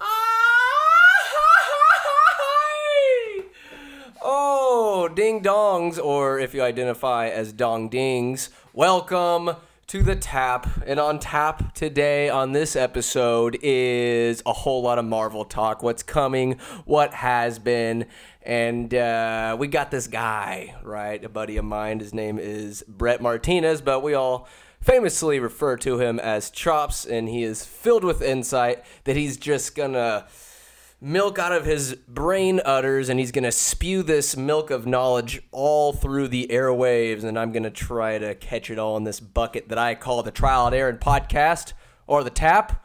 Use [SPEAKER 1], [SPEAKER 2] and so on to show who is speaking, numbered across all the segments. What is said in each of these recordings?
[SPEAKER 1] Ah, Oh, Ding Dongs, or if you identify as Dong Dings, welcome to the tap. And on tap today on this episode is a whole lot of Marvel talk what's coming, what has been. And uh, we got this guy, right? A buddy of mine. His name is Brett Martinez, but we all famously refer to him as Chops, and he is filled with insight that he's just gonna milk out of his brain udders and he's going to spew this milk of knowledge all through the airwaves and i'm going to try to catch it all in this bucket that i call the trial and error podcast or the tap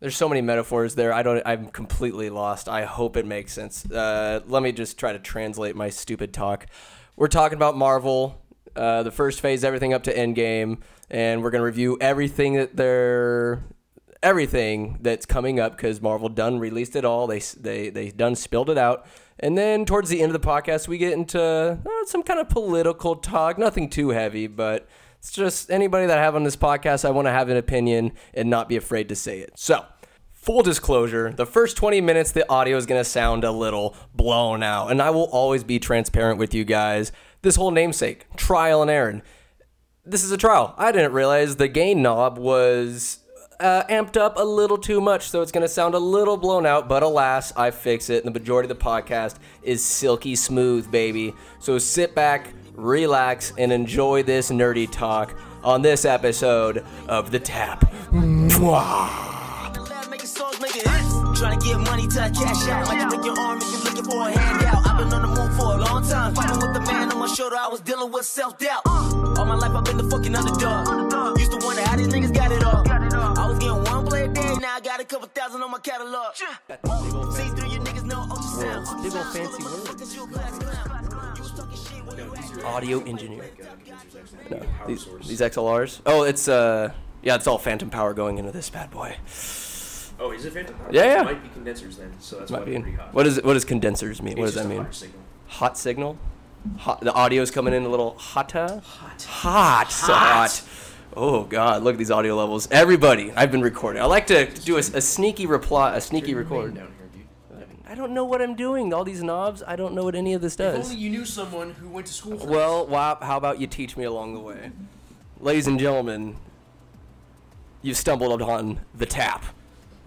[SPEAKER 1] there's so many metaphors there i don't i'm completely lost i hope it makes sense uh, let me just try to translate my stupid talk we're talking about marvel uh, the first phase everything up to endgame and we're going to review everything that they're everything that's coming up because Marvel done released it all. They they they done spilled it out, and then towards the end of the podcast, we get into uh, some kind of political talk. Nothing too heavy, but it's just anybody that I have on this podcast. I want to have an opinion and not be afraid to say it. So. Full disclosure, the first 20 minutes, the audio is going to sound a little blown out, and I will always be transparent with you guys. This whole namesake, trial and error. This is a trial. I didn't realize the gain knob was uh, amped up a little too much, so it's going to sound a little blown out, but alas, I fix it. And the majority of the podcast is silky smooth, baby. So sit back, relax, and enjoy this nerdy talk on this episode of The Tap. Mwah!
[SPEAKER 2] Lab making songs, making hits. Trying to get money to cash out. Like you break your arm if you're looking for a handout. I've been on the move for a long time. Fighting with the man on my shoulder, I was dealing with self doubt. All my life, I've been the fucking underdog. Used to wonder how these niggas got it all. I was getting one play a day, now I got a couple thousand on my catalog. See through your niggas, no ultrasound.
[SPEAKER 1] Big old fancy words.
[SPEAKER 2] You a glass clown. You was talking shit when you acted.
[SPEAKER 1] Audio engineer. No, these, these XLRs. Oh, it's uh, yeah, it's all phantom power going into this bad boy.
[SPEAKER 3] Oh, is it phantom power?
[SPEAKER 1] Yeah, yeah.
[SPEAKER 3] It might be condensers then, so that's why
[SPEAKER 1] Might
[SPEAKER 3] it's
[SPEAKER 1] be.
[SPEAKER 3] pretty hot.
[SPEAKER 1] What is what does condensers mean?
[SPEAKER 3] It's
[SPEAKER 1] What does
[SPEAKER 3] just
[SPEAKER 1] that
[SPEAKER 3] a
[SPEAKER 1] mean?
[SPEAKER 3] fire signal.
[SPEAKER 1] hot signal. Hot, the audio's coming in a little hotter. Hot. Hot. so
[SPEAKER 3] Hot.
[SPEAKER 1] hot. Oh God! Look at these audio levels. Everybody, I've been recording. I like to do a, a sneaky reply, a sneaky
[SPEAKER 3] You're laying
[SPEAKER 1] record.
[SPEAKER 3] down here, dude.
[SPEAKER 1] I don't know what I'm doing. All these knobs. I don't know what any of this
[SPEAKER 3] If
[SPEAKER 1] does.
[SPEAKER 3] only you knew someone who went to school. For
[SPEAKER 1] Well, Wop, how about you teach me along the way? Ladies and gentlemen, you've stumbled upon the tap.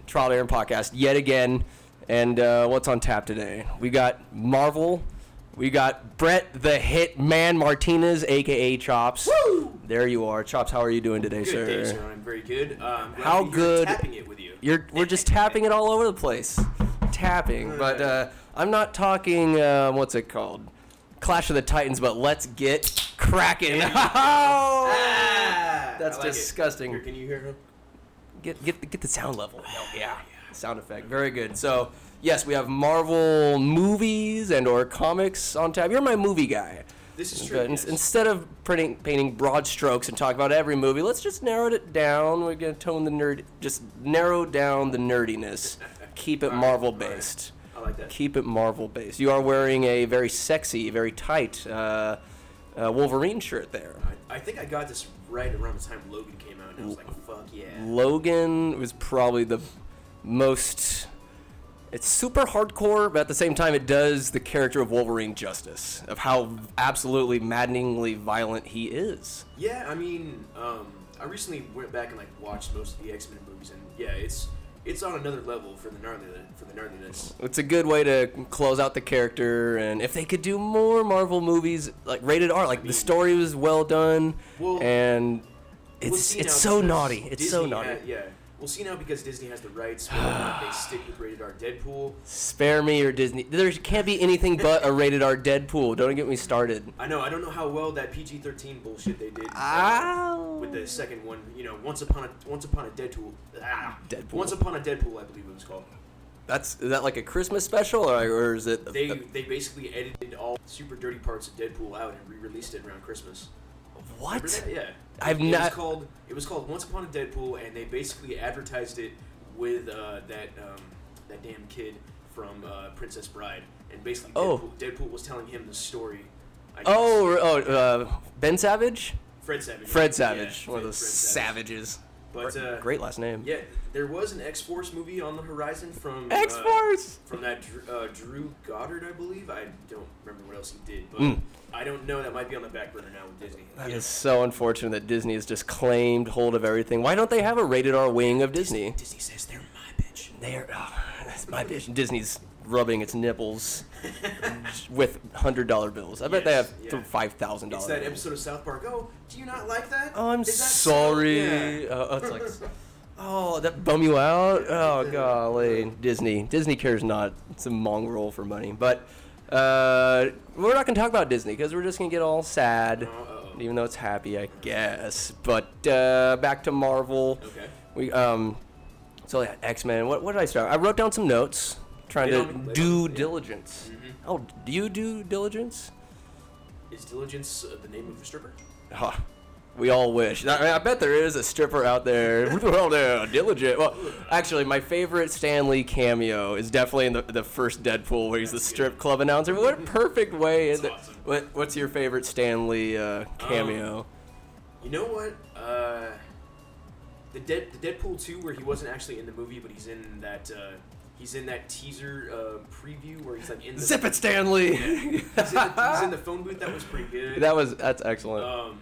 [SPEAKER 1] Trial Aaron podcast yet again. And uh, what's on tap today? We got Marvel. We got Brett the Hitman Martinez, aka Chops. Woo! There you are, Chops. How are you doing today,
[SPEAKER 3] good
[SPEAKER 1] sir?
[SPEAKER 3] day, sir. I'm very good. Um, glad
[SPEAKER 1] How
[SPEAKER 3] to be here
[SPEAKER 1] good-
[SPEAKER 3] Tapping it with you.
[SPEAKER 1] You're we're just tapping it all over the place, tapping. But uh, I'm not talking. Um, what's it called? Clash of the Titans. But let's get cracking.
[SPEAKER 3] Ah,
[SPEAKER 1] That's
[SPEAKER 3] I like it.
[SPEAKER 1] disgusting.
[SPEAKER 3] Here, can you hear him?
[SPEAKER 1] get get the- get the sound level. No, yeah, sound effect. Very good. So yes, we have Marvel movies and or comics on tap. You're my movie guy.
[SPEAKER 3] This is true.
[SPEAKER 1] But in-
[SPEAKER 3] yes.
[SPEAKER 1] instead of printing, painting broad strokes and talk about every movie, let's just narrow it down. We're gonna tone the nerd, just narrow down the nerdiness. Keep it Marvel based.
[SPEAKER 3] I like that.
[SPEAKER 1] Keep it Marvel based. You are wearing a very sexy, very tight uh, uh, Wolverine shirt there.
[SPEAKER 3] I, I think I got this right around the time Logan came out, and I was like, fuck yeah.
[SPEAKER 1] Logan was probably the most. It's super hardcore, but at the same time, it does the character of Wolverine justice of how absolutely maddeningly violent he is.
[SPEAKER 3] Yeah, I mean, um, I recently went back and like watched most of the X Men movies, and yeah, it's it's on another level for the gnarliness. For the gnarliness.
[SPEAKER 1] It's a good way to close out the character, and if they could do more Marvel movies like rated R, like the story was well done,
[SPEAKER 3] Well-
[SPEAKER 1] and
[SPEAKER 3] We'll
[SPEAKER 1] it's
[SPEAKER 3] see
[SPEAKER 1] it's
[SPEAKER 3] now
[SPEAKER 1] so
[SPEAKER 3] because
[SPEAKER 1] naughty. It's so
[SPEAKER 3] Disney
[SPEAKER 1] naughty.
[SPEAKER 3] ha- yeah. We'll see now because Disney has the rights whether or not they stick with rated R Deadpool.
[SPEAKER 1] Spare me or Disney. There can't be anything but a rated R Deadpool. Don't get me started.
[SPEAKER 3] I know. I don't know how well that PG thirteen bullshit they did uh,
[SPEAKER 1] Ow.
[SPEAKER 3] with the second one. You know, once upon a once upon a Deadpool. Ah,
[SPEAKER 1] Deadpool.
[SPEAKER 3] Once upon a Deadpool, I believe it was called.
[SPEAKER 1] That's is that like a Christmas special or, or is it?
[SPEAKER 3] They they basically edited all super dirty parts of Deadpool out and re-released it around Christmas.
[SPEAKER 1] what?
[SPEAKER 3] Remember that? Yeah.
[SPEAKER 1] I've
[SPEAKER 3] it
[SPEAKER 1] not-
[SPEAKER 3] Was called, it was called Once Upon a Deadpool, and they basically advertised it with uh, that um, that damn kid from uh, Princess Bride, and basically
[SPEAKER 1] Oh.
[SPEAKER 3] Deadpool, Deadpool was telling him the story. I guess.
[SPEAKER 1] Oh, oh, uh, Ben Savage,
[SPEAKER 3] Fred Savage.
[SPEAKER 1] Fred
[SPEAKER 3] Yeah,
[SPEAKER 1] Savage, one of
[SPEAKER 3] Fred-
[SPEAKER 1] those
[SPEAKER 3] Fred
[SPEAKER 1] savages.
[SPEAKER 3] But uh,
[SPEAKER 1] Great last name.
[SPEAKER 3] Yeah, there was an X Force movie on the horizon from uh,
[SPEAKER 1] X-Force!
[SPEAKER 3] from that Dr- uh, Drew Goddard, I believe. I don't remember what else he did, but
[SPEAKER 1] Mm.
[SPEAKER 3] I don't know. That might be on the back burner now with Disney.
[SPEAKER 1] That
[SPEAKER 3] Yeah.
[SPEAKER 1] is so unfortunate that Disney has just claimed hold of everything. Why don't they have a rated R wing of Disney?
[SPEAKER 3] Disney says they're my bitch.
[SPEAKER 1] They're oh, that's my bitch. Disney's rubbing its nipples with hundred dollar bills. I bet they have
[SPEAKER 3] Yes, yeah.
[SPEAKER 1] th five thousand
[SPEAKER 3] It's
[SPEAKER 1] dollars.
[SPEAKER 3] that episode of South Park. Oh, do you not like that?
[SPEAKER 1] Oh, I'm
[SPEAKER 3] Is that so-"
[SPEAKER 1] sorry.
[SPEAKER 3] Yeah.
[SPEAKER 1] Uh, oh, it's like, oh, that bum you out. Oh, golly, Disney. Disney cares not. It's a mongrel for money. But uh, we're not gonna talk about Disney because we're just gonna get all sad,
[SPEAKER 3] Uh-oh.
[SPEAKER 1] even though it's happy, I guess. But uh, back to Marvel.
[SPEAKER 3] Okay.
[SPEAKER 1] We um, so yeah, X Men. What what did I start? I wrote down some notes, trying
[SPEAKER 3] Lay
[SPEAKER 1] to
[SPEAKER 3] down-
[SPEAKER 1] due
[SPEAKER 3] lay down, yeah. Mm-hmm.
[SPEAKER 1] diligence. Oh, do you do diligence?
[SPEAKER 3] Is diligence uh, the name of a stripper?
[SPEAKER 1] Huh. We all wish. I, mean, I bet there is a stripper out there. well, no, diligent. Well, actually, my favorite Stanley cameo is definitely in the, the first Deadpool, where he's the
[SPEAKER 3] That's
[SPEAKER 1] strip club announcer. What a perfect way! Is
[SPEAKER 3] That's
[SPEAKER 1] it-
[SPEAKER 3] awesome.
[SPEAKER 1] what, what's your favorite Stanley uh,
[SPEAKER 3] Um,
[SPEAKER 1] cameo?
[SPEAKER 3] You know what? Uh, the Dead the Deadpool two where he wasn't actually in the movie, but he's in that uh, he's in that teaser uh, preview where he's like in the
[SPEAKER 1] Zip it, Stanley.
[SPEAKER 3] He's, in the, he's in the phone booth. That was pretty good.
[SPEAKER 1] that was that's excellent.
[SPEAKER 3] um,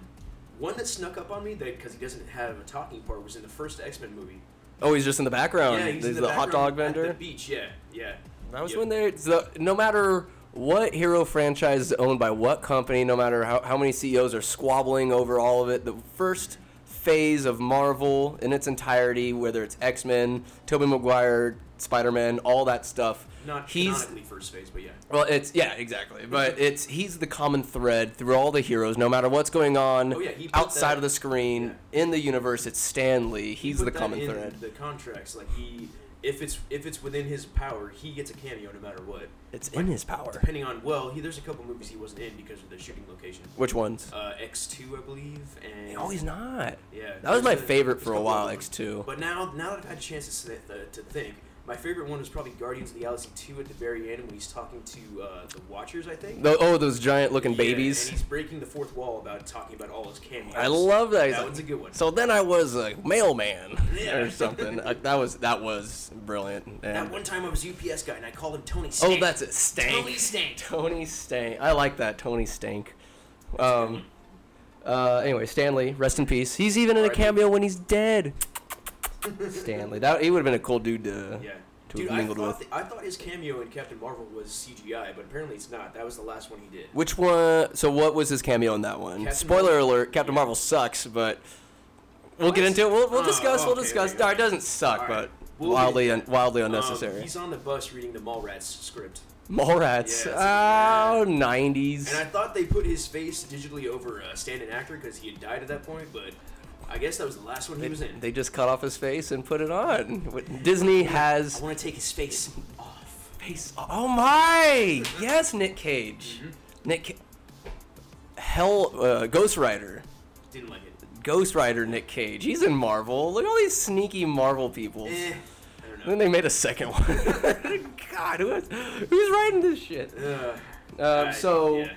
[SPEAKER 3] one that snuck up on me that because he doesn't have a talking part was in the first X Men movie.
[SPEAKER 1] oh, he's just in the background.
[SPEAKER 3] yeah, he's in the,
[SPEAKER 1] hot
[SPEAKER 3] background
[SPEAKER 1] dog
[SPEAKER 3] at
[SPEAKER 1] vendor.
[SPEAKER 3] the beach. Yeah, yeah.
[SPEAKER 1] That was
[SPEAKER 3] Yep.
[SPEAKER 1] when they so no matter what hero franchise is owned by what company, no matter how, how many CEOs are squabbling over all of it, the first phase of Marvel in its entirety, whether it's X Men, Tobey Maguire, Spider Man, all that stuff.
[SPEAKER 3] not
[SPEAKER 1] he's
[SPEAKER 3] canonically first phase, but yeah.
[SPEAKER 1] well, it's yeah, exactly. But it's he's the common thread through all the heroes, no matter what's going on
[SPEAKER 3] Oh, yeah, he put
[SPEAKER 1] outside
[SPEAKER 3] that-
[SPEAKER 1] of the screen in the universe. It's Stanley. He's
[SPEAKER 3] Put
[SPEAKER 1] the
[SPEAKER 3] that
[SPEAKER 1] common
[SPEAKER 3] in
[SPEAKER 1] thread.
[SPEAKER 3] The contracts, like he, if it's if it's within his power, he gets a cameo no matter what.
[SPEAKER 1] It's in his power.
[SPEAKER 3] Depending on well, he there's a couple movies he wasn't in because of the shooting location.
[SPEAKER 1] Which ones?
[SPEAKER 3] Uh, X two, I believe, and
[SPEAKER 1] Oh, he's not.
[SPEAKER 3] Yeah,
[SPEAKER 1] That was
[SPEAKER 3] there's
[SPEAKER 1] my
[SPEAKER 3] a-
[SPEAKER 1] favorite
[SPEAKER 3] there's
[SPEAKER 1] for a
[SPEAKER 3] couple
[SPEAKER 1] while,
[SPEAKER 3] of them.
[SPEAKER 1] X2.
[SPEAKER 3] But now, now that I've had a chance to, sit, uh, to think, my favorite one was probably Guardians of the Galaxy 2 at the very end when he's talking to uh, the Watchers, I think.
[SPEAKER 1] Tho- oh, those giant looking
[SPEAKER 3] Yeah,
[SPEAKER 1] babies.
[SPEAKER 3] And he's breaking the fourth wall about talking about all his cameos.
[SPEAKER 1] I love that. He's
[SPEAKER 3] That
[SPEAKER 1] like,
[SPEAKER 3] one's a good one.
[SPEAKER 1] So then I was a mailman
[SPEAKER 3] Yeah.
[SPEAKER 1] or something. Uh, that was that was brilliant. And-
[SPEAKER 3] that one time I was UPS guy and I called him Tony Stank.
[SPEAKER 1] oh, that's it. Stank.
[SPEAKER 3] Tony Stank.
[SPEAKER 1] Tony Stank. I like that. Tony Stank. Um. Uh, anyway, Stanley, rest in peace. He's even in a
[SPEAKER 3] R.I.P..
[SPEAKER 1] cameo when he's dead. Stanley, that he would have been a cool dude to.
[SPEAKER 3] Yeah.
[SPEAKER 1] To
[SPEAKER 3] Dude,
[SPEAKER 1] have
[SPEAKER 3] I
[SPEAKER 1] mingled
[SPEAKER 3] thought,
[SPEAKER 1] with.
[SPEAKER 3] th- I thought his cameo in Captain Marvel was CGI, but apparently it's not. That was the last one he did.
[SPEAKER 1] Which one? So what was his cameo in that one?
[SPEAKER 3] Captain
[SPEAKER 1] Spoiler
[SPEAKER 3] Marvel.
[SPEAKER 1] alert: Captain Marvel sucks, but we'll get
[SPEAKER 3] What?
[SPEAKER 1] into it. We'll, we'll
[SPEAKER 3] Oh,
[SPEAKER 1] discuss. we'll
[SPEAKER 3] okay,
[SPEAKER 1] discuss.
[SPEAKER 3] okay,
[SPEAKER 1] No, it
[SPEAKER 3] okay.
[SPEAKER 1] doesn't suck,
[SPEAKER 3] All
[SPEAKER 1] but
[SPEAKER 3] right. We'll
[SPEAKER 1] wildly
[SPEAKER 3] get-
[SPEAKER 1] un- wildly
[SPEAKER 3] Um,
[SPEAKER 1] unnecessary.
[SPEAKER 3] he's on the bus reading the Mallrats script.
[SPEAKER 1] Mallrats.
[SPEAKER 3] Yeah,
[SPEAKER 1] oh,
[SPEAKER 3] that's-
[SPEAKER 1] nineties.
[SPEAKER 3] And I thought they put his face digitally over a stand-in actor because he had died at that point, but I guess that was the last one he was in.
[SPEAKER 1] They just cut off his face and put it on. What- Disney
[SPEAKER 3] I
[SPEAKER 1] has
[SPEAKER 3] want to take his face off.
[SPEAKER 1] face. Oh my! Yes, Nick Cage.
[SPEAKER 3] Mm-hmm.
[SPEAKER 1] Nick. Ca- Hell, uh, Ghost Rider.
[SPEAKER 3] Didn't like it.
[SPEAKER 1] Ghost Rider Nick Cage. He's in Marvel. Look at all these sneaky Marvel people.
[SPEAKER 3] Eh, I
[SPEAKER 1] Then
[SPEAKER 3] don't
[SPEAKER 1] they made a second one. God, who is, who's writing this shit?
[SPEAKER 3] know. Uh,
[SPEAKER 1] Um,
[SPEAKER 3] I-
[SPEAKER 1] so
[SPEAKER 3] yeah.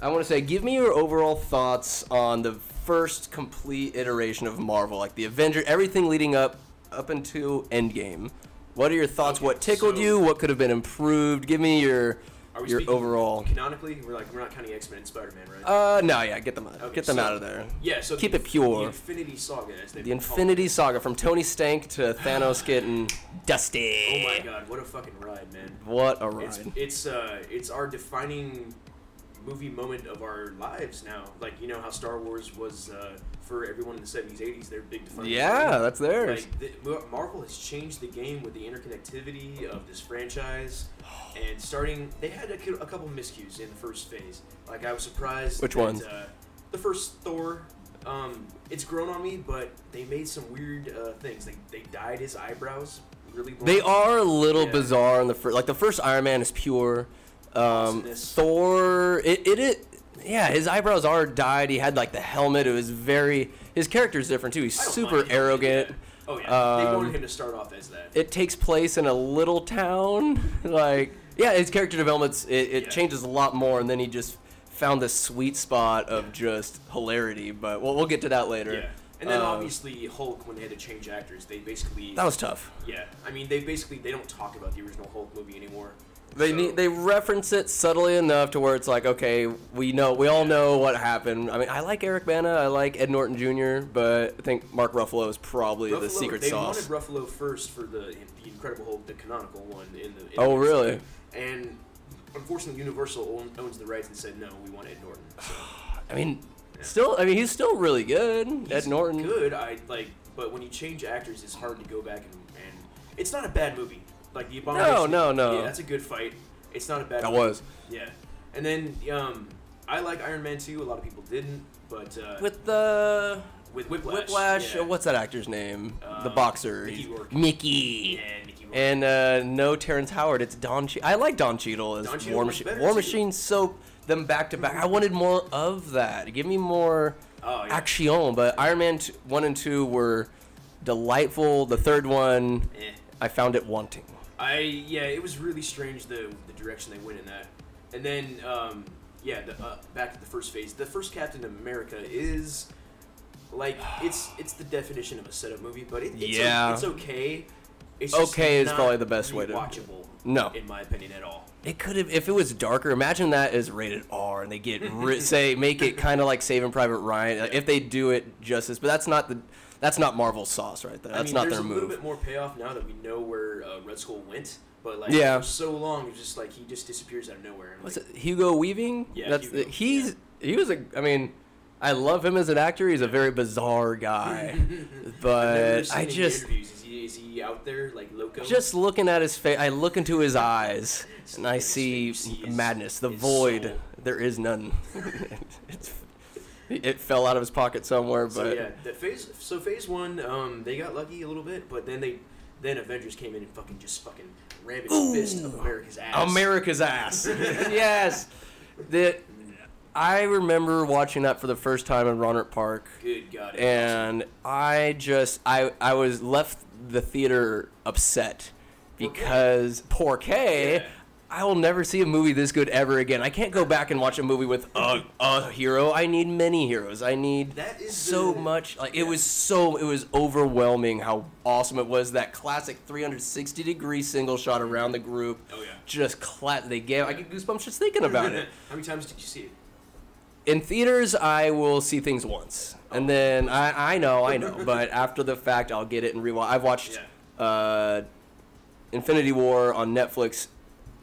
[SPEAKER 1] I want to say, give me your overall thoughts on the first complete iteration of Marvel, like the Avenger, everything leading up up into Endgame. What are your thoughts?
[SPEAKER 3] Okay,
[SPEAKER 1] what tickled
[SPEAKER 3] so-
[SPEAKER 1] you? What could have been improved? Give me your
[SPEAKER 3] Are we
[SPEAKER 1] your
[SPEAKER 3] speaking
[SPEAKER 1] overall.
[SPEAKER 3] Canonically, we're like we're not counting X Men and Spider Man, right?
[SPEAKER 1] Uh, no, yeah, get them out,
[SPEAKER 3] Okay,
[SPEAKER 1] get them
[SPEAKER 3] so-
[SPEAKER 1] out of there.
[SPEAKER 3] yeah. So
[SPEAKER 1] keep
[SPEAKER 3] the,
[SPEAKER 1] it pure.
[SPEAKER 3] The Infinity Saga, as they
[SPEAKER 1] The Infinity Saga from Tony Stank to Thanos getting dusty.
[SPEAKER 3] Oh my God! What a fucking ride, man.
[SPEAKER 1] What a ride!
[SPEAKER 3] It's it's uh it's our defining movie moment of our lives now. Like you know how Star Wars was uh, for everyone in the seventies, eighties, their big defining.
[SPEAKER 1] yeah,
[SPEAKER 3] moment.
[SPEAKER 1] that's theirs.
[SPEAKER 3] Like the, Mar- Marvel has changed the game with the interconnectivity of this franchise, and starting they had a, cou- a couple miscues in the first phase. Like I was surprised.
[SPEAKER 1] Which
[SPEAKER 3] that,
[SPEAKER 1] ones?
[SPEAKER 3] Uh, the first Thor. Um, it's grown on me, but they made some weird uh, things. They they dyed his eyebrows really.
[SPEAKER 1] They
[SPEAKER 3] blonde.
[SPEAKER 1] are a little
[SPEAKER 3] Yeah.
[SPEAKER 1] bizarre in the first. Like the first Iron Man is pure. Um,
[SPEAKER 3] Awesomeness.
[SPEAKER 1] Thor, it, it it yeah, his eyebrows are dyed. He had like the helmet. It was very. His character's different too. He's
[SPEAKER 3] I don't
[SPEAKER 1] super
[SPEAKER 3] mind him.
[SPEAKER 1] arrogant.
[SPEAKER 3] Yeah. Oh yeah, they
[SPEAKER 1] Um,
[SPEAKER 3] wanted him to start off as that.
[SPEAKER 1] It takes place in a little town. like yeah, his character development's it, it
[SPEAKER 3] Yeah.
[SPEAKER 1] changes a lot more, and then he just found the sweet spot of just hilarity. But we'll, we'll get to that later.
[SPEAKER 3] yeah, And then
[SPEAKER 1] Uh,
[SPEAKER 3] obviously Hulk, when they had to change actors, they basically
[SPEAKER 1] That was tough.
[SPEAKER 3] yeah. I mean, they basically they don't talk about the original Hulk movie anymore.
[SPEAKER 1] They
[SPEAKER 3] So,
[SPEAKER 1] need they reference it subtly enough to where it's like, okay, we know we all know what happened. I mean, I like Eric Bana, I like Ed Norton Jr., but I think Mark Ruffalo is probably the
[SPEAKER 3] Ruffalo-
[SPEAKER 1] secret
[SPEAKER 3] they
[SPEAKER 1] sauce.
[SPEAKER 3] wanted Ruffalo first for the the Incredible Hulk, the canonical one in the. In
[SPEAKER 1] Oh,
[SPEAKER 3] the next
[SPEAKER 1] really?
[SPEAKER 3] movie. And unfortunately, Universal own- owns the rights and said no, we want Ed Norton. So
[SPEAKER 1] I mean, still, I mean, he's still really good. Ed
[SPEAKER 3] he's
[SPEAKER 1] Norton.
[SPEAKER 3] Good, I like, but when you change actors, it's hard to go back and, and it's not a bad movie. Like the Abomination.
[SPEAKER 1] no, no.
[SPEAKER 3] Yeah, that's a good fight. It's not a bad.
[SPEAKER 1] That
[SPEAKER 3] movie.
[SPEAKER 1] was
[SPEAKER 3] Yeah, and then um, I like Iron Man 2. A lot of people didn't, but uh,
[SPEAKER 1] with the
[SPEAKER 3] with Whiplash.
[SPEAKER 1] Whiplash.
[SPEAKER 3] yeah.
[SPEAKER 1] uh, What's that actor's name? the
[SPEAKER 3] Um,
[SPEAKER 1] boxer.
[SPEAKER 3] Mickey
[SPEAKER 1] he's-
[SPEAKER 3] Rourke.
[SPEAKER 1] Mickey.
[SPEAKER 3] Yeah, Mickey Rourke.
[SPEAKER 1] And uh, no Terrence Howard. It's Don. Che- I like Don Cheadle as
[SPEAKER 3] Don Cheadle
[SPEAKER 1] War
[SPEAKER 3] was
[SPEAKER 1] Machine.
[SPEAKER 3] better,
[SPEAKER 1] War
[SPEAKER 3] too.
[SPEAKER 1] Machine soap them back to back. I wanted more of that. Give me more
[SPEAKER 3] Oh, yeah.
[SPEAKER 1] action. But Iron Man t- one and two were delightful. The third one,
[SPEAKER 3] Eh.
[SPEAKER 1] I found it wanting.
[SPEAKER 3] I yeah, it was really strange the the direction they went in that. And then um, yeah, the, uh, back to the first phase. The first Captain America is like it's it's the definition of a setup movie, but it, it's, o-
[SPEAKER 1] Yeah.
[SPEAKER 3] it's okay. It's just
[SPEAKER 1] Okay is
[SPEAKER 3] not
[SPEAKER 1] probably the best way to-
[SPEAKER 3] rewatchable,
[SPEAKER 1] No.
[SPEAKER 3] in my opinion, at all.
[SPEAKER 1] It could have, if it was darker. Imagine that is rated R, and they get ri- say make it kind of like Saving Private Ryan. Like, if they do it justice, but that's not the that's not Marvel sauce right there.
[SPEAKER 3] I
[SPEAKER 1] That's
[SPEAKER 3] mean,
[SPEAKER 1] not
[SPEAKER 3] there's
[SPEAKER 1] their
[SPEAKER 3] a little
[SPEAKER 1] move.
[SPEAKER 3] bit more payoff now that we know where uh, Red Skull went, but like
[SPEAKER 1] Yeah.
[SPEAKER 3] for so long, it's just like he just disappears out of nowhere. And,
[SPEAKER 1] What's
[SPEAKER 3] like,
[SPEAKER 1] it, Hugo Weaving?
[SPEAKER 3] Yeah,
[SPEAKER 1] that's
[SPEAKER 3] Hugo,
[SPEAKER 1] he's he was a. I mean, I love him as an actor. He's a very bizarre guy,
[SPEAKER 3] I've never
[SPEAKER 1] but
[SPEAKER 3] seen
[SPEAKER 1] Uh, I
[SPEAKER 3] any
[SPEAKER 1] just
[SPEAKER 3] interviews. Is he, is he out there like loco?
[SPEAKER 1] just looking at his face, I look into his eyes and I
[SPEAKER 3] His
[SPEAKER 1] see
[SPEAKER 3] face, his-
[SPEAKER 1] madness, the
[SPEAKER 3] his
[SPEAKER 1] void.
[SPEAKER 3] soul.
[SPEAKER 1] There is none. it's, it fell out of his pocket somewhere, but.
[SPEAKER 3] So yeah, that phase. So phase one, um, they got lucky a little bit, but then they, then Avengers came in and fucking just fucking rammed its fist up America's ass.
[SPEAKER 1] America's ass. yes. The, I remember watching that for the first time in Ronert Park,
[SPEAKER 3] Good God. And
[SPEAKER 1] and I just I I was left the theater upset because poor K.
[SPEAKER 3] Yeah.
[SPEAKER 1] I will never see a movie this good ever again. I can't go back and watch a movie with a, a hero. I need many heroes. I need
[SPEAKER 3] That is
[SPEAKER 1] so
[SPEAKER 3] the-
[SPEAKER 1] much. Like it was so it was overwhelming how awesome it was. That classic 360 degree single shot around the group.
[SPEAKER 3] Oh, yeah.
[SPEAKER 1] Just clap. They gave. I get goosebumps just thinking about it
[SPEAKER 3] How many times did you see it?
[SPEAKER 1] in theaters i will see things once and
[SPEAKER 3] Oh.
[SPEAKER 1] then i, I know i know but after the fact i'll get it and rewatch i've watched uh, infinity war on netflix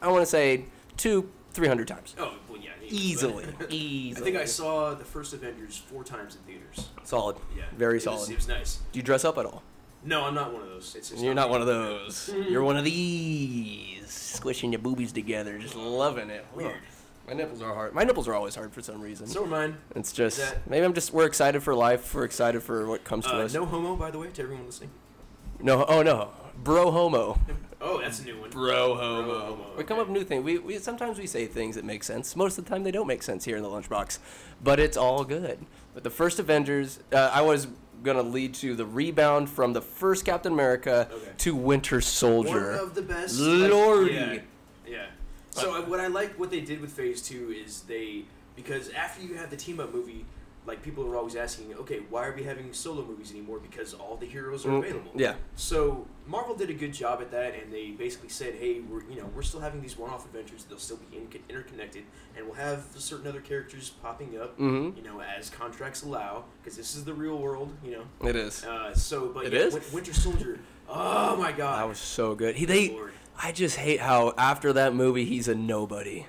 [SPEAKER 1] i want to say two 300 times
[SPEAKER 3] Oh, well, yeah. I mean,
[SPEAKER 1] easily
[SPEAKER 3] but- I
[SPEAKER 1] easily
[SPEAKER 3] think I saw the first Avengers four times in theaters.
[SPEAKER 1] solid
[SPEAKER 3] Yeah.
[SPEAKER 1] very
[SPEAKER 3] it
[SPEAKER 1] solid
[SPEAKER 3] Was, it was nice.
[SPEAKER 1] do you dress up at all
[SPEAKER 3] No, I'm not one of those. It's just
[SPEAKER 1] you're not one of those you're one of these squishing your boobies together just loving it
[SPEAKER 3] Weird.
[SPEAKER 1] my nipples are hard my nipples are always hard for some reason
[SPEAKER 3] So are mine.
[SPEAKER 1] it's just
[SPEAKER 3] that-
[SPEAKER 1] maybe i'm just we're excited for life we're excited for what comes to
[SPEAKER 3] Uh,
[SPEAKER 1] us
[SPEAKER 3] no homo, by the way, to everyone listening.
[SPEAKER 1] No, oh no, bro homo.
[SPEAKER 3] Oh, that's a new one.
[SPEAKER 1] Bro
[SPEAKER 3] homo,
[SPEAKER 1] We come up with new things. We, we sometimes we say things that make sense. Most of the time they don't make sense here in the lunchbox, but it's all good. But the first Avengers, uh, I was gonna lead to the rebound from the first Captain America
[SPEAKER 3] Okay.
[SPEAKER 1] to Winter
[SPEAKER 3] One
[SPEAKER 1] Soldier.
[SPEAKER 3] of the best.
[SPEAKER 1] Lordy.
[SPEAKER 3] yeah. yeah. So I, what I like what they did with Phase Two is they because after you have the team up movie, like people are always asking, okay, why are we having solo movies anymore? Because all the heroes are
[SPEAKER 1] Mm,
[SPEAKER 3] available.
[SPEAKER 1] yeah.
[SPEAKER 3] So Marvel did a good job at that, and they basically said, hey, we're you know we're still having these one off adventures. They'll still be in- interconnected, and we'll have certain other characters popping up,
[SPEAKER 1] Mhm.
[SPEAKER 3] you know, as contracts allow, because this is the real world, you know.
[SPEAKER 1] it is.
[SPEAKER 3] Uh, so, but
[SPEAKER 1] It
[SPEAKER 3] yeah,
[SPEAKER 1] is?
[SPEAKER 3] Win- Winter Soldier. Oh my God.
[SPEAKER 1] That was so good. He they.
[SPEAKER 3] Lord.
[SPEAKER 1] I just hate how after that movie he's a nobody.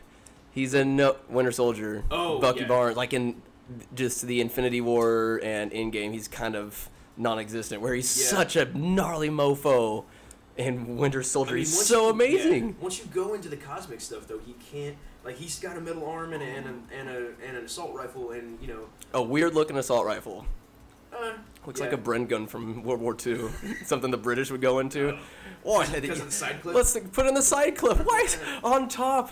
[SPEAKER 1] He's a no Winter Soldier.
[SPEAKER 3] Oh,
[SPEAKER 1] Bucky
[SPEAKER 3] yeah.
[SPEAKER 1] Barnes, like in just the Infinity War and Endgame, he's kind of non-existent. Where he's
[SPEAKER 3] Yeah.
[SPEAKER 1] such a gnarly mofo, and Winter Soldier,
[SPEAKER 3] I mean,
[SPEAKER 1] he's
[SPEAKER 3] once
[SPEAKER 1] so
[SPEAKER 3] you-
[SPEAKER 1] amazing.
[SPEAKER 3] yeah, once you go into the cosmic stuff, though, he can't. Like he's got a metal arm and, a- and, a, and, a, and an assault rifle, and you know,
[SPEAKER 1] A weird looking assault rifle.
[SPEAKER 3] uh,
[SPEAKER 1] Looks like a Bren gun from World War II. Something the British would go into. Oh, and
[SPEAKER 3] because of the side clip?
[SPEAKER 1] Let's put in the side clip. What? On top.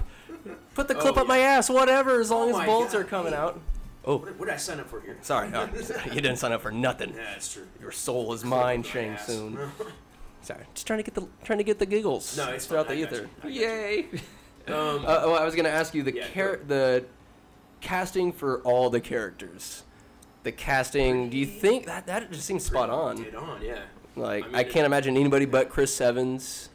[SPEAKER 1] Put the clip
[SPEAKER 3] Oh,
[SPEAKER 1] up my ass, whatever, as long
[SPEAKER 3] Oh
[SPEAKER 1] as
[SPEAKER 3] my
[SPEAKER 1] bolts
[SPEAKER 3] God,
[SPEAKER 1] are coming
[SPEAKER 3] hey.
[SPEAKER 1] out. Oh,
[SPEAKER 3] What, what did I sign up for here?
[SPEAKER 1] sorry. no, you didn't sign up for nothing.
[SPEAKER 3] Yeah, that's true.
[SPEAKER 1] Your soul is mine,
[SPEAKER 3] My
[SPEAKER 1] Shang
[SPEAKER 3] ass.
[SPEAKER 1] Soon. Sorry. Just trying to get the trying to get the giggles
[SPEAKER 3] No, it's
[SPEAKER 1] throughout
[SPEAKER 3] fine.
[SPEAKER 1] the
[SPEAKER 3] I got
[SPEAKER 1] ether.
[SPEAKER 3] you. I got you.
[SPEAKER 1] Yay.
[SPEAKER 3] um,
[SPEAKER 1] Uh, oh, I was gonna ask you the
[SPEAKER 3] Yeah,
[SPEAKER 1] char-
[SPEAKER 3] go.
[SPEAKER 1] the casting for all the characters, the the casting. Do you think that that just seems spot on?
[SPEAKER 3] Dead on, yeah.
[SPEAKER 1] Like I,
[SPEAKER 3] mean, it-
[SPEAKER 1] can't imagine anybody but Chris Evans,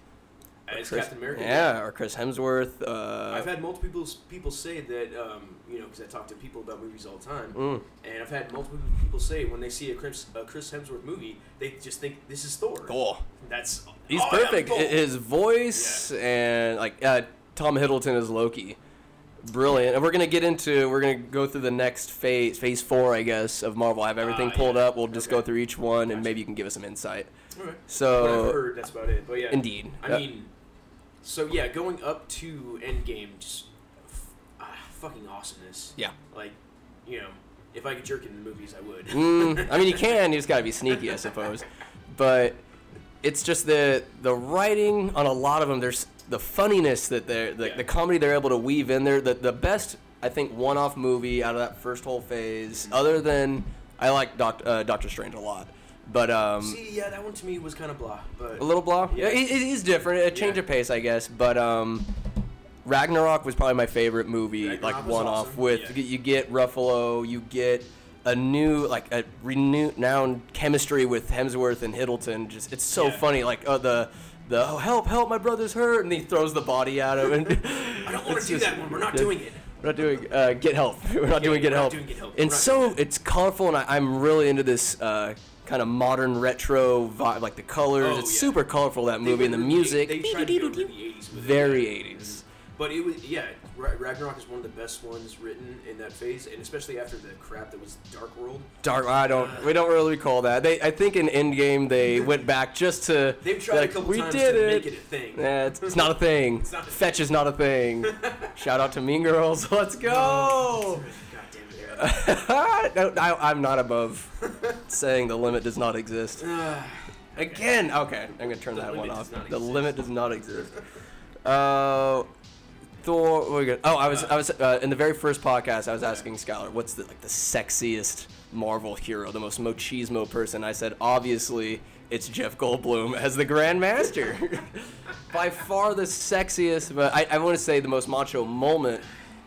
[SPEAKER 3] As
[SPEAKER 1] Chris-
[SPEAKER 3] Captain America.
[SPEAKER 1] yeah, or Chris Hemsworth. Uh,
[SPEAKER 3] I've had multiple people, people say that, um, you know, because I talk to people about movies all the time,
[SPEAKER 1] Mm.
[SPEAKER 3] and I've had multiple people say when they see a Chris, a Chris Hemsworth movie, they just think this is Thor.
[SPEAKER 1] Thor.
[SPEAKER 3] That's
[SPEAKER 1] He's
[SPEAKER 3] "Oh, I am
[SPEAKER 1] perfect.
[SPEAKER 3] Thor."
[SPEAKER 1] I- His voice and like uh, Tom Hiddleston is Loki. Brilliant. And we're gonna get into we're gonna go through the next phase, phase four, I guess, of Marvel. I have everything
[SPEAKER 3] Ah,
[SPEAKER 1] pulled
[SPEAKER 3] yeah.
[SPEAKER 1] up. We'll just go
[SPEAKER 3] Okay.
[SPEAKER 1] through each one, and
[SPEAKER 3] Gotcha.
[SPEAKER 1] maybe you can give us some insight.
[SPEAKER 3] All right. What I've
[SPEAKER 1] So,
[SPEAKER 3] heard, that's about it. But yeah,
[SPEAKER 1] Uh, indeed.
[SPEAKER 3] I
[SPEAKER 1] Uh,
[SPEAKER 3] mean, so yeah, going up to Endgame, just f- ah, fucking awesomeness.
[SPEAKER 1] yeah.
[SPEAKER 3] Like, you know, if I could jerk in movies, I would.
[SPEAKER 1] Mm, I mean, you can. You just gotta be sneaky, I suppose. But it's just the the writing on a lot of them. There's the funniness that they're the,
[SPEAKER 3] Yeah.
[SPEAKER 1] the comedy they're able to weave in there. The the best I think one off movie out of that first whole phase.
[SPEAKER 3] Mm-hmm.
[SPEAKER 1] Other than I like Doc, uh, Doctor Strange a lot, but um.
[SPEAKER 3] See, yeah, that one to me was kind of blah, but
[SPEAKER 1] a little blah. Yeah,
[SPEAKER 3] Yeah.
[SPEAKER 1] it, it is different. A change
[SPEAKER 3] Yeah.
[SPEAKER 1] of pace, I guess. But um, Ragnarok was probably my favorite movie,
[SPEAKER 3] Ragnarok
[SPEAKER 1] like
[SPEAKER 3] was
[SPEAKER 1] one off.
[SPEAKER 3] awesome.
[SPEAKER 1] With
[SPEAKER 3] Yeah.
[SPEAKER 1] you get- you get Ruffalo, you get a new like a renowned chemistry with Hemsworth and Hiddleton. Just it's so
[SPEAKER 3] Yeah.
[SPEAKER 1] funny. Like oh the the oh, help help my brother's hurt, and he throws the body at him. And
[SPEAKER 3] I don't want
[SPEAKER 1] it's
[SPEAKER 3] to do
[SPEAKER 1] just-
[SPEAKER 3] that one. We're not
[SPEAKER 1] it's-
[SPEAKER 3] doing it.
[SPEAKER 1] we're not doing uh, get help. We're not doing get
[SPEAKER 3] we're not
[SPEAKER 1] help.
[SPEAKER 3] doing Get Help. We're
[SPEAKER 1] And
[SPEAKER 3] not
[SPEAKER 1] so
[SPEAKER 3] doing
[SPEAKER 1] it's colorful, and I, I'm really into this uh, kind of modern retro vibe, like the colors.
[SPEAKER 3] Oh,
[SPEAKER 1] it's
[SPEAKER 3] yeah.
[SPEAKER 1] super colorful that
[SPEAKER 3] They
[SPEAKER 1] movie and the
[SPEAKER 3] went to
[SPEAKER 1] music.
[SPEAKER 3] They tried to go to the 80s with it.
[SPEAKER 1] Very 80s.
[SPEAKER 3] But it was yeah, Ra- Ragnarok is one of the best ones written in that phase, and especially after the crap that was Dark World.
[SPEAKER 1] Dark. I don't. We don't really call that. They. I think in Endgame they went back just to.
[SPEAKER 3] They've tried
[SPEAKER 1] like,
[SPEAKER 3] a couple
[SPEAKER 1] we
[SPEAKER 3] times
[SPEAKER 1] did
[SPEAKER 3] to
[SPEAKER 1] it.
[SPEAKER 3] make it a thing.
[SPEAKER 1] Yeah, it's, it's not a thing.
[SPEAKER 3] It's not a-
[SPEAKER 1] Fetch is not a thing. Shout out to Mean Girls. Let's go.
[SPEAKER 3] God damn it.
[SPEAKER 1] no, I, I'm not above saying the limit does not exist.
[SPEAKER 3] Ah,
[SPEAKER 1] Again, okay, I'm gonna turn
[SPEAKER 3] The
[SPEAKER 1] that one
[SPEAKER 3] limit
[SPEAKER 1] off.
[SPEAKER 3] does not
[SPEAKER 1] The
[SPEAKER 3] exist.
[SPEAKER 1] limit does not exist. Uh, Thor. What we got? Oh, I was, I was uh, in the very first podcast. I was asking Skylar, what's the like the sexiest Marvel hero, the most machismo person? I said, obviously, it's Jeff Goldblum as the Grand Master. By far the sexiest, but I, I want to say the most macho moment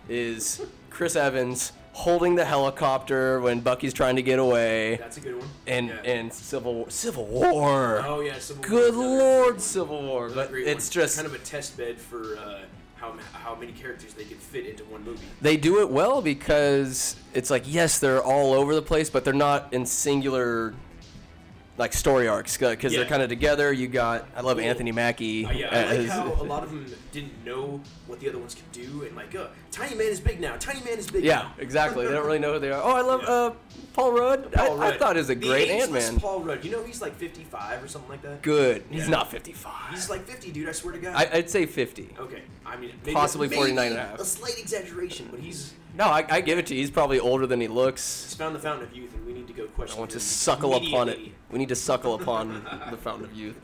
[SPEAKER 1] is Chris Evans holding the helicopter when Bucky's trying to get away,
[SPEAKER 3] that's a good one.
[SPEAKER 1] and
[SPEAKER 3] yeah.
[SPEAKER 1] and Civil Civil War.
[SPEAKER 3] oh yeah, Civil War
[SPEAKER 1] Good
[SPEAKER 3] is another
[SPEAKER 1] lord,
[SPEAKER 3] great
[SPEAKER 1] Civil War.
[SPEAKER 3] one.
[SPEAKER 1] But
[SPEAKER 3] Great
[SPEAKER 1] it's
[SPEAKER 3] one.
[SPEAKER 1] just
[SPEAKER 3] kind of a test bed for uh, how how many characters they can fit into one movie.
[SPEAKER 1] they do it well because it's like yes, they're all over the place, but they're not in singular like story arcs because
[SPEAKER 3] Yeah.
[SPEAKER 1] they're kind of together. You got I love
[SPEAKER 3] Well,
[SPEAKER 1] Anthony Mackie.
[SPEAKER 3] Uh, yeah, I like
[SPEAKER 1] as-
[SPEAKER 3] how a lot of them didn't know what the other ones could do, and like, uh, Tiny Man is big now. Tiny Man is big
[SPEAKER 1] yeah,
[SPEAKER 3] now.
[SPEAKER 1] exactly. They don't really know who they are. Oh, I love
[SPEAKER 3] Yeah.
[SPEAKER 1] uh, Paul Rudd. I-
[SPEAKER 3] Paul
[SPEAKER 1] I,
[SPEAKER 3] Rudd.
[SPEAKER 1] thought he was a
[SPEAKER 3] The
[SPEAKER 1] great Ant
[SPEAKER 3] ageless
[SPEAKER 1] Man.
[SPEAKER 3] Paul Rudd. You know he's like 55 or something like that.
[SPEAKER 1] Good. He's
[SPEAKER 3] Yeah.
[SPEAKER 1] not 55.
[SPEAKER 3] He's like 50, dude. I swear to God.
[SPEAKER 1] I, I'd say 50.
[SPEAKER 3] okay, I mean maybe,
[SPEAKER 1] Possibly
[SPEAKER 3] maybe
[SPEAKER 1] 49 and a half.
[SPEAKER 3] A slight exaggeration, but he's
[SPEAKER 1] No, I, I give it to you. He's probably older than he looks.
[SPEAKER 3] he's found the fountain of youth, and we need to go question.
[SPEAKER 1] I want to
[SPEAKER 3] him
[SPEAKER 1] suckle upon it.
[SPEAKER 3] immediately.
[SPEAKER 1] We need to suckle upon the fountain of youth.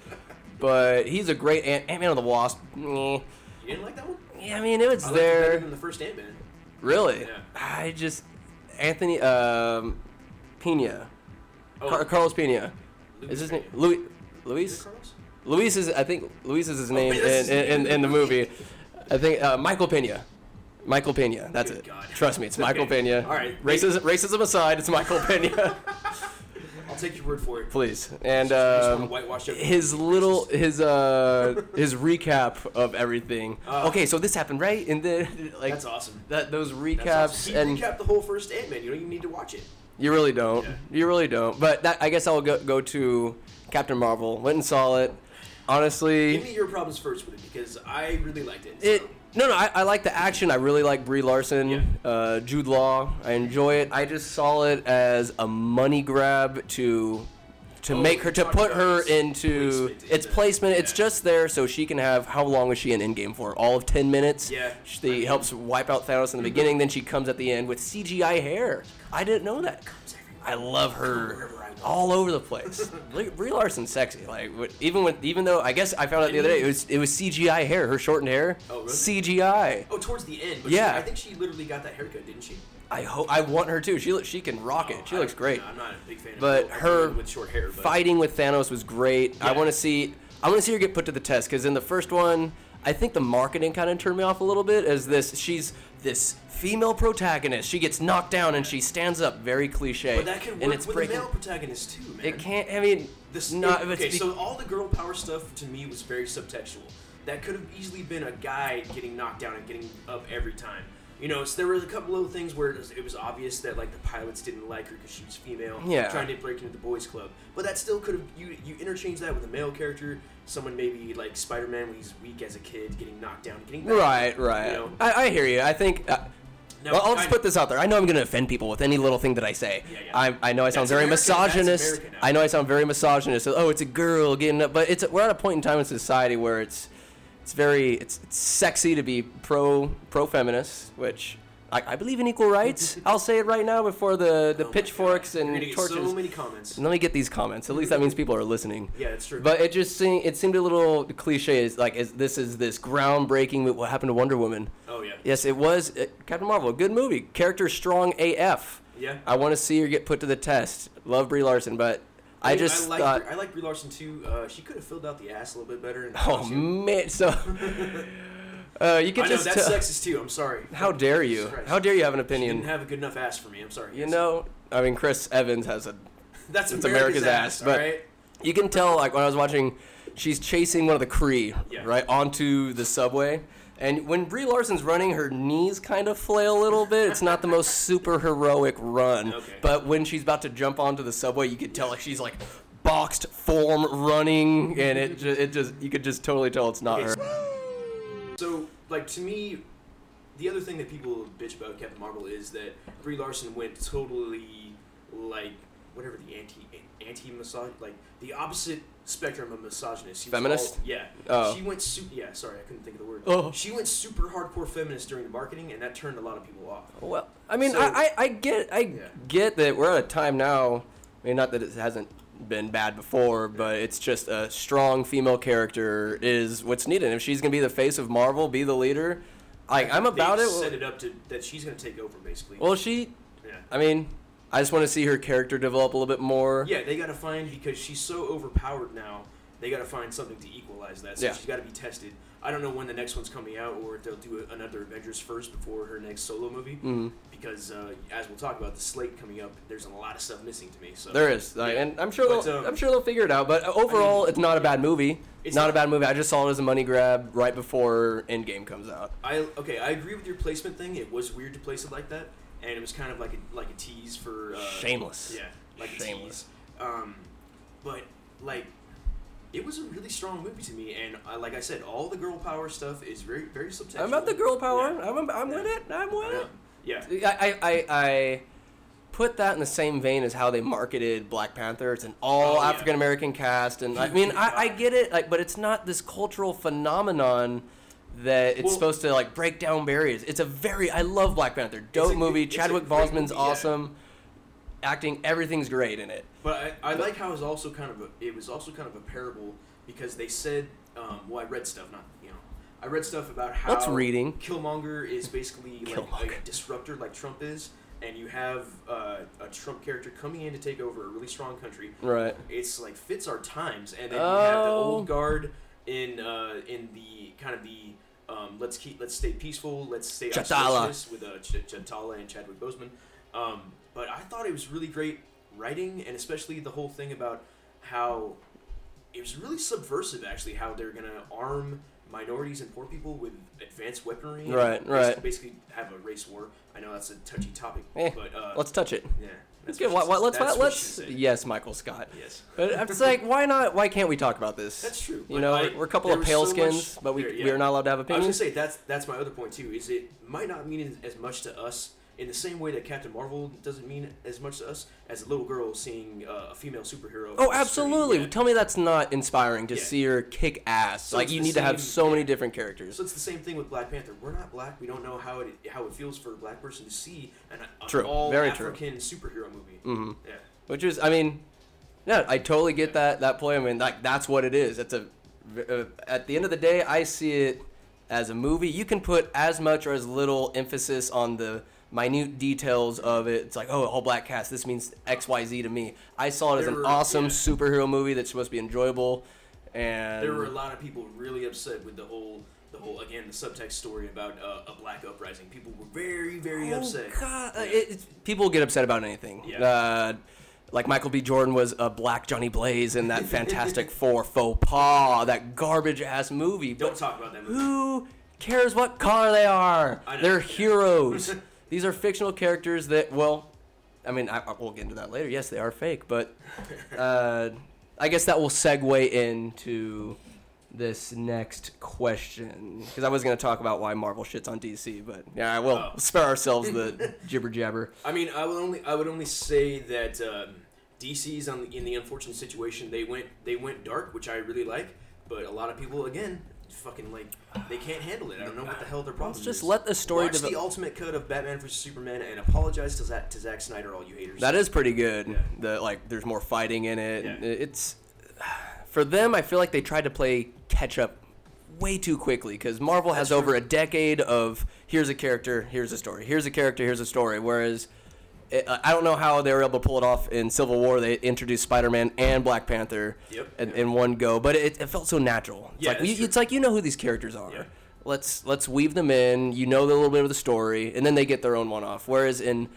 [SPEAKER 1] But he's a great Ant- Ant-Man and the Wasp. meh.
[SPEAKER 3] You didn't like that one?
[SPEAKER 1] Yeah, I mean it was
[SPEAKER 3] I liked it better
[SPEAKER 1] there.
[SPEAKER 3] than the first Ant Man.
[SPEAKER 1] Really,
[SPEAKER 3] Yeah.
[SPEAKER 1] I just Anthony um, Pena,
[SPEAKER 3] Oh,
[SPEAKER 1] Car- Carlos Pena.
[SPEAKER 3] Louis
[SPEAKER 1] Is his name
[SPEAKER 3] Pena.
[SPEAKER 1] Louis?
[SPEAKER 3] Is it
[SPEAKER 1] Luis?
[SPEAKER 3] Carlos?
[SPEAKER 1] Luis is I think Luis is his name
[SPEAKER 3] that's his
[SPEAKER 1] in, in, in,
[SPEAKER 3] name.
[SPEAKER 1] in the movie. I think uh, Michael Pena. Michael Pena. That's
[SPEAKER 3] Good
[SPEAKER 1] it.
[SPEAKER 3] God.
[SPEAKER 1] Trust me, it's Michael
[SPEAKER 3] Okay.
[SPEAKER 1] Pena.
[SPEAKER 3] All right.
[SPEAKER 1] Racism, racism aside, it's Michael Pena.
[SPEAKER 3] I'll take your word for it.
[SPEAKER 1] Please. And
[SPEAKER 3] I just wanna
[SPEAKER 1] um,
[SPEAKER 3] whitewash everything.
[SPEAKER 1] his little his uh his recap of everything.
[SPEAKER 3] Uh,
[SPEAKER 1] okay, so this happened right, and then like
[SPEAKER 3] That's awesome.
[SPEAKER 1] That those recaps
[SPEAKER 3] That's awesome. He
[SPEAKER 1] and
[SPEAKER 3] recapped the whole first Ant Man. You don't even need to watch it.
[SPEAKER 1] you really don't,
[SPEAKER 3] Yeah.
[SPEAKER 1] you really don't. But that I guess I'll go go to Captain Marvel. Went and saw it. Honestly,
[SPEAKER 3] Give me your problems first with it because I really liked it. so-
[SPEAKER 1] it no no I, I like the action i really like brie larson
[SPEAKER 3] Yeah.
[SPEAKER 1] uh, jude law i enjoy it i just saw it as a money grab to to
[SPEAKER 3] Oh,
[SPEAKER 1] make her
[SPEAKER 3] we
[SPEAKER 1] to
[SPEAKER 3] talked
[SPEAKER 1] put
[SPEAKER 3] about
[SPEAKER 1] her
[SPEAKER 3] its
[SPEAKER 1] into
[SPEAKER 3] placement in
[SPEAKER 1] its
[SPEAKER 3] the-
[SPEAKER 1] placement it's
[SPEAKER 3] yeah.
[SPEAKER 1] just there so she can have how long is she in endgame for all of 10 minutes
[SPEAKER 3] Yeah, Mm-hmm.
[SPEAKER 1] she
[SPEAKER 3] I mean-
[SPEAKER 1] helps wipe out thanos in the beginning then she comes at the end with cgi hair i didn't know that I love her
[SPEAKER 3] wherever I want.
[SPEAKER 1] all over the place. Brie Brie Larson's sexy. Like what- even with even though I guess I found out the other day it was it was CGI hair. Her shortened hair.
[SPEAKER 3] Oh, really?
[SPEAKER 1] CGI.
[SPEAKER 3] Oh, towards the end. But
[SPEAKER 1] Yeah.
[SPEAKER 3] She, I think she literally got that haircut, didn't she?
[SPEAKER 1] I hope I want her too. She look she can rock
[SPEAKER 3] Oh,
[SPEAKER 1] it. She
[SPEAKER 3] I
[SPEAKER 1] looks
[SPEAKER 3] don't-
[SPEAKER 1] great.
[SPEAKER 3] no, I'm not a big fan.
[SPEAKER 1] But
[SPEAKER 3] of Bill-
[SPEAKER 1] her
[SPEAKER 3] with short hair, but
[SPEAKER 1] Fighting with Thanos was great. I
[SPEAKER 3] Yeah.
[SPEAKER 1] want to see I want to see her get put to the test because in the first one I think the marketing kind of turned me off a little bit as this she's this female protagonist. She gets knocked down and she stands up, very cliche.
[SPEAKER 3] But that could work
[SPEAKER 1] and it's
[SPEAKER 3] with
[SPEAKER 1] breaking.
[SPEAKER 3] the male protagonist too, man.
[SPEAKER 1] It can't. I mean,
[SPEAKER 3] This,
[SPEAKER 1] not if it's
[SPEAKER 3] okay,
[SPEAKER 1] be-
[SPEAKER 3] so all the girl power stuff to me was very subtextual. That could have easily been a guy getting knocked down and getting up every time. You know, so there was a couple of things where it was, it was obvious that like the pilots didn't like her because she was female,
[SPEAKER 1] Yeah.
[SPEAKER 3] trying to break into the boys' club. But that still could have you you interchange that with a male character, someone maybe like Spider-Man when he's weak as a kid, getting knocked down, getting back up,
[SPEAKER 1] Right, right.
[SPEAKER 3] You know?
[SPEAKER 1] I, I hear you. I think. Uh,
[SPEAKER 3] Now,
[SPEAKER 1] well, I'll just
[SPEAKER 3] I-
[SPEAKER 1] put this out there. I know I'm going to offend people with any little thing that I say.
[SPEAKER 3] Yeah, yeah.
[SPEAKER 1] I, I know I sound
[SPEAKER 3] That's
[SPEAKER 1] very
[SPEAKER 3] American. That's
[SPEAKER 1] misogynist.
[SPEAKER 3] American now.
[SPEAKER 1] I know I sound very misogynist. So, oh, it's a girl getting up, but it's we're at a point in time in society where it's it's very it's, it's sexy to be pro pro feminist, which I, I believe in equal rights. I'll say it right now before the the
[SPEAKER 3] Oh my God.
[SPEAKER 1] pitchforks
[SPEAKER 3] You're
[SPEAKER 1] and
[SPEAKER 3] gonna get
[SPEAKER 1] torches.
[SPEAKER 3] So many comments.
[SPEAKER 1] Let me get these comments. At least that means people are listening.
[SPEAKER 3] Yeah, that's true.
[SPEAKER 1] But it just seemed it seemed a little cliche. Is like is this is this groundbreaking? What happened to Wonder Woman?
[SPEAKER 3] Oh yeah.
[SPEAKER 1] Yes, it was uh, Captain Marvel. A good movie. Character strong AF.
[SPEAKER 3] Yeah.
[SPEAKER 1] I want to see her get put to the test. Love Brie Larson, but I
[SPEAKER 3] Dude,
[SPEAKER 1] just uh,
[SPEAKER 3] I like
[SPEAKER 1] thought,
[SPEAKER 3] I like Brie Larson too. Uh, she could have filled out the ass a little bit better. in the
[SPEAKER 1] oh
[SPEAKER 3] costume.
[SPEAKER 1] man, so uh, you
[SPEAKER 3] I
[SPEAKER 1] could
[SPEAKER 3] know
[SPEAKER 1] just
[SPEAKER 3] that's
[SPEAKER 1] tell-
[SPEAKER 3] sexist too. I'm sorry.
[SPEAKER 1] how dare you?
[SPEAKER 3] Christ.
[SPEAKER 1] How dare you have an
[SPEAKER 3] She didn't
[SPEAKER 1] opinion?
[SPEAKER 3] have a good enough ass for me. I'm sorry.
[SPEAKER 1] You
[SPEAKER 3] guys.
[SPEAKER 1] know, I mean, Chris Evans has a
[SPEAKER 3] that's
[SPEAKER 1] it's
[SPEAKER 3] America's, ass,
[SPEAKER 1] but
[SPEAKER 3] all right?
[SPEAKER 1] you can tell like when I was watching, she's chasing one of the Kree
[SPEAKER 3] Yeah.
[SPEAKER 1] right onto the subway, and when Brie Larson's running, her knees kind of flail a little bit. It's not the most super heroic run,
[SPEAKER 3] Okay.
[SPEAKER 1] but when she's about to jump onto the subway, you could tell like she's like boxed form running, and it ju- it just you could just totally tell it's not
[SPEAKER 3] Okay,
[SPEAKER 1] her.
[SPEAKER 3] So, like to me, the other thing that people bitch about Captain Marvel is that Brie Larson went totally like whatever the anti anti massage like the opposite spectrum of misogynist. She was
[SPEAKER 1] Feminist?
[SPEAKER 3] all- yeah.
[SPEAKER 1] Oh.
[SPEAKER 3] She went super. Yeah, sorry, I couldn't think of the word.
[SPEAKER 1] Oh.
[SPEAKER 3] She went super hardcore feminist during the marketing, and that turned a lot of people off.
[SPEAKER 1] Well, I mean,
[SPEAKER 3] So-
[SPEAKER 1] I, I, I get I
[SPEAKER 3] Yeah.
[SPEAKER 1] get that we're at a time now. I mean, not that it hasn't been bad before, but it's just a strong female character is what's needed. If she's gonna be the face of Marvel, be the leader, like I'm about
[SPEAKER 3] they
[SPEAKER 1] it.
[SPEAKER 3] Set it up to that she's gonna take over basically.
[SPEAKER 1] Well, she.
[SPEAKER 3] yeah.
[SPEAKER 1] I mean, I just want to see her character develop a little bit more.
[SPEAKER 3] Yeah, they gotta find because she's so overpowered now. They gotta find something to equalize that. So
[SPEAKER 1] Yeah.
[SPEAKER 3] she's gotta be tested. I don't know when the next one's coming out, or if they'll do a, another Avengers first before her next solo movie. Mm-hmm. Because uh, as we'll talk about, the slate coming up, there's a lot of stuff missing to me. So
[SPEAKER 1] There is, like,
[SPEAKER 3] Yeah.
[SPEAKER 1] and I'm sure
[SPEAKER 3] But,
[SPEAKER 1] they'll,
[SPEAKER 3] um,
[SPEAKER 1] I'm sure they'll figure it out. But overall, it's not a bad movie.
[SPEAKER 3] It's
[SPEAKER 1] not
[SPEAKER 3] not-
[SPEAKER 1] a bad movie. I just saw it as a money grab right before Endgame comes out.
[SPEAKER 3] I okay, I agree with your placement thing. It was weird to place it like that, and it was kind of like a like a tease for uh,
[SPEAKER 1] Shameless.
[SPEAKER 3] Yeah, like
[SPEAKER 1] Shameless.
[SPEAKER 3] a tease. Um, but like, it was a really strong movie to me, and I, like I said, all the girl power stuff is very very subtextual.
[SPEAKER 1] I'm about the girl power.
[SPEAKER 3] Yeah.
[SPEAKER 1] I'm, I'm with
[SPEAKER 3] Yeah.
[SPEAKER 1] it. I'm with it.
[SPEAKER 3] Yeah. yeah.
[SPEAKER 1] I, I, I, I put that in the same vein as how they marketed Black Panther. It's an all
[SPEAKER 3] Oh, yeah.
[SPEAKER 1] African American cast, and I mean, I, I get it, like, but it's not this cultural phenomenon that it's
[SPEAKER 3] Well-
[SPEAKER 1] supposed to like break down barriers. It's a very I love Black Panther, dope
[SPEAKER 3] a-
[SPEAKER 1] movie.
[SPEAKER 3] it's a
[SPEAKER 1] Chadwick
[SPEAKER 3] great
[SPEAKER 1] Boseman's
[SPEAKER 3] movie, yeah.
[SPEAKER 1] awesome, acting, everything's great in it.
[SPEAKER 3] But I, I like how it was also kind of a, it was also kind of a parable because they said um, well I read stuff not you know I read stuff about how
[SPEAKER 1] What's reading?
[SPEAKER 3] Killmonger is basically like a
[SPEAKER 1] Killmonger.
[SPEAKER 3] disruptor like Trump is and you have uh, a Trump character coming in to take over a really strong country
[SPEAKER 1] Right.
[SPEAKER 3] it's like fits our times and then you have the
[SPEAKER 1] Oh.
[SPEAKER 3] old guard in uh, in the kind of the um, let's keep let's stay peaceful let's stay
[SPEAKER 1] Chitala.
[SPEAKER 3] isolationist with uh, Ch- Chitala and Chadwick Boseman um, but I thought it was really great writing and especially the whole thing about how it was really subversive actually how they're gonna arm minorities and poor people with advanced weaponry and
[SPEAKER 1] Right,
[SPEAKER 3] bas-
[SPEAKER 1] right.
[SPEAKER 3] basically have a race war I know that's a touchy topic
[SPEAKER 1] Eh,
[SPEAKER 3] but uh,
[SPEAKER 1] let's touch it.
[SPEAKER 3] yeah
[SPEAKER 1] Let's
[SPEAKER 3] that's
[SPEAKER 1] get
[SPEAKER 3] what
[SPEAKER 1] why,
[SPEAKER 3] she-
[SPEAKER 1] why- let's
[SPEAKER 3] that's
[SPEAKER 1] why,
[SPEAKER 3] what she
[SPEAKER 1] let's
[SPEAKER 3] said.
[SPEAKER 1] yes, Michael Scott.
[SPEAKER 3] yes
[SPEAKER 1] But I'm just like, why not? Why can't we talk about this?
[SPEAKER 3] That's true.
[SPEAKER 1] You
[SPEAKER 3] Like,
[SPEAKER 1] know,
[SPEAKER 3] I-
[SPEAKER 1] we're a couple
[SPEAKER 3] there
[SPEAKER 1] of
[SPEAKER 3] was
[SPEAKER 1] pale
[SPEAKER 3] so
[SPEAKER 1] skins,
[SPEAKER 3] much-
[SPEAKER 1] but we,
[SPEAKER 3] there- yeah.
[SPEAKER 1] we are not allowed to have
[SPEAKER 3] I was gonna
[SPEAKER 1] opinions.
[SPEAKER 3] say that's that's my other point too. Is it might not mean as much to us in the same way that Captain Marvel doesn't mean as much to us as a little girl seeing uh, a female superhero. on the
[SPEAKER 1] Oh,
[SPEAKER 3] screen.
[SPEAKER 1] absolutely.
[SPEAKER 3] Yeah.
[SPEAKER 1] Tell me that's not inspiring to
[SPEAKER 3] Yeah.
[SPEAKER 1] see her kick ass.
[SPEAKER 3] So
[SPEAKER 1] like
[SPEAKER 3] it's
[SPEAKER 1] you
[SPEAKER 3] the
[SPEAKER 1] need to have
[SPEAKER 3] same-
[SPEAKER 1] so many
[SPEAKER 3] yeah.
[SPEAKER 1] different characters.
[SPEAKER 3] So it's the same thing with Black Panther. We're not black. We don't know how it how it feels for a black person to see an, an
[SPEAKER 1] True.
[SPEAKER 3] all
[SPEAKER 1] Very true.
[SPEAKER 3] African superhero movie. Mm-hmm. Yeah.
[SPEAKER 1] Which is, I mean, yeah, I totally get that that play. I mean, like that's what it is. It's a uh, at the end of the day, I see it as a movie. You can put as much or as little emphasis on the minute details of it. It's like, oh, all black cast. This means X, Y, Z to me. I saw it as
[SPEAKER 3] There
[SPEAKER 1] an
[SPEAKER 3] were-
[SPEAKER 1] awesome
[SPEAKER 3] yeah.
[SPEAKER 1] superhero movie that's supposed to be enjoyable. And
[SPEAKER 3] There were a lot of people really upset with the whole the whole again the subtext story about uh, a black uprising. People were very very
[SPEAKER 1] Oh,
[SPEAKER 3] upset.
[SPEAKER 1] God. Uh,
[SPEAKER 3] Yeah.
[SPEAKER 1] it- it's- people get upset about anything.
[SPEAKER 3] Yeah.
[SPEAKER 1] Uh, like Michael B. Jordan was a black Johnny Blaze in that Fantastic Four faux pas, that garbage ass movie.
[SPEAKER 3] Don't
[SPEAKER 1] but
[SPEAKER 3] talk about that movie.
[SPEAKER 1] who cares what car they are?
[SPEAKER 3] I know.
[SPEAKER 1] They're heroes. These are fictional characters that, well, I mean, I, I- we'll get into that later. Yes, they are fake, but uh, I guess that will segue into this next question because I was going to talk about why Marvel shits on DC, but yeah, I will
[SPEAKER 3] Oh.
[SPEAKER 1] spare ourselves the jibber jabber.
[SPEAKER 3] I mean, I would only I would only say that um, DC's on in the unfortunate situation they went they went dark, which I really like, but a lot of people again fucking like they can't handle it. I don't know what the hell their problem
[SPEAKER 1] Let's
[SPEAKER 3] is.
[SPEAKER 1] just let the story
[SPEAKER 3] Watch the
[SPEAKER 1] develop.
[SPEAKER 3] ultimate cut of Batman vs Superman and apologize to Zack, to Zack Snyder, all you haters.
[SPEAKER 1] That is pretty good.
[SPEAKER 3] Yeah.
[SPEAKER 1] The like, there's more fighting in it.
[SPEAKER 3] Yeah.
[SPEAKER 1] It's for them. I feel like they tried to play catch up way too quickly because Marvel has
[SPEAKER 3] That's
[SPEAKER 1] over
[SPEAKER 3] true.
[SPEAKER 1] a decade of here's a character, here's a story, here's a character, here's a story. Whereas it, I don't know how they were able to pull it off in Civil War. They introduced Spider-Man and Black Panther
[SPEAKER 3] Yep.
[SPEAKER 1] in, in one go, but it, it felt so natural. It's
[SPEAKER 3] Yeah,
[SPEAKER 1] like we,
[SPEAKER 3] that's true.
[SPEAKER 1] it's like you know who these characters are.
[SPEAKER 3] Yeah.
[SPEAKER 1] Let's let's weave them in. You know the little bit of the story, and then they get their own one-off. Whereas in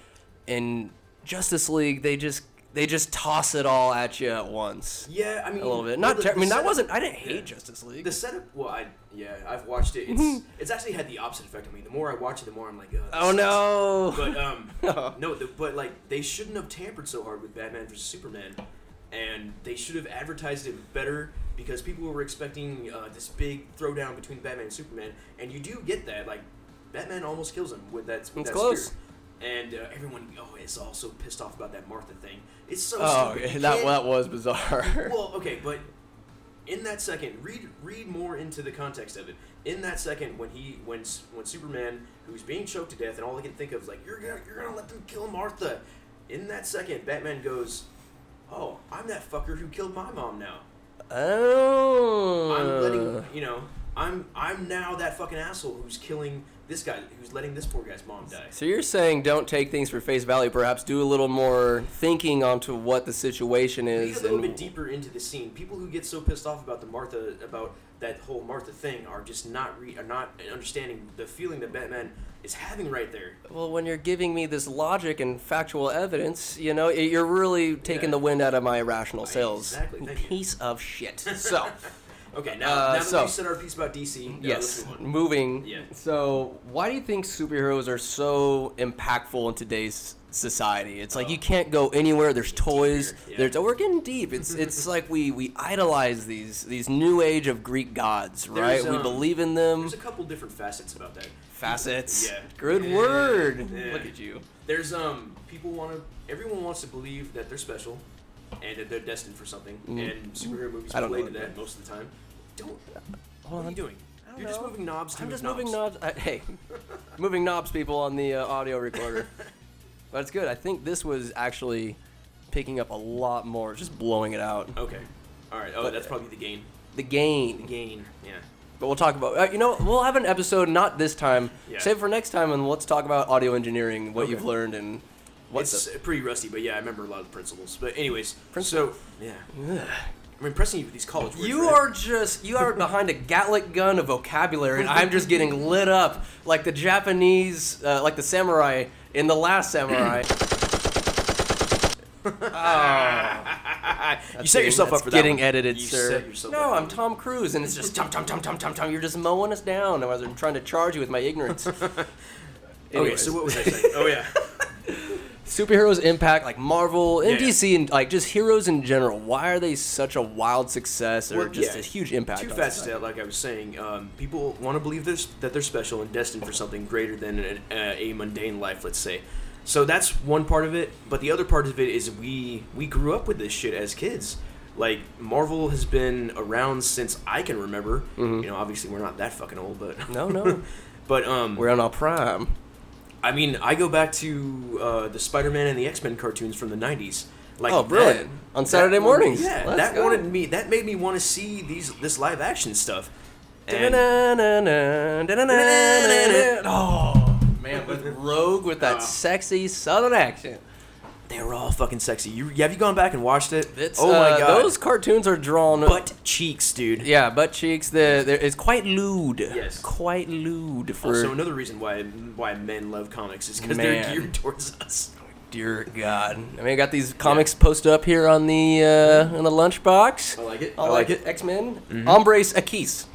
[SPEAKER 1] in Justice League, they just they just toss it all at you at once.
[SPEAKER 3] yeah, I mean
[SPEAKER 1] A little bit.
[SPEAKER 3] well,
[SPEAKER 1] Not.
[SPEAKER 3] the-
[SPEAKER 1] Ter- I
[SPEAKER 3] the
[SPEAKER 1] mean, that
[SPEAKER 3] setup-
[SPEAKER 1] wasn't. I didn't hate
[SPEAKER 3] Yeah.
[SPEAKER 1] Justice League.
[SPEAKER 3] The setup, well, I yeah, I've watched it. It's it's actually had the opposite effect on me. The more I watch it, the more I'm like,
[SPEAKER 1] Mm-hmm. oh
[SPEAKER 3] oh,
[SPEAKER 1] no.
[SPEAKER 3] But um, no, the, but like they shouldn't have tampered so hard with Batman vs Superman, and they should have advertised it better because people were expecting uh, this big throwdown between Batman and Superman, and you do get that. Like Batman almost kills him with that. With
[SPEAKER 1] It's
[SPEAKER 3] that
[SPEAKER 1] close.
[SPEAKER 3] Spear. And uh, everyone, oh, is also pissed off about that Martha thing. It's so
[SPEAKER 1] oh,
[SPEAKER 3] stupid. You
[SPEAKER 1] that
[SPEAKER 3] can't-
[SPEAKER 1] that was bizarre.
[SPEAKER 3] well, okay, but in that second, read read more into the context of it. In that second, when he when S- when Superman, who's being choked to death, and all he can think of is like, "You're gonna you're gonna let them kill Martha." In that second, Batman goes, "Oh, I'm that fucker who killed my mom now.
[SPEAKER 1] oh.
[SPEAKER 3] I'm letting you know, I'm I'm now that fucking asshole who's killing this guy, who's letting this poor guy's mom die."
[SPEAKER 1] So you're saying don't take things for face value. Perhaps do a little more thinking onto what the situation
[SPEAKER 3] Dig
[SPEAKER 1] is.
[SPEAKER 3] a little
[SPEAKER 1] and-
[SPEAKER 3] bit deeper into the scene. People who get so pissed off about the Martha, about that whole Martha thing, are just not re- are not understanding the feeling that Batman is having right there.
[SPEAKER 1] Well, when you're giving me this logic and factual evidence, you know, y- you're really taking
[SPEAKER 3] Yeah.
[SPEAKER 1] the wind out of my irrational sails.
[SPEAKER 3] Exactly, thank you.
[SPEAKER 1] Piece of shit. So,
[SPEAKER 3] Okay, now,
[SPEAKER 1] Uh,
[SPEAKER 3] now that
[SPEAKER 1] so-
[SPEAKER 3] we've said our piece about DC, now
[SPEAKER 1] yes,
[SPEAKER 3] let's move on.
[SPEAKER 1] moving.
[SPEAKER 3] Yeah.
[SPEAKER 1] So, why do you think superheroes are so impactful in today's society? It's like
[SPEAKER 3] Oh.
[SPEAKER 1] you can't go anywhere. There's toys.
[SPEAKER 3] Deeper, yeah.
[SPEAKER 1] There's oh, we're getting deep. It's it's like we we idolize these these new age of Greek gods, right?
[SPEAKER 3] There's,
[SPEAKER 1] we
[SPEAKER 3] um,
[SPEAKER 1] believe in them.
[SPEAKER 3] There's a couple different facets about that.
[SPEAKER 1] Facets.
[SPEAKER 3] Yeah.
[SPEAKER 1] Good
[SPEAKER 3] Yeah.
[SPEAKER 1] word.
[SPEAKER 3] Yeah.
[SPEAKER 1] Look at you.
[SPEAKER 3] There's um people want to everyone wants to believe that they're special, and that they're destined for something. And superhero movies
[SPEAKER 1] Mm. I don't
[SPEAKER 3] play
[SPEAKER 1] know
[SPEAKER 3] to
[SPEAKER 1] what
[SPEAKER 3] that most of the time. Don't.
[SPEAKER 1] Hold
[SPEAKER 3] what are
[SPEAKER 1] on.
[SPEAKER 3] you doing?
[SPEAKER 1] don't
[SPEAKER 3] You're just
[SPEAKER 1] know.
[SPEAKER 3] moving knobs. To
[SPEAKER 1] I'm
[SPEAKER 3] move
[SPEAKER 1] just moving knobs. I, hey, moving knobs, people, on the uh, audio recorder. but it's good. I think this was actually picking up a lot more, just blowing it out.
[SPEAKER 3] Okay. All right. Oh,
[SPEAKER 1] But-
[SPEAKER 3] that's probably the gain.
[SPEAKER 1] The gain.
[SPEAKER 3] Gain. Yeah.
[SPEAKER 1] But we'll talk about. Uh, you know, we'll have an episode not this time.
[SPEAKER 3] Yeah.
[SPEAKER 1] Save for next time, and let's talk about audio engineering, what you've
[SPEAKER 3] Okay.
[SPEAKER 1] learned, and what's
[SPEAKER 3] it's pretty rusty, but yeah, I remember a lot of the principles. But anyways,
[SPEAKER 1] Principles.
[SPEAKER 3] so yeah, I'm impressing you with these college words.
[SPEAKER 1] You
[SPEAKER 3] right?
[SPEAKER 1] are just you are behind a Gatling gun of vocabulary, and I'm just getting lit up like the Japanese, uh, like the samurai in the Last Samurai.
[SPEAKER 3] you set yourself
[SPEAKER 1] That's
[SPEAKER 3] up for that.
[SPEAKER 1] getting
[SPEAKER 3] one.
[SPEAKER 1] edited,
[SPEAKER 3] you
[SPEAKER 1] sir.
[SPEAKER 3] Set yourself
[SPEAKER 1] no,
[SPEAKER 3] up for
[SPEAKER 1] I'm
[SPEAKER 3] that
[SPEAKER 1] Tom Cruise, and it's just Tom, Tom, Tom, Tom, Tom, Tom. You're just mowing us down, and I'm trying to charge you with my ignorance.
[SPEAKER 3] one. Okay,
[SPEAKER 1] Anyways.
[SPEAKER 3] so what was I saying? Oh yeah,
[SPEAKER 1] superheroes impact like Marvel and
[SPEAKER 3] Yeah, yeah.
[SPEAKER 1] DC and like just heroes in general. Why are they such a wild success or
[SPEAKER 3] Well,
[SPEAKER 1] just
[SPEAKER 3] yeah.
[SPEAKER 1] a huge impact?
[SPEAKER 3] two
[SPEAKER 1] on
[SPEAKER 3] facets to
[SPEAKER 1] society?
[SPEAKER 3] that. Like I was saying, um, people want to believe there's, that they're special and destined for something greater than an, uh, a mundane life, let's say. So that's one part of it. But the other part of it is we we grew up with this shit as kids. Like Marvel has been around since I can remember. You know, obviously we're not that fucking old, but
[SPEAKER 1] No, no,
[SPEAKER 3] But um,
[SPEAKER 1] we're on our prime.
[SPEAKER 3] I mean, I go back to uh, the Spider-Man and the X-Men cartoons from the '90s. Like,
[SPEAKER 1] Oh, brilliant. On Saturday
[SPEAKER 3] that-
[SPEAKER 1] mornings.
[SPEAKER 3] Yeah,
[SPEAKER 1] Let's
[SPEAKER 3] that
[SPEAKER 1] go.
[SPEAKER 3] wanted me. That made me want to see these this live action stuff. And
[SPEAKER 1] Oh man, with Rogue with that
[SPEAKER 3] Oh.
[SPEAKER 1] sexy Southern accent.
[SPEAKER 3] They were all fucking sexy. You have you gone back and watched it?
[SPEAKER 1] It's,
[SPEAKER 3] oh my
[SPEAKER 1] uh,
[SPEAKER 3] god,
[SPEAKER 1] Those cartoons are drawn.
[SPEAKER 3] butt cheeks, dude.
[SPEAKER 1] Yeah, butt cheeks. The, the it's quite lewd.
[SPEAKER 3] Yes.
[SPEAKER 1] Quite lewd for.
[SPEAKER 3] Also, another reason why why men love comics is because they're
[SPEAKER 1] Man.
[SPEAKER 3] geared towards us.
[SPEAKER 1] Dear God. I mean, I got these comics posted up here on the uh, on the lunchbox.
[SPEAKER 3] I like it.
[SPEAKER 1] I,
[SPEAKER 3] I
[SPEAKER 1] like
[SPEAKER 3] like
[SPEAKER 1] it. Mm-hmm. X Men. Hombres Aquis.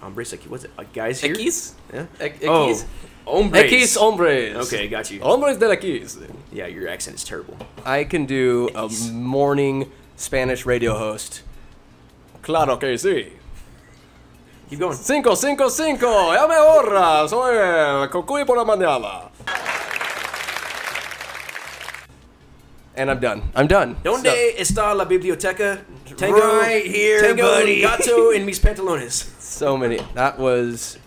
[SPEAKER 3] Hombres, like Oh, what's it? Like guys here?
[SPEAKER 1] Aquis.
[SPEAKER 3] Yeah.
[SPEAKER 1] Aquis.
[SPEAKER 3] Oh, hombres.
[SPEAKER 1] Aquis hombres.
[SPEAKER 3] Okay, got you.
[SPEAKER 1] Hombres de la Aquis.
[SPEAKER 3] Yeah, your accent is terrible.
[SPEAKER 1] I can do a
[SPEAKER 3] Aquis.
[SPEAKER 1] morning Spanish radio host. Claro que sí.
[SPEAKER 3] Keep going.
[SPEAKER 1] Cinco, cinco, cinco. Ya me ahorra. Soy el cucuy por la mañana. And I'm done. I'm done.
[SPEAKER 3] Donde
[SPEAKER 1] So-
[SPEAKER 3] está la biblioteca? Tango,
[SPEAKER 1] Right here,
[SPEAKER 3] tango,
[SPEAKER 1] buddy.
[SPEAKER 3] Gato in mis pantalones.
[SPEAKER 1] So many. That was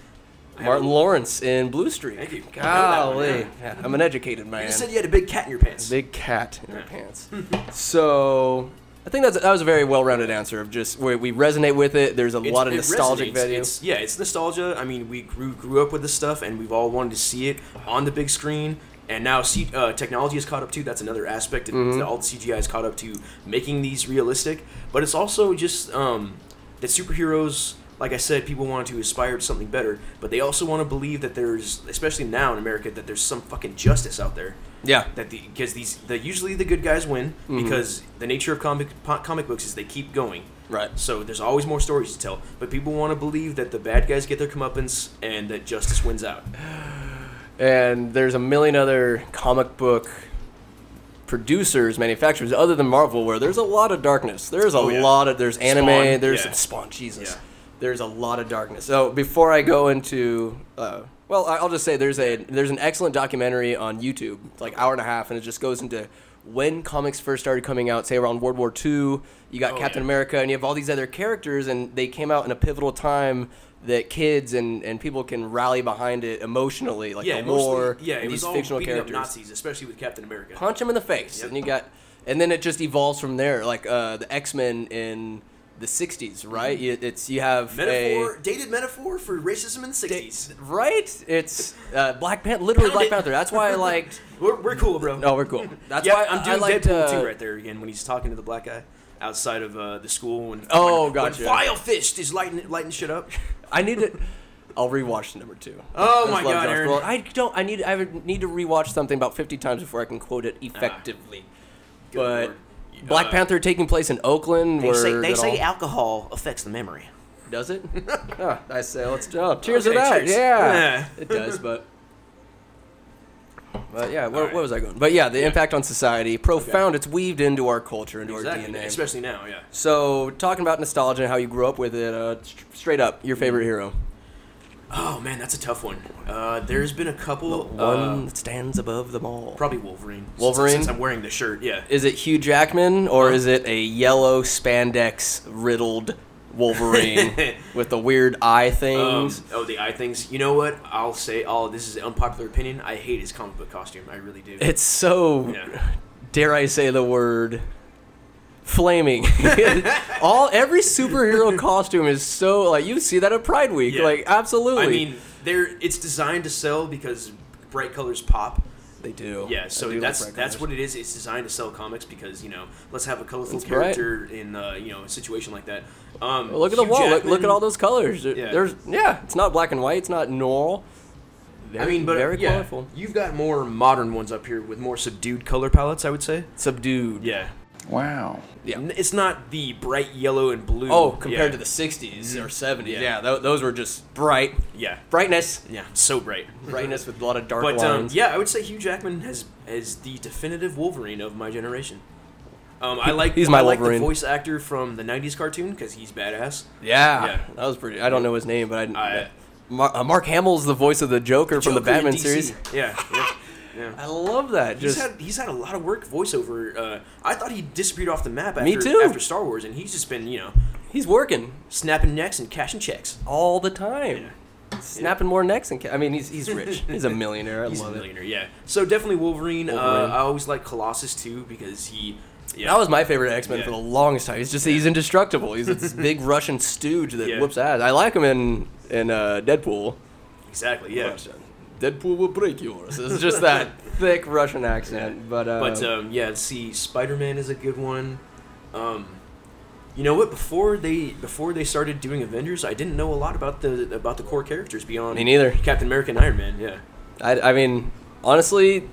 [SPEAKER 1] Martin
[SPEAKER 3] haven't-
[SPEAKER 1] Lawrence in Blue Streak.
[SPEAKER 3] Thank you. I know that one,
[SPEAKER 1] Golly. Yeah, I'm an educated man.
[SPEAKER 3] You just said you had a big cat in your pants.
[SPEAKER 1] Big cat in her pants. so I think that's, that was a very well-rounded answer of just we, we resonate with it. There's a
[SPEAKER 3] It's-
[SPEAKER 1] lot of
[SPEAKER 3] it
[SPEAKER 1] nostalgic
[SPEAKER 3] resonates.
[SPEAKER 1] value.
[SPEAKER 3] It's- yeah, it's nostalgia. I mean, we grew grew up with this stuff, and we've all wanted to see it on the big screen. And now see, uh, technology is caught up too. That's another aspect. Of,
[SPEAKER 1] Mm-hmm.
[SPEAKER 3] All the CGI is caught up to making these realistic. But it's also just um, that superheroes, like I said, people want to aspire to something better. But they also want to believe that there's, especially now in America, that there's some fucking justice out there
[SPEAKER 1] yeah.
[SPEAKER 3] that the because these the usually the good guys win
[SPEAKER 1] Mm-hmm.
[SPEAKER 3] because the nature of comic po- comic books is they keep going.
[SPEAKER 1] Right.
[SPEAKER 3] So there's always more stories to tell, but people want to believe that the bad guys get their comeuppance and that justice wins out.
[SPEAKER 1] and there's a million other comic book producers, manufacturers other than Marvel, where there's a lot of darkness. There's a
[SPEAKER 3] Oh, yeah.
[SPEAKER 1] lot of there's anime.
[SPEAKER 3] Spawn,
[SPEAKER 1] there's
[SPEAKER 3] yeah.
[SPEAKER 1] Spawn. Jesus,
[SPEAKER 3] Yeah.
[SPEAKER 1] there's a lot of darkness. So before I go into, uh, well, I- I'll just say there's a there's an excellent documentary on YouTube. It's like hour and a half, and it just goes into when comics first started coming out. Say around World War II, you got
[SPEAKER 3] Oh,
[SPEAKER 1] Captain
[SPEAKER 3] yeah.
[SPEAKER 1] America, and you have all these other characters, and they came out in a pivotal time. That kids and, and people can rally behind it emotionally, like
[SPEAKER 3] yeah,
[SPEAKER 1] the
[SPEAKER 3] mostly-
[SPEAKER 1] war,
[SPEAKER 3] yeah, it
[SPEAKER 1] and these
[SPEAKER 3] was all
[SPEAKER 1] fictional
[SPEAKER 3] beating
[SPEAKER 1] characters.
[SPEAKER 3] up Nazis, especially with Captain America.
[SPEAKER 1] Punch him in the face,
[SPEAKER 3] Yep.
[SPEAKER 1] and you got, and then it just evolves from there. Like uh, the X Men in the '60s, right? You- It's you have
[SPEAKER 3] Mm-hmm. Metaphor, dated metaphor for racism in the '60s.
[SPEAKER 1] a right. It's uh, Black Panther, literally
[SPEAKER 3] Found
[SPEAKER 1] Black
[SPEAKER 3] it.
[SPEAKER 1] Panther. That's why I liked.
[SPEAKER 3] We're, we're cool, bro.
[SPEAKER 1] No, we're cool. That's
[SPEAKER 3] yeah,
[SPEAKER 1] why
[SPEAKER 3] I'm
[SPEAKER 1] I
[SPEAKER 3] doing
[SPEAKER 1] liked,
[SPEAKER 3] Deadpool
[SPEAKER 1] uh,
[SPEAKER 3] too right there again when he's talking to the black guy outside of uh, the school when
[SPEAKER 1] Oh,
[SPEAKER 3] when,
[SPEAKER 1] gotcha.
[SPEAKER 3] when Vile Fist is lighting lighting shit up.
[SPEAKER 1] I need to. I'll rewatch number two.
[SPEAKER 3] Oh
[SPEAKER 1] I just
[SPEAKER 3] my
[SPEAKER 1] love
[SPEAKER 3] God,
[SPEAKER 1] Josh
[SPEAKER 3] Aaron.
[SPEAKER 1] Brolin. I don't. I need. I would need to rewatch something about 50 times before I can quote it effectively.
[SPEAKER 3] Ah, Good
[SPEAKER 1] but
[SPEAKER 3] lord.
[SPEAKER 1] Black
[SPEAKER 3] Uh,
[SPEAKER 1] Panther taking place in Oakland.
[SPEAKER 3] They
[SPEAKER 1] where
[SPEAKER 3] say, they
[SPEAKER 1] it
[SPEAKER 3] say
[SPEAKER 1] all-
[SPEAKER 3] alcohol affects the memory.
[SPEAKER 1] Does it? oh, I say, let's do. Oh, cheers
[SPEAKER 3] Okay,
[SPEAKER 1] to that.
[SPEAKER 3] cheers.
[SPEAKER 1] Yeah,
[SPEAKER 3] Yeah.
[SPEAKER 1] it does, but. But yeah, where,
[SPEAKER 3] Alright.
[SPEAKER 1] where was I going? But yeah, the impact on society profound. It's weaved into our culture, into
[SPEAKER 3] Exactly,
[SPEAKER 1] our DNA.
[SPEAKER 3] especially now. Yeah.
[SPEAKER 1] so talking about nostalgia and how you grew up with it, uh, st- straight up, your favorite hero,
[SPEAKER 3] Oh man, that's a tough one. Uh, there's been a couple.
[SPEAKER 1] one
[SPEAKER 3] uh,
[SPEAKER 1] that stands above them all.
[SPEAKER 3] probably Wolverine. Since-
[SPEAKER 1] Wolverine?
[SPEAKER 3] Since, I'm wearing the shirt. Yeah.
[SPEAKER 1] is it Hugh Jackman or is it a yellow spandex riddled Wolverine with the weird eye
[SPEAKER 3] Um,
[SPEAKER 1] things?
[SPEAKER 3] oh, the eye things. You know what? I'll say. Oh, this is an unpopular opinion. I hate his comic book costume. I really do.
[SPEAKER 1] it's so
[SPEAKER 3] Yeah.
[SPEAKER 1] dare I say the word flaming. All every superhero costume is so like you see that at Pride Week.
[SPEAKER 3] Yeah.
[SPEAKER 1] Like absolutely.
[SPEAKER 3] I mean, they're it's designed to sell because bright colors pop.
[SPEAKER 1] they do.
[SPEAKER 3] Yeah, so
[SPEAKER 1] They do
[SPEAKER 3] that's
[SPEAKER 1] like bright
[SPEAKER 3] that's
[SPEAKER 1] colors.
[SPEAKER 3] what it is. It's designed to sell comics because you know, let's have a colorful
[SPEAKER 1] It's bright.
[SPEAKER 3] character in uh, you know a situation like that. Um,
[SPEAKER 1] Well, look at the
[SPEAKER 3] Hugh
[SPEAKER 1] wall. Look, look at
[SPEAKER 3] Jackman-
[SPEAKER 1] all those colors. There-
[SPEAKER 3] Yeah.
[SPEAKER 1] There's yeah, it's not black and white, it's not normal.
[SPEAKER 3] I mean, but
[SPEAKER 1] very
[SPEAKER 3] yeah,
[SPEAKER 1] colorful.
[SPEAKER 3] You've got more modern ones up here with more subdued color palettes, I would say.
[SPEAKER 1] Subdued.
[SPEAKER 3] Yeah.
[SPEAKER 4] Wow.
[SPEAKER 1] Yeah.
[SPEAKER 3] N- It's not the bright yellow and blue.
[SPEAKER 1] Oh, compared
[SPEAKER 3] yeah. Mm-hmm.
[SPEAKER 1] to the 60s or 70s. Yeah,
[SPEAKER 3] Yeah.
[SPEAKER 1] tho- those were just bright.
[SPEAKER 3] Yeah.
[SPEAKER 1] Brightness.
[SPEAKER 3] Yeah, so bright.
[SPEAKER 1] Brightness with a lot of dark
[SPEAKER 3] But um,
[SPEAKER 1] lines.
[SPEAKER 3] yeah, I would say Hugh Jackman has is the definitive Wolverine of my generation. Um, I like
[SPEAKER 1] he's my
[SPEAKER 3] I like
[SPEAKER 1] Wolverine.
[SPEAKER 3] the voice actor from the '90s cartoon because he's badass.
[SPEAKER 1] yeah.
[SPEAKER 3] yeah.
[SPEAKER 1] That was pretty. I don't know his name, but I.
[SPEAKER 3] I-
[SPEAKER 1] Mar- uh, Mark Hamill's the voice of the Joker, from the
[SPEAKER 3] Joker in
[SPEAKER 1] Batman
[SPEAKER 3] DC.
[SPEAKER 1] series.
[SPEAKER 3] Yeah, yeah, yeah.
[SPEAKER 1] I love that.
[SPEAKER 3] He's
[SPEAKER 1] Just
[SPEAKER 3] had he's had a lot of work voiceover. Uh, I thought he disappeared off the map after
[SPEAKER 1] Me too.
[SPEAKER 3] after Star Wars, and he's just been you know
[SPEAKER 1] he's working
[SPEAKER 3] snapping necks and cashing checks.
[SPEAKER 1] all the time, snapping more necks and. Ca- I mean, he's he's rich. he's a millionaire. I
[SPEAKER 3] He's a
[SPEAKER 1] love it.
[SPEAKER 3] millionaire, yeah. So definitely Wolverine.
[SPEAKER 1] Wolverine.
[SPEAKER 3] Uh, I always like Colossus too because he. Yeah.
[SPEAKER 1] That was my favorite X Men
[SPEAKER 3] Yeah.
[SPEAKER 1] for the longest time. He's just he's indestructible. He's this big Russian stooge that
[SPEAKER 3] Yeah.
[SPEAKER 1] whoops ass. I like him in in uh, Deadpool.
[SPEAKER 3] exactly yeah.
[SPEAKER 1] But Deadpool will break yours. It's just that thick Russian accent. But, uh,
[SPEAKER 3] But um, yeah, let's see, Spider Man is a good one. Um, you know what? Before they before they started doing Avengers, I didn't know a lot about the about the core characters beyond
[SPEAKER 1] Me neither.
[SPEAKER 3] Captain America and Iron Man. Yeah,
[SPEAKER 1] I, I mean, honestly,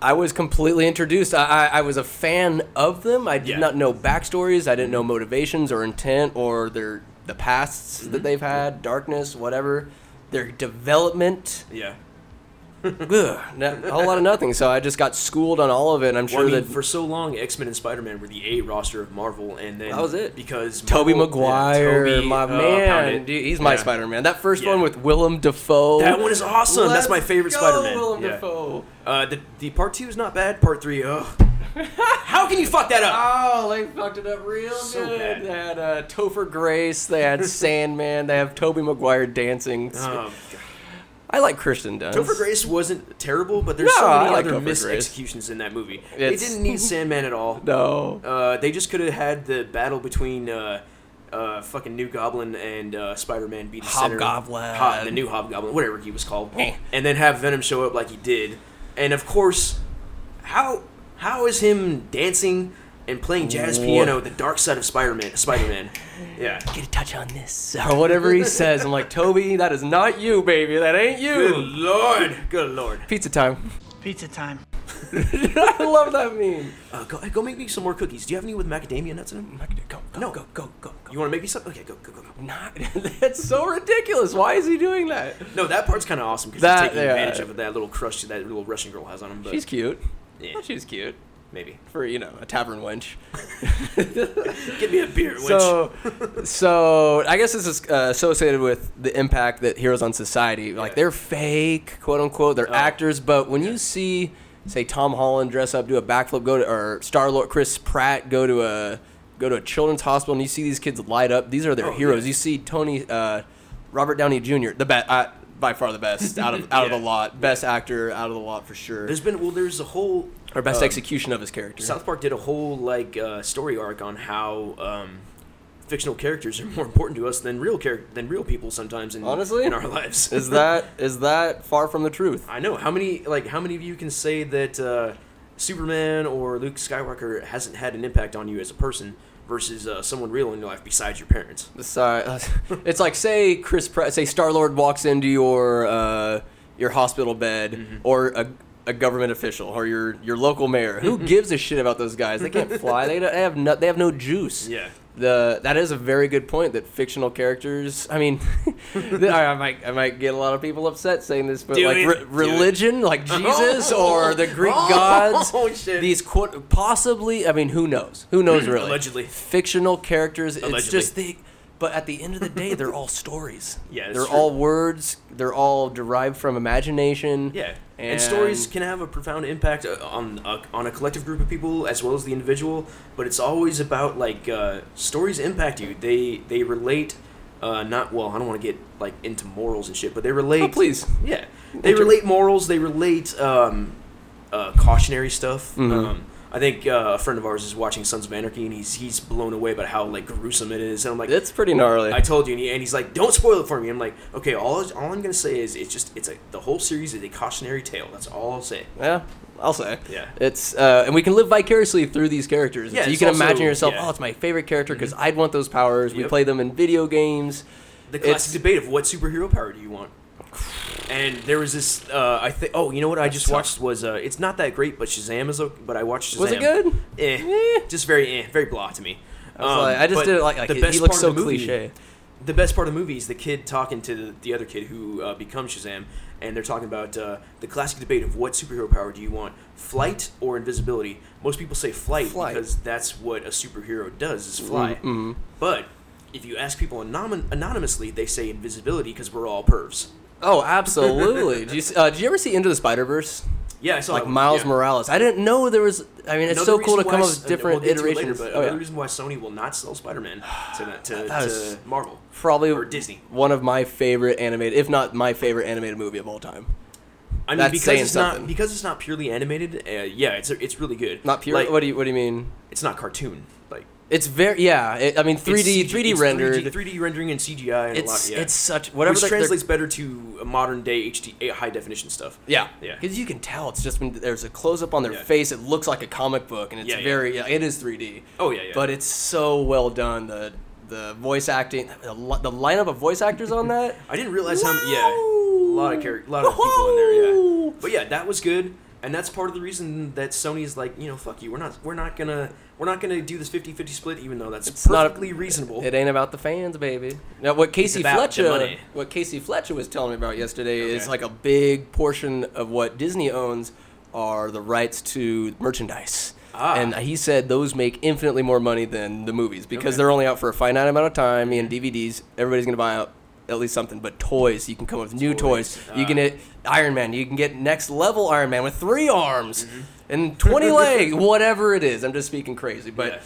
[SPEAKER 1] I was completely introduced. I, I, I was a fan of them. I did
[SPEAKER 3] Yeah.
[SPEAKER 1] not know backstories. I didn't know motivations or intent or their the pasts
[SPEAKER 3] Mm-hmm.
[SPEAKER 1] that they've had, darkness, whatever. Their development,
[SPEAKER 3] yeah. Mm-hmm.
[SPEAKER 1] ugh, no- a whole lot of nothing. So I just got schooled on all of it. And I'm sure
[SPEAKER 3] Well, I mean,
[SPEAKER 1] that
[SPEAKER 3] for so long, X Men and Spider Man were the A roster of Marvel, and then
[SPEAKER 1] That was it.
[SPEAKER 3] because
[SPEAKER 1] Toby
[SPEAKER 3] Marvel-
[SPEAKER 1] Maguire,
[SPEAKER 3] yeah, Toby,
[SPEAKER 1] my
[SPEAKER 3] uh,
[SPEAKER 1] man,
[SPEAKER 3] Pounded.
[SPEAKER 1] dude, he's my
[SPEAKER 3] Yeah.
[SPEAKER 1] Spider-Man. That first
[SPEAKER 3] Yeah.
[SPEAKER 1] one with Willem Dafoe.
[SPEAKER 3] That one is awesome. That's my
[SPEAKER 1] Let's
[SPEAKER 3] favorite
[SPEAKER 1] go,
[SPEAKER 3] Spider Man.
[SPEAKER 1] Willem
[SPEAKER 3] yeah.
[SPEAKER 1] Dafoe.
[SPEAKER 3] Uh, the, the part two is not bad. Part three, ugh. How can you fuck that up?
[SPEAKER 1] Oh, they fucked it up real
[SPEAKER 3] So
[SPEAKER 1] good.
[SPEAKER 3] bad.
[SPEAKER 1] They had uh, Topher Grace. They had Sandman. They have Toby Maguire dancing.
[SPEAKER 3] Um,
[SPEAKER 1] I like Christian Dunst.
[SPEAKER 3] Topher Grace wasn't terrible, but there's
[SPEAKER 1] No,
[SPEAKER 3] so many
[SPEAKER 1] I like
[SPEAKER 3] other
[SPEAKER 1] Topher Grace.
[SPEAKER 3] mis-executions in that movie.
[SPEAKER 1] It's-
[SPEAKER 3] They didn't need Sandman at all.
[SPEAKER 1] No.
[SPEAKER 3] Uh, they just could have had the battle between uh, uh, fucking New Goblin and uh, Spider-Man be the center.
[SPEAKER 1] Hobgoblin.
[SPEAKER 3] Hob- the new Hobgoblin, whatever he was called,
[SPEAKER 1] Eh.
[SPEAKER 3] and then have Venom show up like he did. And of course, how how is him dancing and playing jazz
[SPEAKER 1] What?
[SPEAKER 3] piano the dark side of Spider-Man? Spider-Man, yeah.
[SPEAKER 1] Get a touch on this or whatever he says. I'm like Toby, that is not you, baby. That ain't
[SPEAKER 3] Good
[SPEAKER 1] you.
[SPEAKER 3] lord, good lord.
[SPEAKER 1] Pizza time.
[SPEAKER 4] Pizza time.
[SPEAKER 1] I love that meme.
[SPEAKER 3] Uh, go, go make me some more cookies. Do you have any with macadamia nuts in them?
[SPEAKER 1] I'm not gonna go. go
[SPEAKER 3] No.
[SPEAKER 1] go go go go.
[SPEAKER 3] You want to make me some? Okay, go, go, go, go.
[SPEAKER 1] not. That's so ridiculous. Why is he doing that?
[SPEAKER 3] No, that part's kind of awesome because
[SPEAKER 1] That-
[SPEAKER 3] he's taking
[SPEAKER 1] yeah.
[SPEAKER 3] advantage of that little crush that little Russian girl has on him. But
[SPEAKER 1] She's cute.
[SPEAKER 3] Yeah.
[SPEAKER 1] Well, she's cute
[SPEAKER 3] maybe
[SPEAKER 1] for you know a tavern wench.
[SPEAKER 3] give me a beer. Which
[SPEAKER 1] So, so I guess this is uh, associated with the impact that heroes on society. Like
[SPEAKER 3] Yeah. Oh.
[SPEAKER 1] they're fake, quote unquote. They're actors, but when you see, say, Tom Holland dress up, do a backflip, go to or Star Lord Chris Pratt go to a go to a children's hospital, and you see these kids light up. These are their
[SPEAKER 3] Oh,
[SPEAKER 1] heroes.
[SPEAKER 3] yeah.
[SPEAKER 1] You see Tony, uh, Robert Downey Jr. the best, uh, by far the best out of out of
[SPEAKER 3] Yeah.
[SPEAKER 1] the lot, best actor out of the lot for sure.
[SPEAKER 3] there's been well, there's a whole
[SPEAKER 1] or best
[SPEAKER 3] um,
[SPEAKER 1] execution of his character.
[SPEAKER 3] South Park did a whole like uh, story arc on how um, fictional characters are more important to us than real char- than real people sometimes in
[SPEAKER 1] Honestly?
[SPEAKER 3] in our lives.
[SPEAKER 1] is that is that far from the truth?
[SPEAKER 3] I know how many like how many of you can say that uh, Superman or Luke Skywalker hasn't had an impact on you as a person versus uh, someone real in your life besides your parents.
[SPEAKER 1] Sorry, it's like say Chris Pratt, say Star Lord walks into your uh, your hospital bed or a, a government official or your your local mayor. Who gives a shit about those guys? They can't fly. they, don't, they have no they have no juice.
[SPEAKER 3] Yeah.
[SPEAKER 1] The that is a very good point that fictional characters. I mean, I, I might I might get a lot of people upset saying this, but
[SPEAKER 3] Do
[SPEAKER 1] like
[SPEAKER 3] it.
[SPEAKER 1] re-
[SPEAKER 3] Do it.
[SPEAKER 1] religion, like Jesus or the Greek
[SPEAKER 3] Oh,
[SPEAKER 1] gods,
[SPEAKER 3] shit.
[SPEAKER 1] these quote possibly. I mean, who knows? Who knows really?
[SPEAKER 3] Allegedly.
[SPEAKER 1] fictional characters. It's
[SPEAKER 3] Allegedly.
[SPEAKER 1] just they, but at the end of the day, they're all stories.
[SPEAKER 3] Yeah, that's
[SPEAKER 1] they're
[SPEAKER 3] true.
[SPEAKER 1] all words. They're all derived from imagination.
[SPEAKER 3] Yeah, and, stories can have a profound impact uh, on uh, on a collective group of people as well as the individual. But it's always about like uh, stories impact you. They they relate. Uh, not well. I don't want to get like into morals and shit, but they relate.
[SPEAKER 1] Oh, please.
[SPEAKER 3] Yeah, they
[SPEAKER 1] Would you-
[SPEAKER 3] relate morals. They relate um, uh, cautionary stuff.
[SPEAKER 1] Mm-hmm.
[SPEAKER 3] Um, I think uh, a friend of ours is watching Sons of Anarchy, and he's he's blown away by how like gruesome it is. And I'm like,
[SPEAKER 1] It's pretty gnarly.
[SPEAKER 3] I told you, and, he, and he's like, "Don't spoil it for me." I'm like, "Okay, all all I'm gonna say is it's just it's a the whole series is a cautionary tale. That's all I'll say."
[SPEAKER 1] yeah, I'll say.
[SPEAKER 3] Yeah.
[SPEAKER 1] It's uh, and we can live vicariously through these characters.
[SPEAKER 3] Yeah,
[SPEAKER 1] so you
[SPEAKER 3] it's
[SPEAKER 1] can
[SPEAKER 3] also-
[SPEAKER 1] imagine yourself.
[SPEAKER 3] yeah. Mm-hmm.
[SPEAKER 1] Oh, it's my favorite character because I'd want those powers. We
[SPEAKER 3] Yep.
[SPEAKER 1] play them in video games.
[SPEAKER 3] The
[SPEAKER 1] It's-
[SPEAKER 3] classic debate of what superhero power do you want? And there was this. Uh, I think. Oh, you know what? I just
[SPEAKER 1] tough.
[SPEAKER 3] watched was uh, it's not that great, but Shazam is. Okay, but I watched Shazam.
[SPEAKER 1] Was it good?
[SPEAKER 3] Eh,
[SPEAKER 1] Eh.
[SPEAKER 3] Just very eh, very blah to me.
[SPEAKER 1] I, was like, I just
[SPEAKER 3] Um, but
[SPEAKER 1] did it like, like
[SPEAKER 3] the
[SPEAKER 1] he-
[SPEAKER 3] best
[SPEAKER 1] he looks
[SPEAKER 3] part
[SPEAKER 1] so
[SPEAKER 3] of the movie-
[SPEAKER 1] cliche.
[SPEAKER 3] the best part of the movie is the kid talking to the, the other kid who uh, becomes Shazam, and they're talking about uh, the classic debate of what superhero power do you want, flight or invisibility. Most people say flight,
[SPEAKER 1] Flight. Mm-hmm.
[SPEAKER 3] because that's what a superhero does is fly. But if you ask people anom- anonymously, they say invisibility because we're all pervs.
[SPEAKER 1] Oh, absolutely. did, you, s- uh, did you ever see Into the Spider Verse?
[SPEAKER 3] Yeah, I saw
[SPEAKER 1] Like
[SPEAKER 3] that one,
[SPEAKER 1] Miles
[SPEAKER 3] yeah.
[SPEAKER 1] Morales. I didn't know there was. I mean, it's
[SPEAKER 3] Another
[SPEAKER 1] so cool to
[SPEAKER 3] reason
[SPEAKER 1] come
[SPEAKER 3] why
[SPEAKER 1] up
[SPEAKER 3] s-
[SPEAKER 1] with
[SPEAKER 3] and we'll
[SPEAKER 1] different
[SPEAKER 3] get to it later,
[SPEAKER 1] iterations.
[SPEAKER 3] but
[SPEAKER 1] oh,
[SPEAKER 3] another
[SPEAKER 1] yeah.
[SPEAKER 3] reason why Sony will not sell Spider-Man to, that- to,
[SPEAKER 1] That was-
[SPEAKER 3] to Marvel.
[SPEAKER 1] probably
[SPEAKER 3] or Disney.
[SPEAKER 1] One of my favorite animated, if not my favorite animated movie of all time.
[SPEAKER 3] I mean,
[SPEAKER 1] That's
[SPEAKER 3] because
[SPEAKER 1] saying
[SPEAKER 3] it's
[SPEAKER 1] something.
[SPEAKER 3] not because it's not purely animated. Uh, yeah, it's it's really good.
[SPEAKER 1] Not pure.
[SPEAKER 3] Like,
[SPEAKER 1] what do you What do you mean?
[SPEAKER 3] it's not cartoon. Like
[SPEAKER 1] It's very yeah. It, I mean, three D
[SPEAKER 3] It's CG
[SPEAKER 1] three D
[SPEAKER 3] it's
[SPEAKER 1] rendered.
[SPEAKER 3] 3D, 3D rendering and CGI. And
[SPEAKER 1] it's
[SPEAKER 3] a lot, yeah.
[SPEAKER 1] it's such whatever
[SPEAKER 3] Which
[SPEAKER 1] they're- they're-
[SPEAKER 3] translates better to modern day HD high definition stuff.
[SPEAKER 1] Yeah,
[SPEAKER 3] Yeah.
[SPEAKER 1] Because you can tell it's just when there's a close up on their
[SPEAKER 3] Yeah.
[SPEAKER 1] face, it looks like a comic book, and it's
[SPEAKER 3] Yeah, yeah.
[SPEAKER 1] very yeah. it is 3D.
[SPEAKER 3] Oh, yeah, yeah.
[SPEAKER 1] But it's so well done. The the voice acting, the, li- the lineup of voice actors on that.
[SPEAKER 3] I didn't realize how many, yeah, a
[SPEAKER 1] Whoa.
[SPEAKER 3] lot of char- a lot of people in there, yeah.
[SPEAKER 1] Whoa.
[SPEAKER 3] But yeah, that was good, and that's part of the reason that Sony is like, you know, fuck you. We're not we're not going to we're not going to do this 50-50 split even though that's
[SPEAKER 1] It's not-
[SPEAKER 3] perfectly reasonable.
[SPEAKER 1] It ain't about the fans, baby. Now, what Casey
[SPEAKER 3] about the
[SPEAKER 1] Fletcher,
[SPEAKER 3] money.
[SPEAKER 1] what Casey Fletcher was telling me about yesterday is
[SPEAKER 3] Okay.
[SPEAKER 1] like a big portion of what Disney owns are the rights to merchandise.
[SPEAKER 3] Ah.
[SPEAKER 1] And he said those make infinitely more money than the movies because
[SPEAKER 3] Okay.
[SPEAKER 1] they're only out for a finite amount of time. And DVDs, everybody's gonna buy out at least something. But toys, you can come up with new toys.
[SPEAKER 3] Toys,
[SPEAKER 1] You
[SPEAKER 3] ah.
[SPEAKER 1] can get Iron Man. You can get next level Iron Man with three arms
[SPEAKER 3] Mm-hmm.
[SPEAKER 1] and twenty legs, whatever it is. I'm just speaking crazy, but
[SPEAKER 3] Yeah.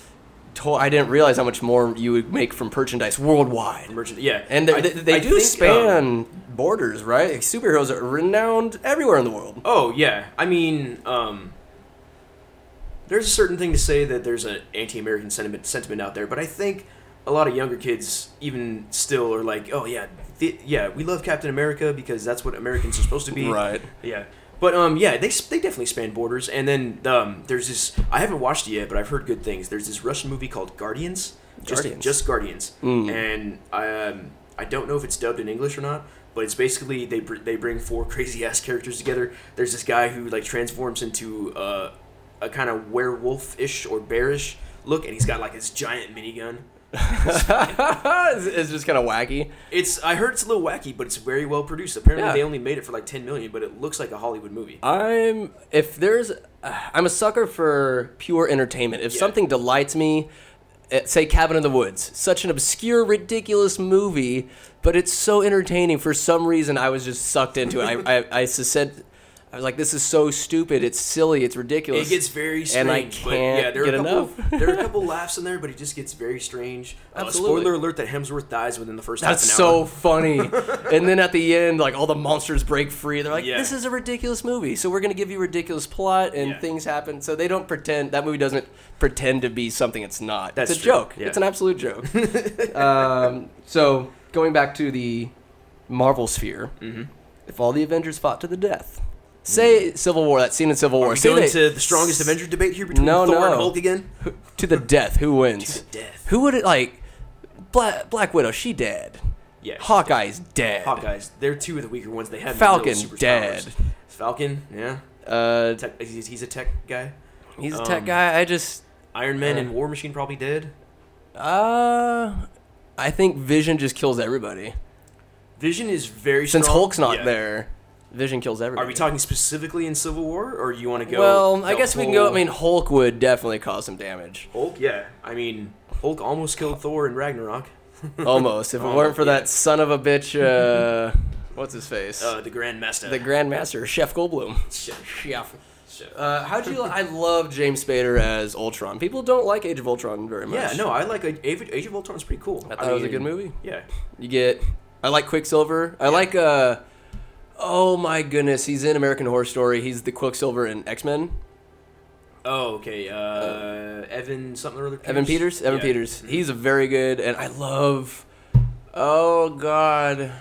[SPEAKER 1] to- I didn't realize how much more you would make from merchandise worldwide.
[SPEAKER 3] Merchant, yeah.
[SPEAKER 1] And they,
[SPEAKER 3] I-
[SPEAKER 1] they, they
[SPEAKER 3] I
[SPEAKER 1] do
[SPEAKER 3] think, um,
[SPEAKER 1] span borders, right? Like, superheroes are renowned everywhere in the world.
[SPEAKER 3] Oh yeah, I mean, um, there's a certain thing to say that there's an anti-American sentiment sentiment out there, but I think a lot of younger kids even still are like, oh yeah, th- yeah, we love Captain America because that's what Americans are supposed to be.
[SPEAKER 1] Right.
[SPEAKER 3] Yeah. But um, yeah, they, s- they definitely span borders. And then um, there's this I haven't watched it yet, but I've heard good things. There's this Russian movie called Guardians. Just
[SPEAKER 1] Guardians. Mm.
[SPEAKER 3] just Guardians. And I um, I don't know if it's dubbed in English or not, but it's basically they br- they bring four crazy ass characters together. There's this guy who like transforms into uh, a kind of werewolf ish or bearish look, and he's got like this giant minigun.
[SPEAKER 1] it's, it's just kind of wacky.
[SPEAKER 3] It's I heard it's a little wacky, but it's very well produced. Apparently,
[SPEAKER 1] Yeah.
[SPEAKER 3] they only made it for like ten million, but it looks like a Hollywood movie.
[SPEAKER 1] I'm if there's I'm a sucker for pure entertainment. If
[SPEAKER 3] Yeah.
[SPEAKER 1] something delights me, eh, say Cabin in the Woods, such an obscure, ridiculous movie, but it's so entertaining. For some reason, I was just sucked into it. I I, I s- said. I was like, "This is so stupid. It's silly. It's ridiculous."
[SPEAKER 3] It gets very strange.
[SPEAKER 1] and I
[SPEAKER 3] but
[SPEAKER 1] can't
[SPEAKER 3] yeah, there
[SPEAKER 1] get
[SPEAKER 3] are a couple,
[SPEAKER 1] enough.
[SPEAKER 3] there are a couple laughs in there, but it just gets very strange. Uh,
[SPEAKER 1] Absolutely.
[SPEAKER 3] spoiler alert that Hemsworth dies within the first
[SPEAKER 1] That's
[SPEAKER 3] half an hour.
[SPEAKER 1] so funny. and then at the end, like all the monsters break free. They're like,
[SPEAKER 3] Yeah.
[SPEAKER 1] "This is a ridiculous movie, so we're gonna give you a ridiculous plot, and
[SPEAKER 3] Yeah.
[SPEAKER 1] things happen." So they don't pretend that movie doesn't pretend to be something it's not.
[SPEAKER 3] That's
[SPEAKER 1] it's a
[SPEAKER 3] true.
[SPEAKER 1] joke.
[SPEAKER 3] Yeah.
[SPEAKER 1] It's an absolute joke. um, so going back to the Marvel sphere,
[SPEAKER 3] Mm-hmm.
[SPEAKER 1] if all the Avengers fought to the death, say Civil War, that scene in Civil War,
[SPEAKER 3] Are we
[SPEAKER 1] say
[SPEAKER 3] going
[SPEAKER 1] they-
[SPEAKER 3] to the strongest Avenger debate here between
[SPEAKER 1] No,
[SPEAKER 3] Thor
[SPEAKER 1] no.
[SPEAKER 3] and Hulk again?
[SPEAKER 1] who- to the death. Who wins?
[SPEAKER 3] To the death.
[SPEAKER 1] Who would it like? Black Black Widow, she dead.
[SPEAKER 3] Yeah, she's
[SPEAKER 1] Hawkeye's dead.
[SPEAKER 3] Hawkeyes, they're two of the weaker ones. They have no
[SPEAKER 1] Falcon,
[SPEAKER 3] superpowers.
[SPEAKER 1] dead.
[SPEAKER 3] Falcon, yeah,
[SPEAKER 1] Uh,
[SPEAKER 3] tech, he's, he's a tech guy.
[SPEAKER 1] he's a
[SPEAKER 3] Um,
[SPEAKER 1] tech guy. I just,
[SPEAKER 3] Iron Man and War Machine probably dead.
[SPEAKER 1] uh, I think Vision just kills everybody.
[SPEAKER 3] Vision is very
[SPEAKER 1] Since
[SPEAKER 3] strong.
[SPEAKER 1] Hulk's not
[SPEAKER 3] Yeah.
[SPEAKER 1] there, Vision kills everybody.
[SPEAKER 3] Are we talking specifically in Civil War, or you want to go?
[SPEAKER 1] Well, I
[SPEAKER 3] the
[SPEAKER 1] guess we can go. I
[SPEAKER 3] whole-
[SPEAKER 1] mean, Hulk would definitely cause some damage.
[SPEAKER 3] Hulk, yeah. I mean, Hulk almost killed Thor in Ragnarok.
[SPEAKER 1] Almost. If it
[SPEAKER 3] Oh,
[SPEAKER 1] weren't for
[SPEAKER 3] yeah.
[SPEAKER 1] that son of a bitch, uh, what's his face?
[SPEAKER 3] Uh, the Grand Master.
[SPEAKER 1] the Grandmaster, Chef Goldblum.
[SPEAKER 3] Shit.
[SPEAKER 1] Chef.
[SPEAKER 3] Shit.
[SPEAKER 1] Uh, how'd you? I love James Spader as Ultron. People don't like Age of Ultron very much.
[SPEAKER 3] yeah, no, I like Age, Age of Ultron's pretty cool.
[SPEAKER 1] I thought it was a good movie.
[SPEAKER 3] Yeah.
[SPEAKER 1] You get. I like Quicksilver. I like. uh Oh my goodness, he's in American Horror Story. He's the Quicksilver in X Men.
[SPEAKER 3] Oh, okay. Uh, Evan something or other. Peters?
[SPEAKER 1] Evan Peters. Evan
[SPEAKER 3] Yeah. Mm-hmm.
[SPEAKER 1] Peters. He's a very good, and I love. Oh God.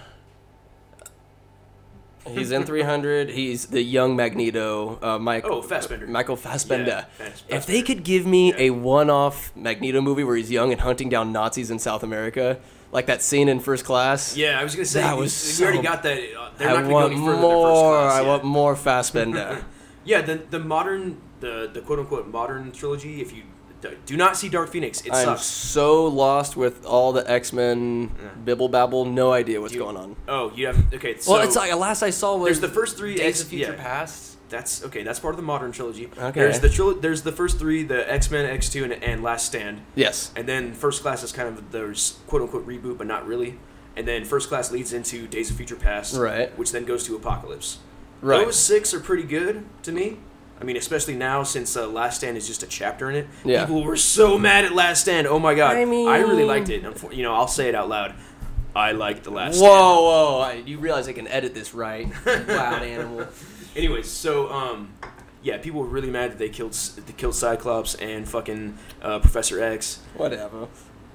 [SPEAKER 1] He's in 300. He's the young Magneto. Uh, Michael.
[SPEAKER 3] Oh, Fassbender.
[SPEAKER 1] Michael Fassbender.
[SPEAKER 3] Yeah, Fass-
[SPEAKER 1] If they
[SPEAKER 3] Fassbender.
[SPEAKER 1] could give me
[SPEAKER 3] Yeah.
[SPEAKER 1] a one-off Magneto movie where he's young and hunting down Nazis in South America, like that scene in First Class.
[SPEAKER 3] Yeah, I was gonna say
[SPEAKER 1] That
[SPEAKER 3] you-
[SPEAKER 1] was
[SPEAKER 3] you already
[SPEAKER 1] so-
[SPEAKER 3] got that. Uh, they're
[SPEAKER 1] I
[SPEAKER 3] not gonna go
[SPEAKER 1] want
[SPEAKER 3] any
[SPEAKER 1] more.
[SPEAKER 3] further than first class.
[SPEAKER 1] I
[SPEAKER 3] yeah.
[SPEAKER 1] want more Fassbender.
[SPEAKER 3] Yeah, the the modern the the quote unquote modern trilogy. If you d- do not see Dark Phoenix, it
[SPEAKER 1] I'm
[SPEAKER 3] sucks.
[SPEAKER 1] so lost with all the X Men bibble babble. No idea what's
[SPEAKER 3] You-
[SPEAKER 1] going on.
[SPEAKER 3] Oh, you have okay. So
[SPEAKER 1] well, it's like last I saw was
[SPEAKER 3] there's the first three
[SPEAKER 1] Days
[SPEAKER 3] X-
[SPEAKER 1] of Future
[SPEAKER 3] yeah.
[SPEAKER 1] Past.
[SPEAKER 3] That's okay. That's part of the modern trilogy.
[SPEAKER 1] Okay.
[SPEAKER 3] There's the trilo- There's the first three: the X Men, X Two, and, and Last Stand.
[SPEAKER 1] Yes.
[SPEAKER 3] And then First Class is kind of there's quote unquote reboot, but not really. And then First Class leads into Days of Future Past,
[SPEAKER 1] Right.
[SPEAKER 3] Which then goes to Apocalypse.
[SPEAKER 1] Right.
[SPEAKER 3] Those six are pretty good to me. I mean, especially now since uh, Last Stand is just a chapter in it.
[SPEAKER 1] Yeah.
[SPEAKER 3] People were so mad at Last Stand. Oh my god.
[SPEAKER 1] I
[SPEAKER 3] really
[SPEAKER 1] mean-
[SPEAKER 3] liked it. Unfor- You know, I'll say it out loud. I liked the
[SPEAKER 1] Whoa,
[SPEAKER 3] Last Stand.
[SPEAKER 1] whoa! I, you realize I can edit this, right? Wild animal.
[SPEAKER 3] Anyways, so um, yeah, people were really mad that they killed S- that they killed Cyclops and fucking uh, Professor X.
[SPEAKER 1] Whatever.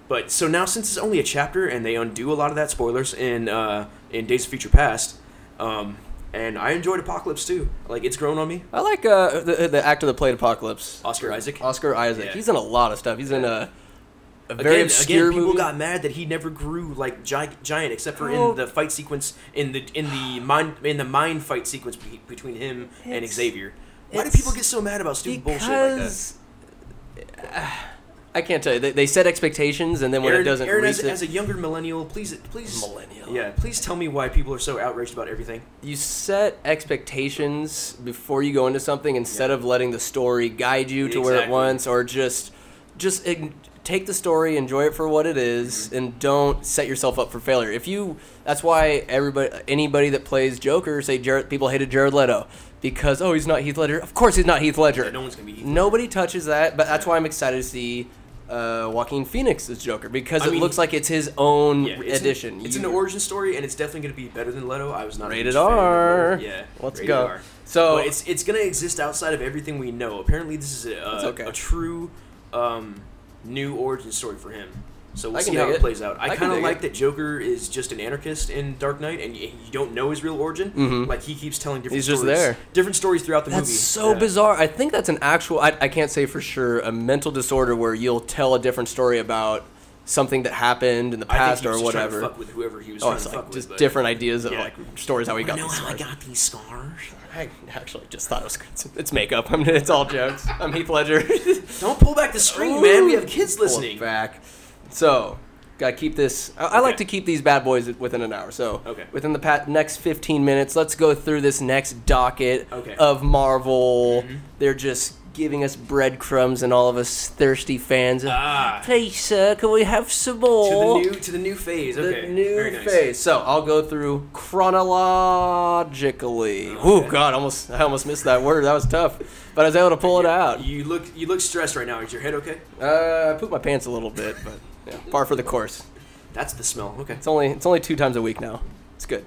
[SPEAKER 3] But so now, since it's only a chapter and they undo a lot of that spoilers in uh, in Days of Future Past, um, and I enjoyed Apocalypse too. Like it's grown on me.
[SPEAKER 1] I like uh, the the actor that played Apocalypse,
[SPEAKER 3] Oscar Isaac.
[SPEAKER 1] Oscar Isaac.
[SPEAKER 3] Yeah.
[SPEAKER 1] He's in a lot of stuff. He's in uh, a, a very
[SPEAKER 3] again,
[SPEAKER 1] obscure
[SPEAKER 3] again, people
[SPEAKER 1] movie.
[SPEAKER 3] got mad that he never grew like giant, giant except for
[SPEAKER 1] Oh.
[SPEAKER 3] in the fight sequence in the in the mine in the mine fight sequence be- between him and
[SPEAKER 1] It's-
[SPEAKER 3] Xavier. Why do
[SPEAKER 1] it's
[SPEAKER 3] people get so mad about stupid bullshit like that?
[SPEAKER 1] because I can't tell you. They, they set expectations, and then when
[SPEAKER 3] Aaron,
[SPEAKER 1] it doesn't
[SPEAKER 3] Aaron
[SPEAKER 1] reach
[SPEAKER 3] as,
[SPEAKER 1] it,
[SPEAKER 3] as a younger millennial, please, please,
[SPEAKER 1] Millennial.
[SPEAKER 3] yeah, please tell me why people are so outraged about everything.
[SPEAKER 1] you set expectations before you go into something instead of letting the story guide you to where it
[SPEAKER 3] Exactly.
[SPEAKER 1] wants, or just just ign- take the story, enjoy it for what it is,
[SPEAKER 3] Mm-hmm.
[SPEAKER 1] and don't set yourself up for failure. If you, that's why everybody, anybody that plays Joker, say Jared, people hated Jared Leto because oh he's not Heath Ledger. Of course he's not Heath Ledger.
[SPEAKER 3] Yeah, no one's gonna be Heath Ledger.
[SPEAKER 1] Nobody touches that, but that's why I'm excited to see. Uh, Joaquin Phoenix as Joker because
[SPEAKER 3] I
[SPEAKER 1] it
[SPEAKER 3] mean,
[SPEAKER 1] looks like it's his own
[SPEAKER 3] Yeah, it's
[SPEAKER 1] edition.
[SPEAKER 3] An, it's
[SPEAKER 1] You-
[SPEAKER 3] an origin story, and it's definitely going to be better than Leto. I was not a huge
[SPEAKER 1] Rated
[SPEAKER 3] fan of
[SPEAKER 1] R.
[SPEAKER 3] Leto. Yeah,
[SPEAKER 1] Let's
[SPEAKER 3] rated
[SPEAKER 1] go.
[SPEAKER 3] R.
[SPEAKER 1] So-
[SPEAKER 3] But it's it's going to exist outside of everything we know. Apparently, this is a,
[SPEAKER 1] That's
[SPEAKER 3] a,
[SPEAKER 1] okay.
[SPEAKER 3] a true um, new origin story for him. So we'll
[SPEAKER 1] I can
[SPEAKER 3] see how
[SPEAKER 1] dig
[SPEAKER 3] it.
[SPEAKER 1] it.
[SPEAKER 3] plays out.
[SPEAKER 1] I
[SPEAKER 3] I,
[SPEAKER 1] can
[SPEAKER 3] kind of
[SPEAKER 1] dig
[SPEAKER 3] like
[SPEAKER 1] it.
[SPEAKER 3] that Joker is just an anarchist in Dark Knight, and you, you don't know his real origin. Like he keeps telling different.
[SPEAKER 1] Mm-hmm. He's just
[SPEAKER 3] stories,
[SPEAKER 1] there.
[SPEAKER 3] Different stories throughout the
[SPEAKER 1] That's
[SPEAKER 3] movie.
[SPEAKER 1] so
[SPEAKER 3] Yeah.
[SPEAKER 1] bizarre. I think that's an actual, I, I can't say for sure, a mental disorder where you'll tell a different story about something that happened in the
[SPEAKER 3] I think
[SPEAKER 1] past
[SPEAKER 3] he was
[SPEAKER 1] or
[SPEAKER 3] just trying to
[SPEAKER 1] whatever.
[SPEAKER 3] fuck with whoever he was
[SPEAKER 1] Oh,
[SPEAKER 3] trying
[SPEAKER 1] it's
[SPEAKER 3] to
[SPEAKER 1] like
[SPEAKER 3] fuck
[SPEAKER 1] just
[SPEAKER 3] with, but-
[SPEAKER 1] different ideas of
[SPEAKER 3] Yeah.
[SPEAKER 1] like stories how he got
[SPEAKER 3] know
[SPEAKER 1] these
[SPEAKER 3] how I
[SPEAKER 1] scars.
[SPEAKER 3] got these scars.
[SPEAKER 1] I actually just thought it was it's, it's makeup. I mean, it's all jokes. I'm Heath Ledger.
[SPEAKER 3] Don't pull back the screen, man. We have kids
[SPEAKER 1] Pull it
[SPEAKER 3] listening.
[SPEAKER 1] Back. So, gotta keep this. I, I like
[SPEAKER 3] Okay.
[SPEAKER 1] to keep these bad boys within an hour. So,
[SPEAKER 3] Okay.
[SPEAKER 1] within the pat next 15 minutes, let's go through this next docket
[SPEAKER 3] Okay. Mm-hmm.
[SPEAKER 1] of Marvel. They're just giving us breadcrumbs, and all of us thirsty fans.
[SPEAKER 3] Ah.
[SPEAKER 1] Please, sir, can we have some
[SPEAKER 3] To
[SPEAKER 1] more?
[SPEAKER 3] the new to the new phase.
[SPEAKER 1] Oh. The
[SPEAKER 3] Okay.
[SPEAKER 1] new
[SPEAKER 3] Very nice.
[SPEAKER 1] phase. So I'll go through chronologically. Oh
[SPEAKER 3] Okay.
[SPEAKER 1] God, almost I almost missed that word. That was tough, but I was able to pull it out.
[SPEAKER 3] You look you look stressed right now. Is your head okay?
[SPEAKER 1] Uh, I pooped my pants a little bit, but yeah, par for the course.
[SPEAKER 3] That's the smell. Okay.
[SPEAKER 1] It's only it's only two times a week now. It's good.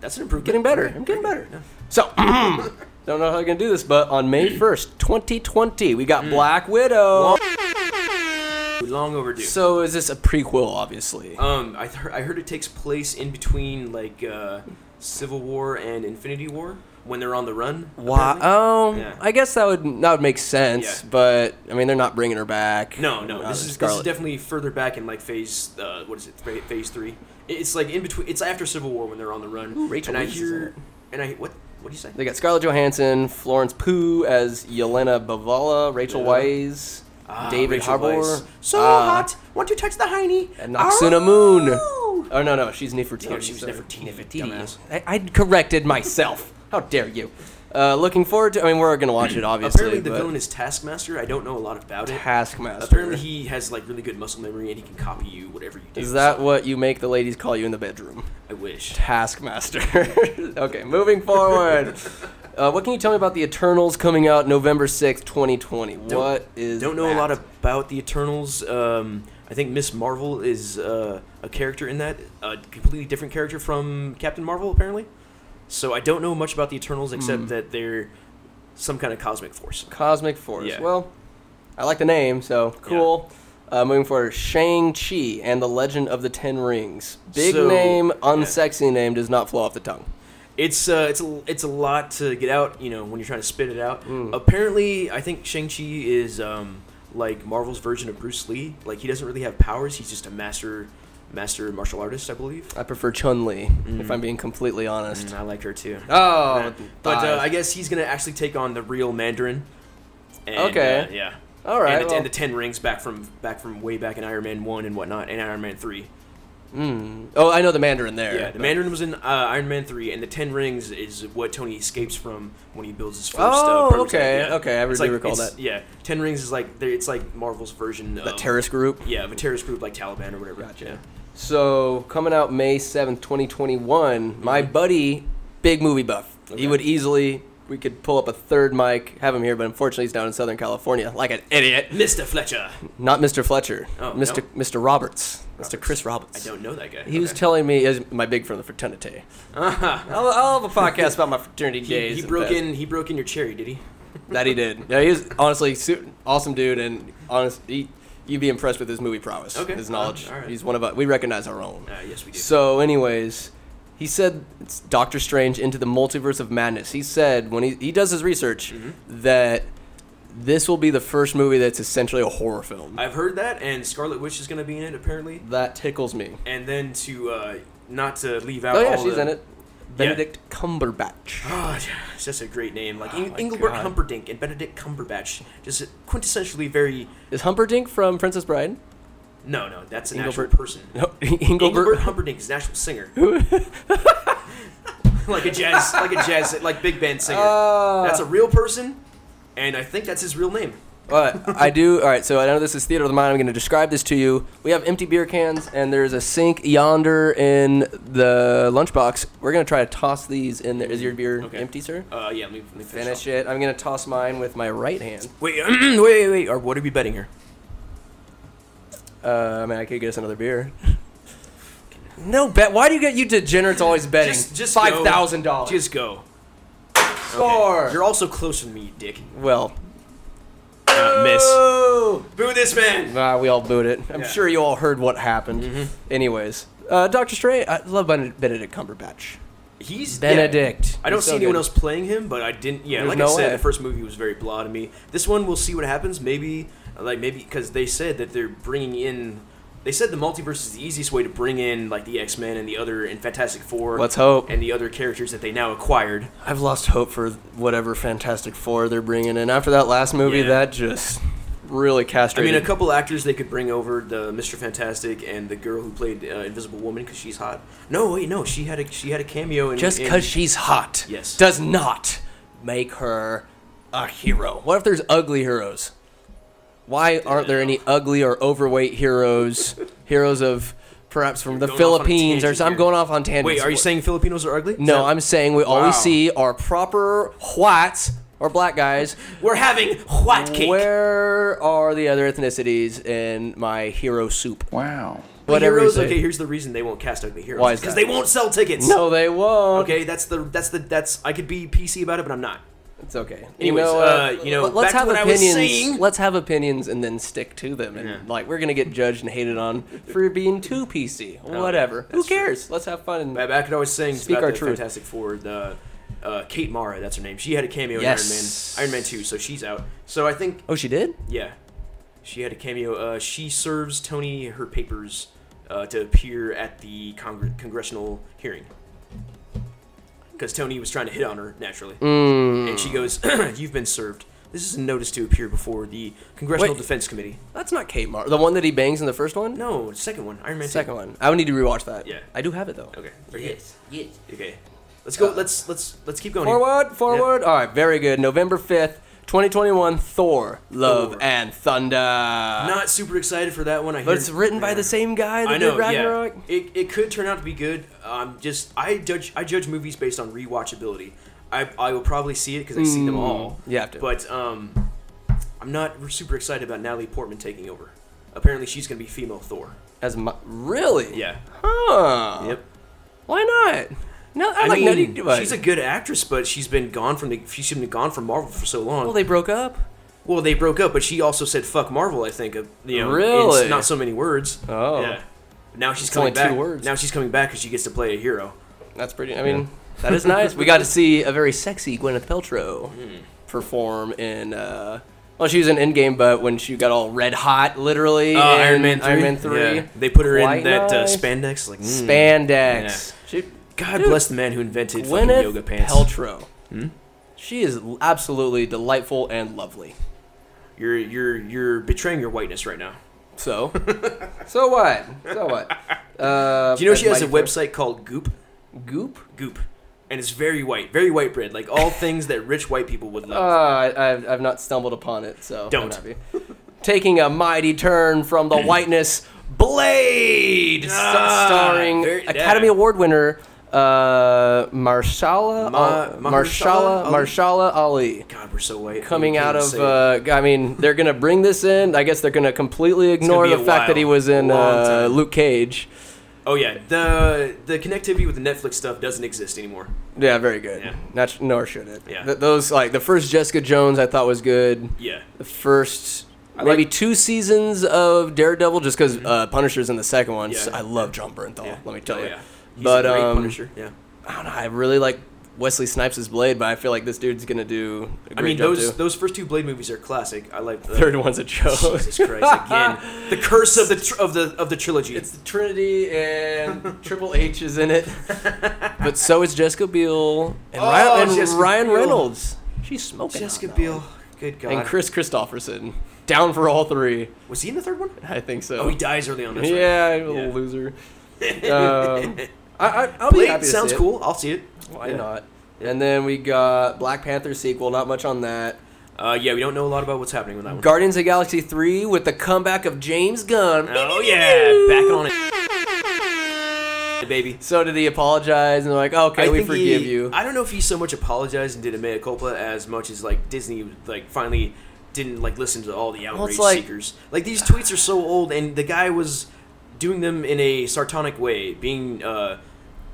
[SPEAKER 3] That's an improvement.
[SPEAKER 1] Getting better.
[SPEAKER 3] Okay.
[SPEAKER 1] I'm getting better.
[SPEAKER 3] Yeah.
[SPEAKER 1] So don't know how I'm gonna do this, but on
[SPEAKER 3] Mm.
[SPEAKER 1] May first, 2020, we got Black Widow.
[SPEAKER 3] Long overdue.
[SPEAKER 1] So is this a prequel? Obviously.
[SPEAKER 3] um, I, th- I heard it takes place in between like uh, Civil War and Infinity War when they're on the run.
[SPEAKER 1] Why?
[SPEAKER 3] apparently.
[SPEAKER 1] Oh,
[SPEAKER 3] Yeah.
[SPEAKER 1] I guess that would that would make sense.
[SPEAKER 3] Yeah.
[SPEAKER 1] But I mean, they're not bringing her back.
[SPEAKER 3] No, no.
[SPEAKER 1] Uh,
[SPEAKER 3] This is, this
[SPEAKER 1] Scarlet.
[SPEAKER 3] is definitely further back in like phase. Uh, what is it? Ph- Phase three. It's like in between. It's after Civil War when they're on the run.
[SPEAKER 1] Ooh, Rachel
[SPEAKER 3] and I
[SPEAKER 1] Weisz is in
[SPEAKER 3] hear.
[SPEAKER 1] it.
[SPEAKER 3] And I what? What do you say?
[SPEAKER 1] They got Scarlett Johansson, Florence Pugh as Yelena Bavala, Rachel
[SPEAKER 3] Yeah.
[SPEAKER 1] Weisz,
[SPEAKER 3] Ah,
[SPEAKER 1] David
[SPEAKER 3] Rachel
[SPEAKER 1] Harbour,
[SPEAKER 3] Weisz. So
[SPEAKER 1] Ah,
[SPEAKER 3] hot. Want to touch the hiney?
[SPEAKER 1] and Noxuna Moon.
[SPEAKER 3] Oh!
[SPEAKER 1] Oh no no, she's Nefertiti.
[SPEAKER 3] No, she was
[SPEAKER 1] sorry.
[SPEAKER 3] Nefertiti, dumbass.
[SPEAKER 1] I, I corrected myself. How dare you? Uh, looking forward to. I mean, we're gonna watch it obviously.
[SPEAKER 3] Apparently, the
[SPEAKER 1] but
[SPEAKER 3] villain is Taskmaster. I don't know a lot about it.
[SPEAKER 1] Taskmaster.
[SPEAKER 3] Apparently, he has like really good muscle memory and he can copy you whatever you do.
[SPEAKER 1] is that what you make the ladies call you in the bedroom?
[SPEAKER 3] So, I wish.
[SPEAKER 1] Taskmaster. okay, moving forward. Uh, what can you tell me about the Eternals coming out November sixth, twenty twenty? What is
[SPEAKER 3] Don't know
[SPEAKER 1] that?
[SPEAKER 3] a lot about the Eternals. Um, I think Miss Marvel is uh, a character in that, a completely different character from Captain Marvel apparently. So I don't know much about the Eternals except
[SPEAKER 1] Hmm.
[SPEAKER 3] that they're some kind of cosmic force.
[SPEAKER 1] Cosmic Force.
[SPEAKER 3] Yeah.
[SPEAKER 1] Well, I like the name, so cool. Uh, moving forward, Shang Chi and the Legend of the Ten Rings. Big
[SPEAKER 3] So-
[SPEAKER 1] name,
[SPEAKER 3] yeah.
[SPEAKER 1] unsexy name does not flow off the tongue.
[SPEAKER 3] It's uh, it's a, it's a lot to get out, you know, when you're trying to spit it out.
[SPEAKER 1] Mm.
[SPEAKER 3] Apparently, I think Shang Chi is um, like Marvel's version of Bruce Lee. Like he doesn't really have powers; he's just a master master martial artist, I believe.
[SPEAKER 1] I prefer Chun Li, if I'm being completely honest.
[SPEAKER 3] And I like her too.
[SPEAKER 1] Oh,
[SPEAKER 3] Yeah.
[SPEAKER 1] with
[SPEAKER 3] Mm. but uh,
[SPEAKER 1] thighs.
[SPEAKER 3] I guess he's gonna actually take on the real Mandarin. And,
[SPEAKER 1] Okay.
[SPEAKER 3] uh, yeah.
[SPEAKER 1] All right,
[SPEAKER 3] And the,
[SPEAKER 1] well-
[SPEAKER 3] and the ten rings back from back from way back in Iron Man one and whatnot, and Iron Man three.
[SPEAKER 1] oh, I know the Mandarin there.
[SPEAKER 3] Yeah, the
[SPEAKER 1] but-
[SPEAKER 3] Mandarin was in uh, Iron Man three, and the Ten Rings is what Tony escapes from when he builds his first.
[SPEAKER 1] Oh,
[SPEAKER 3] uh, prototype.
[SPEAKER 1] okay,
[SPEAKER 3] yeah.
[SPEAKER 1] okay, I
[SPEAKER 3] It's
[SPEAKER 1] do
[SPEAKER 3] like-
[SPEAKER 1] recall
[SPEAKER 3] it's-
[SPEAKER 1] that.
[SPEAKER 3] Yeah, Ten Rings is like they're- it's like Marvel's version of
[SPEAKER 1] The terrorist group.
[SPEAKER 3] Yeah, of a terrorist group like Taliban or whatever.
[SPEAKER 1] Gotcha.
[SPEAKER 3] Yeah.
[SPEAKER 1] So coming out May seventh, twenty twenty one. My buddy, big movie buff. He
[SPEAKER 3] Mm. Okay.
[SPEAKER 1] would easily. We could pull up a third mic, have him here, but unfortunately he's down in Southern California, like an idiot.
[SPEAKER 3] Mr. Fletcher.
[SPEAKER 1] Not Mr. Fletcher.
[SPEAKER 3] Oh,
[SPEAKER 1] Mr. Mr. Roberts. Mr. Chris
[SPEAKER 3] I
[SPEAKER 1] Roberts.
[SPEAKER 3] don't know that guy.
[SPEAKER 1] He was
[SPEAKER 3] Okay.
[SPEAKER 1] telling me as my big friend, the fraternity. I'll, I'll have a podcast about my fraternity
[SPEAKER 3] He-
[SPEAKER 1] days.
[SPEAKER 3] he
[SPEAKER 1] and
[SPEAKER 3] broke
[SPEAKER 1] past.
[SPEAKER 3] in. He broke in your cherry, did he?
[SPEAKER 1] that he did. Yeah, he was honestly su- awesome dude, and honest, he, you'd be impressed with his movie prowess,
[SPEAKER 3] Okay,
[SPEAKER 1] his
[SPEAKER 3] uh,
[SPEAKER 1] knowledge.
[SPEAKER 3] all right.
[SPEAKER 1] He's one of us. We recognize our own.
[SPEAKER 3] Uh, yes, we do.
[SPEAKER 1] So, anyways, he said it's Doctor Strange into the multiverse of madness. He said when he, he does his research
[SPEAKER 3] Mm-hmm.
[SPEAKER 1] that this will be the first movie that's essentially a horror film.
[SPEAKER 3] I've heard that, and Scarlet Witch is going to be in it apparently.
[SPEAKER 1] that tickles me.
[SPEAKER 3] And then to uh, not to leave out.
[SPEAKER 1] Oh yeah,
[SPEAKER 3] all
[SPEAKER 1] she's
[SPEAKER 3] the,
[SPEAKER 1] in it. Benedict Cumberbatch.
[SPEAKER 3] Oh, yeah, it's just a great name, like Ing-
[SPEAKER 1] my
[SPEAKER 3] Engelbert
[SPEAKER 1] God.
[SPEAKER 3] Humperdinck and Benedict Cumberbatch, just quintessentially very.
[SPEAKER 1] Is Humperdinck from Princess Bride?
[SPEAKER 3] No, no, that's an
[SPEAKER 1] Engelbert-
[SPEAKER 3] actual person.
[SPEAKER 1] No,
[SPEAKER 3] Engelbert
[SPEAKER 1] Engelbert.
[SPEAKER 3] Humperdinck is an actual singer. like a jazz, like a jazz, like Big Band singer.
[SPEAKER 1] Ah.
[SPEAKER 3] that's a real person, and I think that's his real name.
[SPEAKER 1] But I do. All right, so I know this is theater of the mind. I'm going to describe this to you. We have empty beer cans, and there's a sink yonder in the lunchbox. We're going to try to toss these in there. Is your beer
[SPEAKER 3] Okay.
[SPEAKER 1] empty, sir?
[SPEAKER 3] Uh, yeah, let me, let me finish.
[SPEAKER 1] Finish
[SPEAKER 3] off.
[SPEAKER 1] it. I'm going to toss mine with my right hand.
[SPEAKER 3] Wait, wait, wait, wait. Or what are we betting here?
[SPEAKER 1] Uh, I mean, I could get us another beer. No bet. Why do you get you degenerates always betting?
[SPEAKER 3] Just, just
[SPEAKER 1] five thousand
[SPEAKER 3] go.
[SPEAKER 1] dollars.
[SPEAKER 3] Just go.
[SPEAKER 1] score.
[SPEAKER 3] You're also closer than me, you dick.
[SPEAKER 1] well,
[SPEAKER 3] Uh, miss.
[SPEAKER 1] Boo!
[SPEAKER 3] Boo this man.
[SPEAKER 1] Nah, we all booed it. I'm
[SPEAKER 3] Yeah.
[SPEAKER 1] sure you all heard what happened. Anyways, uh, Doctor Strange. I love Ben- Benedict Cumberbatch.
[SPEAKER 3] He's yeah.
[SPEAKER 1] Benedict.
[SPEAKER 3] I don't
[SPEAKER 1] He's
[SPEAKER 3] see
[SPEAKER 1] so
[SPEAKER 3] anyone
[SPEAKER 1] good.
[SPEAKER 3] else playing him, but I didn't. Yeah,
[SPEAKER 1] There's
[SPEAKER 3] like I
[SPEAKER 1] no
[SPEAKER 3] said,
[SPEAKER 1] way.
[SPEAKER 3] the first movie was very blah to me. This one, we'll see what happens. Maybe, like maybe because they said that they're bringing in. They said the multiverse is the easiest way to bring in like the X Men and the other and Fantastic Four.
[SPEAKER 1] Let's hope.
[SPEAKER 3] And the other characters that they now acquired.
[SPEAKER 1] I've lost hope for whatever Fantastic Four they're bringing in after that last movie.
[SPEAKER 3] Yeah.
[SPEAKER 1] That just really
[SPEAKER 3] I
[SPEAKER 1] castrated.
[SPEAKER 3] mean, a couple actors they could bring over the Mister Fantastic and the girl who played uh, Invisible Woman because she's hot. No, wait, no, she had a she had a cameo in
[SPEAKER 1] just
[SPEAKER 3] in-
[SPEAKER 1] because she's hot
[SPEAKER 3] Yes.
[SPEAKER 1] does not make her a hero. What if there's ugly heroes? Why aren't there any ugly or overweight heroes? heroes of perhaps from the
[SPEAKER 3] going off on a
[SPEAKER 1] Philippines or
[SPEAKER 3] tangent
[SPEAKER 1] so I'm
[SPEAKER 3] here.
[SPEAKER 1] going off on tangents.
[SPEAKER 3] Wait, are you saying Filipinos are ugly?
[SPEAKER 1] No, I'm saying we
[SPEAKER 3] Wow.
[SPEAKER 1] always see our proper whites or black guys.
[SPEAKER 3] We're having white cake.
[SPEAKER 1] Where are the other ethnicities in my hero soup?
[SPEAKER 4] Wow.
[SPEAKER 1] Whatever. you
[SPEAKER 3] heroes,
[SPEAKER 1] say.
[SPEAKER 3] okay, here's the reason they won't cast ugly heroes.
[SPEAKER 1] Why is
[SPEAKER 3] Because
[SPEAKER 1] that?
[SPEAKER 3] they won't sell tickets.
[SPEAKER 1] No, they won't.
[SPEAKER 3] Okay, that's the that's the that's I could be PC about it, but I'm not.
[SPEAKER 1] It's okay.
[SPEAKER 3] Anyways,
[SPEAKER 1] what?
[SPEAKER 3] uh, you know,
[SPEAKER 1] Let- let's
[SPEAKER 3] back to
[SPEAKER 1] have
[SPEAKER 3] what I was
[SPEAKER 1] opinions.
[SPEAKER 3] saying.
[SPEAKER 1] Let's have opinions and then stick to them. And like, we're gonna get judged and hated on for being too PC. Whatever. Who
[SPEAKER 3] Oh, that's true.
[SPEAKER 1] cares? Let's have fun. And
[SPEAKER 3] Back back at I was saying
[SPEAKER 1] Speak
[SPEAKER 3] about
[SPEAKER 1] our
[SPEAKER 3] the
[SPEAKER 1] truth.
[SPEAKER 3] Fantastic Four, the uh, Kate Mara, that's her name. She had a cameo
[SPEAKER 1] Yes.
[SPEAKER 3] in Iron Man, Iron Man Two, so she's out. So I think
[SPEAKER 1] oh, she did.
[SPEAKER 3] yeah, she had a cameo. Uh, she serves Tony her papers uh, to appear at the congr- congressional hearing. Because Tony was trying to hit on her naturally,
[SPEAKER 1] Mm.
[SPEAKER 3] and she goes, "You've been served. This is a notice to appear before the Congressional
[SPEAKER 1] Wait.
[SPEAKER 3] Defense Committee."
[SPEAKER 1] That's not Kate Mar. The one that he bangs in the first one.
[SPEAKER 3] No, second one, Iron Man. two.
[SPEAKER 1] Second one. I would need to rewatch that.
[SPEAKER 3] Yeah.
[SPEAKER 1] I do have it though.
[SPEAKER 3] Okay. Very good.
[SPEAKER 2] yes.
[SPEAKER 3] Okay. Let's go. let's let's let's keep going. here.
[SPEAKER 1] Forward, forward. All right, very good. November fifth, twenty twenty one. Thor: Love
[SPEAKER 3] Thor.
[SPEAKER 1] and Thunder.
[SPEAKER 3] Not super excited for that one. I.
[SPEAKER 1] but
[SPEAKER 3] hear-
[SPEAKER 1] it's written by the same guy that
[SPEAKER 3] I know.
[SPEAKER 1] did Ragnarok.
[SPEAKER 3] Yeah. It, it could turn out to be good. Um, just I judge I judge movies based on rewatchability. I, I will probably see it because I see
[SPEAKER 1] Hmm.
[SPEAKER 3] them all.
[SPEAKER 1] you have to.
[SPEAKER 3] But um, I'm not super excited about Natalie Portman taking over. Apparently, she's gonna be female Thor.
[SPEAKER 1] As my, really?
[SPEAKER 3] Yeah.
[SPEAKER 1] Huh.
[SPEAKER 3] Yep.
[SPEAKER 1] Why not? No, I,
[SPEAKER 3] I
[SPEAKER 1] like
[SPEAKER 3] mean,
[SPEAKER 1] Nutty. But
[SPEAKER 3] she's a good actress, but she's been gone from the she's been gone from Marvel for so long.
[SPEAKER 1] well, they broke up.
[SPEAKER 3] Well, they broke up, but she also said "fuck Marvel." I think, uh, you know, in
[SPEAKER 1] Really?
[SPEAKER 3] s- not so many words.
[SPEAKER 1] Oh.
[SPEAKER 3] yeah. Now she's
[SPEAKER 1] only
[SPEAKER 3] coming back.
[SPEAKER 1] two words.
[SPEAKER 3] Now she's coming back because she gets to play a hero.
[SPEAKER 1] That's pretty. I mean, that is nice. we got to see a very sexy Gwyneth Paltrow
[SPEAKER 3] Hmm.
[SPEAKER 1] perform in. Uh, well, she was in Endgame, but when she got all red hot, literally.
[SPEAKER 3] Uh,
[SPEAKER 1] in
[SPEAKER 3] Iron Man three.
[SPEAKER 1] Iron Man three.
[SPEAKER 3] Yeah. They put her
[SPEAKER 1] Quite
[SPEAKER 3] in that
[SPEAKER 1] nice.
[SPEAKER 3] uh, spandex. Like mm.
[SPEAKER 1] Spandex. She,
[SPEAKER 3] God
[SPEAKER 1] Dude.
[SPEAKER 3] bless the man who invented fucking
[SPEAKER 1] Gwyneth
[SPEAKER 3] yoga pants. Hmm?
[SPEAKER 1] Paltrow. She is l- absolutely delightful and lovely.
[SPEAKER 3] You're you're you're betraying your whiteness right now.
[SPEAKER 1] So, so what? So what? Uh,
[SPEAKER 3] Do you know she
[SPEAKER 1] and
[SPEAKER 3] has
[SPEAKER 1] Mighty
[SPEAKER 3] a
[SPEAKER 1] Thor-
[SPEAKER 3] website called Goop?
[SPEAKER 1] Goop.
[SPEAKER 3] Goop, and it's very white, very white bread, like all things that rich white people would
[SPEAKER 1] Uh,
[SPEAKER 3] love.
[SPEAKER 1] I- I've, I've not stumbled upon it, so I'm
[SPEAKER 3] Don't.
[SPEAKER 1] happy. Taking a mighty turn from the whiteness, Blade, sta-
[SPEAKER 3] Ah,
[SPEAKER 1] starring
[SPEAKER 3] very-
[SPEAKER 1] Academy
[SPEAKER 3] yeah.
[SPEAKER 1] Award winner uh, Marshala
[SPEAKER 3] Ma-
[SPEAKER 1] Al-
[SPEAKER 3] Mahershala
[SPEAKER 1] Marshala Marshala
[SPEAKER 3] Ali?
[SPEAKER 1] Ali.
[SPEAKER 3] God, we're so white.
[SPEAKER 1] Coming
[SPEAKER 3] We can't
[SPEAKER 1] out
[SPEAKER 3] even
[SPEAKER 1] of,
[SPEAKER 3] say it.
[SPEAKER 1] uh, I mean, they're gonna bring this in. I guess they're gonna completely ignore
[SPEAKER 3] be
[SPEAKER 1] the
[SPEAKER 3] a
[SPEAKER 1] fact that he
[SPEAKER 3] while.
[SPEAKER 1] was in
[SPEAKER 3] Long
[SPEAKER 1] uh,
[SPEAKER 3] time.
[SPEAKER 1] Luke Cage.
[SPEAKER 3] Oh yeah, the the connectivity with the Netflix stuff doesn't exist anymore.
[SPEAKER 1] Yeah, very good.
[SPEAKER 3] Yeah.
[SPEAKER 1] Not sh- nor should it.
[SPEAKER 3] Yeah.
[SPEAKER 1] Th- those like the first Jessica Jones I thought was good.
[SPEAKER 3] Yeah.
[SPEAKER 1] The first
[SPEAKER 3] I
[SPEAKER 1] maybe
[SPEAKER 3] like- Mm-hmm.
[SPEAKER 1] two seasons of Daredevil just because uh, Punisher's in the second one.
[SPEAKER 3] Yeah.
[SPEAKER 1] So I love John Bernthal.
[SPEAKER 3] yeah.
[SPEAKER 1] Let me tell
[SPEAKER 3] Oh,
[SPEAKER 1] you.
[SPEAKER 3] Yeah. He's
[SPEAKER 1] But
[SPEAKER 3] a great
[SPEAKER 1] um,
[SPEAKER 3] Punisher. Yeah.
[SPEAKER 1] I don't know. I really like Wesley Snipes' Blade, but I feel like this dude's gonna do. A
[SPEAKER 3] I
[SPEAKER 1] great
[SPEAKER 3] mean,
[SPEAKER 1] job
[SPEAKER 3] those
[SPEAKER 1] too.
[SPEAKER 3] those first two Blade movies are classic. I like the
[SPEAKER 1] third one's a joke.
[SPEAKER 3] Jesus Christ again. The curse of the tr- of the of the trilogy.
[SPEAKER 1] It's the Trinity and Triple H is in it, but so is Jessica Biel and,
[SPEAKER 3] Oh,
[SPEAKER 1] Ryan, and
[SPEAKER 3] Jessica
[SPEAKER 1] Ryan
[SPEAKER 3] Biel.
[SPEAKER 1] Reynolds. She's smoking. on
[SPEAKER 3] Jessica
[SPEAKER 1] that
[SPEAKER 3] Biel. Good God.
[SPEAKER 1] one. and Chris Christopherson. Down for all three.
[SPEAKER 3] was he in the third one?
[SPEAKER 1] I think so.
[SPEAKER 3] Oh, he dies early on. That's right.
[SPEAKER 1] yeah, I'm a
[SPEAKER 3] Yeah.
[SPEAKER 1] little loser. Um, I, I, I'll be
[SPEAKER 3] Blade
[SPEAKER 1] happy to
[SPEAKER 3] sounds
[SPEAKER 1] see it.
[SPEAKER 3] cool. I'll see it.
[SPEAKER 1] Why
[SPEAKER 3] Yeah.
[SPEAKER 1] not? And then we got Black Panther sequel. Not much on that.
[SPEAKER 3] Uh, yeah, we don't know a lot about what's happening with that one.
[SPEAKER 1] Guardians of the Galaxy three with the comeback of James Gunn.
[SPEAKER 3] oh yeah, back on it, baby.
[SPEAKER 1] So did he apologize and they're like, okay, we
[SPEAKER 3] think he-
[SPEAKER 1] forgive you?
[SPEAKER 3] I don't know if he so much apologized and did a mea culpa as much as like Disney like finally didn't like listen to all the outrage
[SPEAKER 1] it's like-
[SPEAKER 3] seekers. Like these tweets are so old, and the guy was doing them in a sarcastic way, being uh,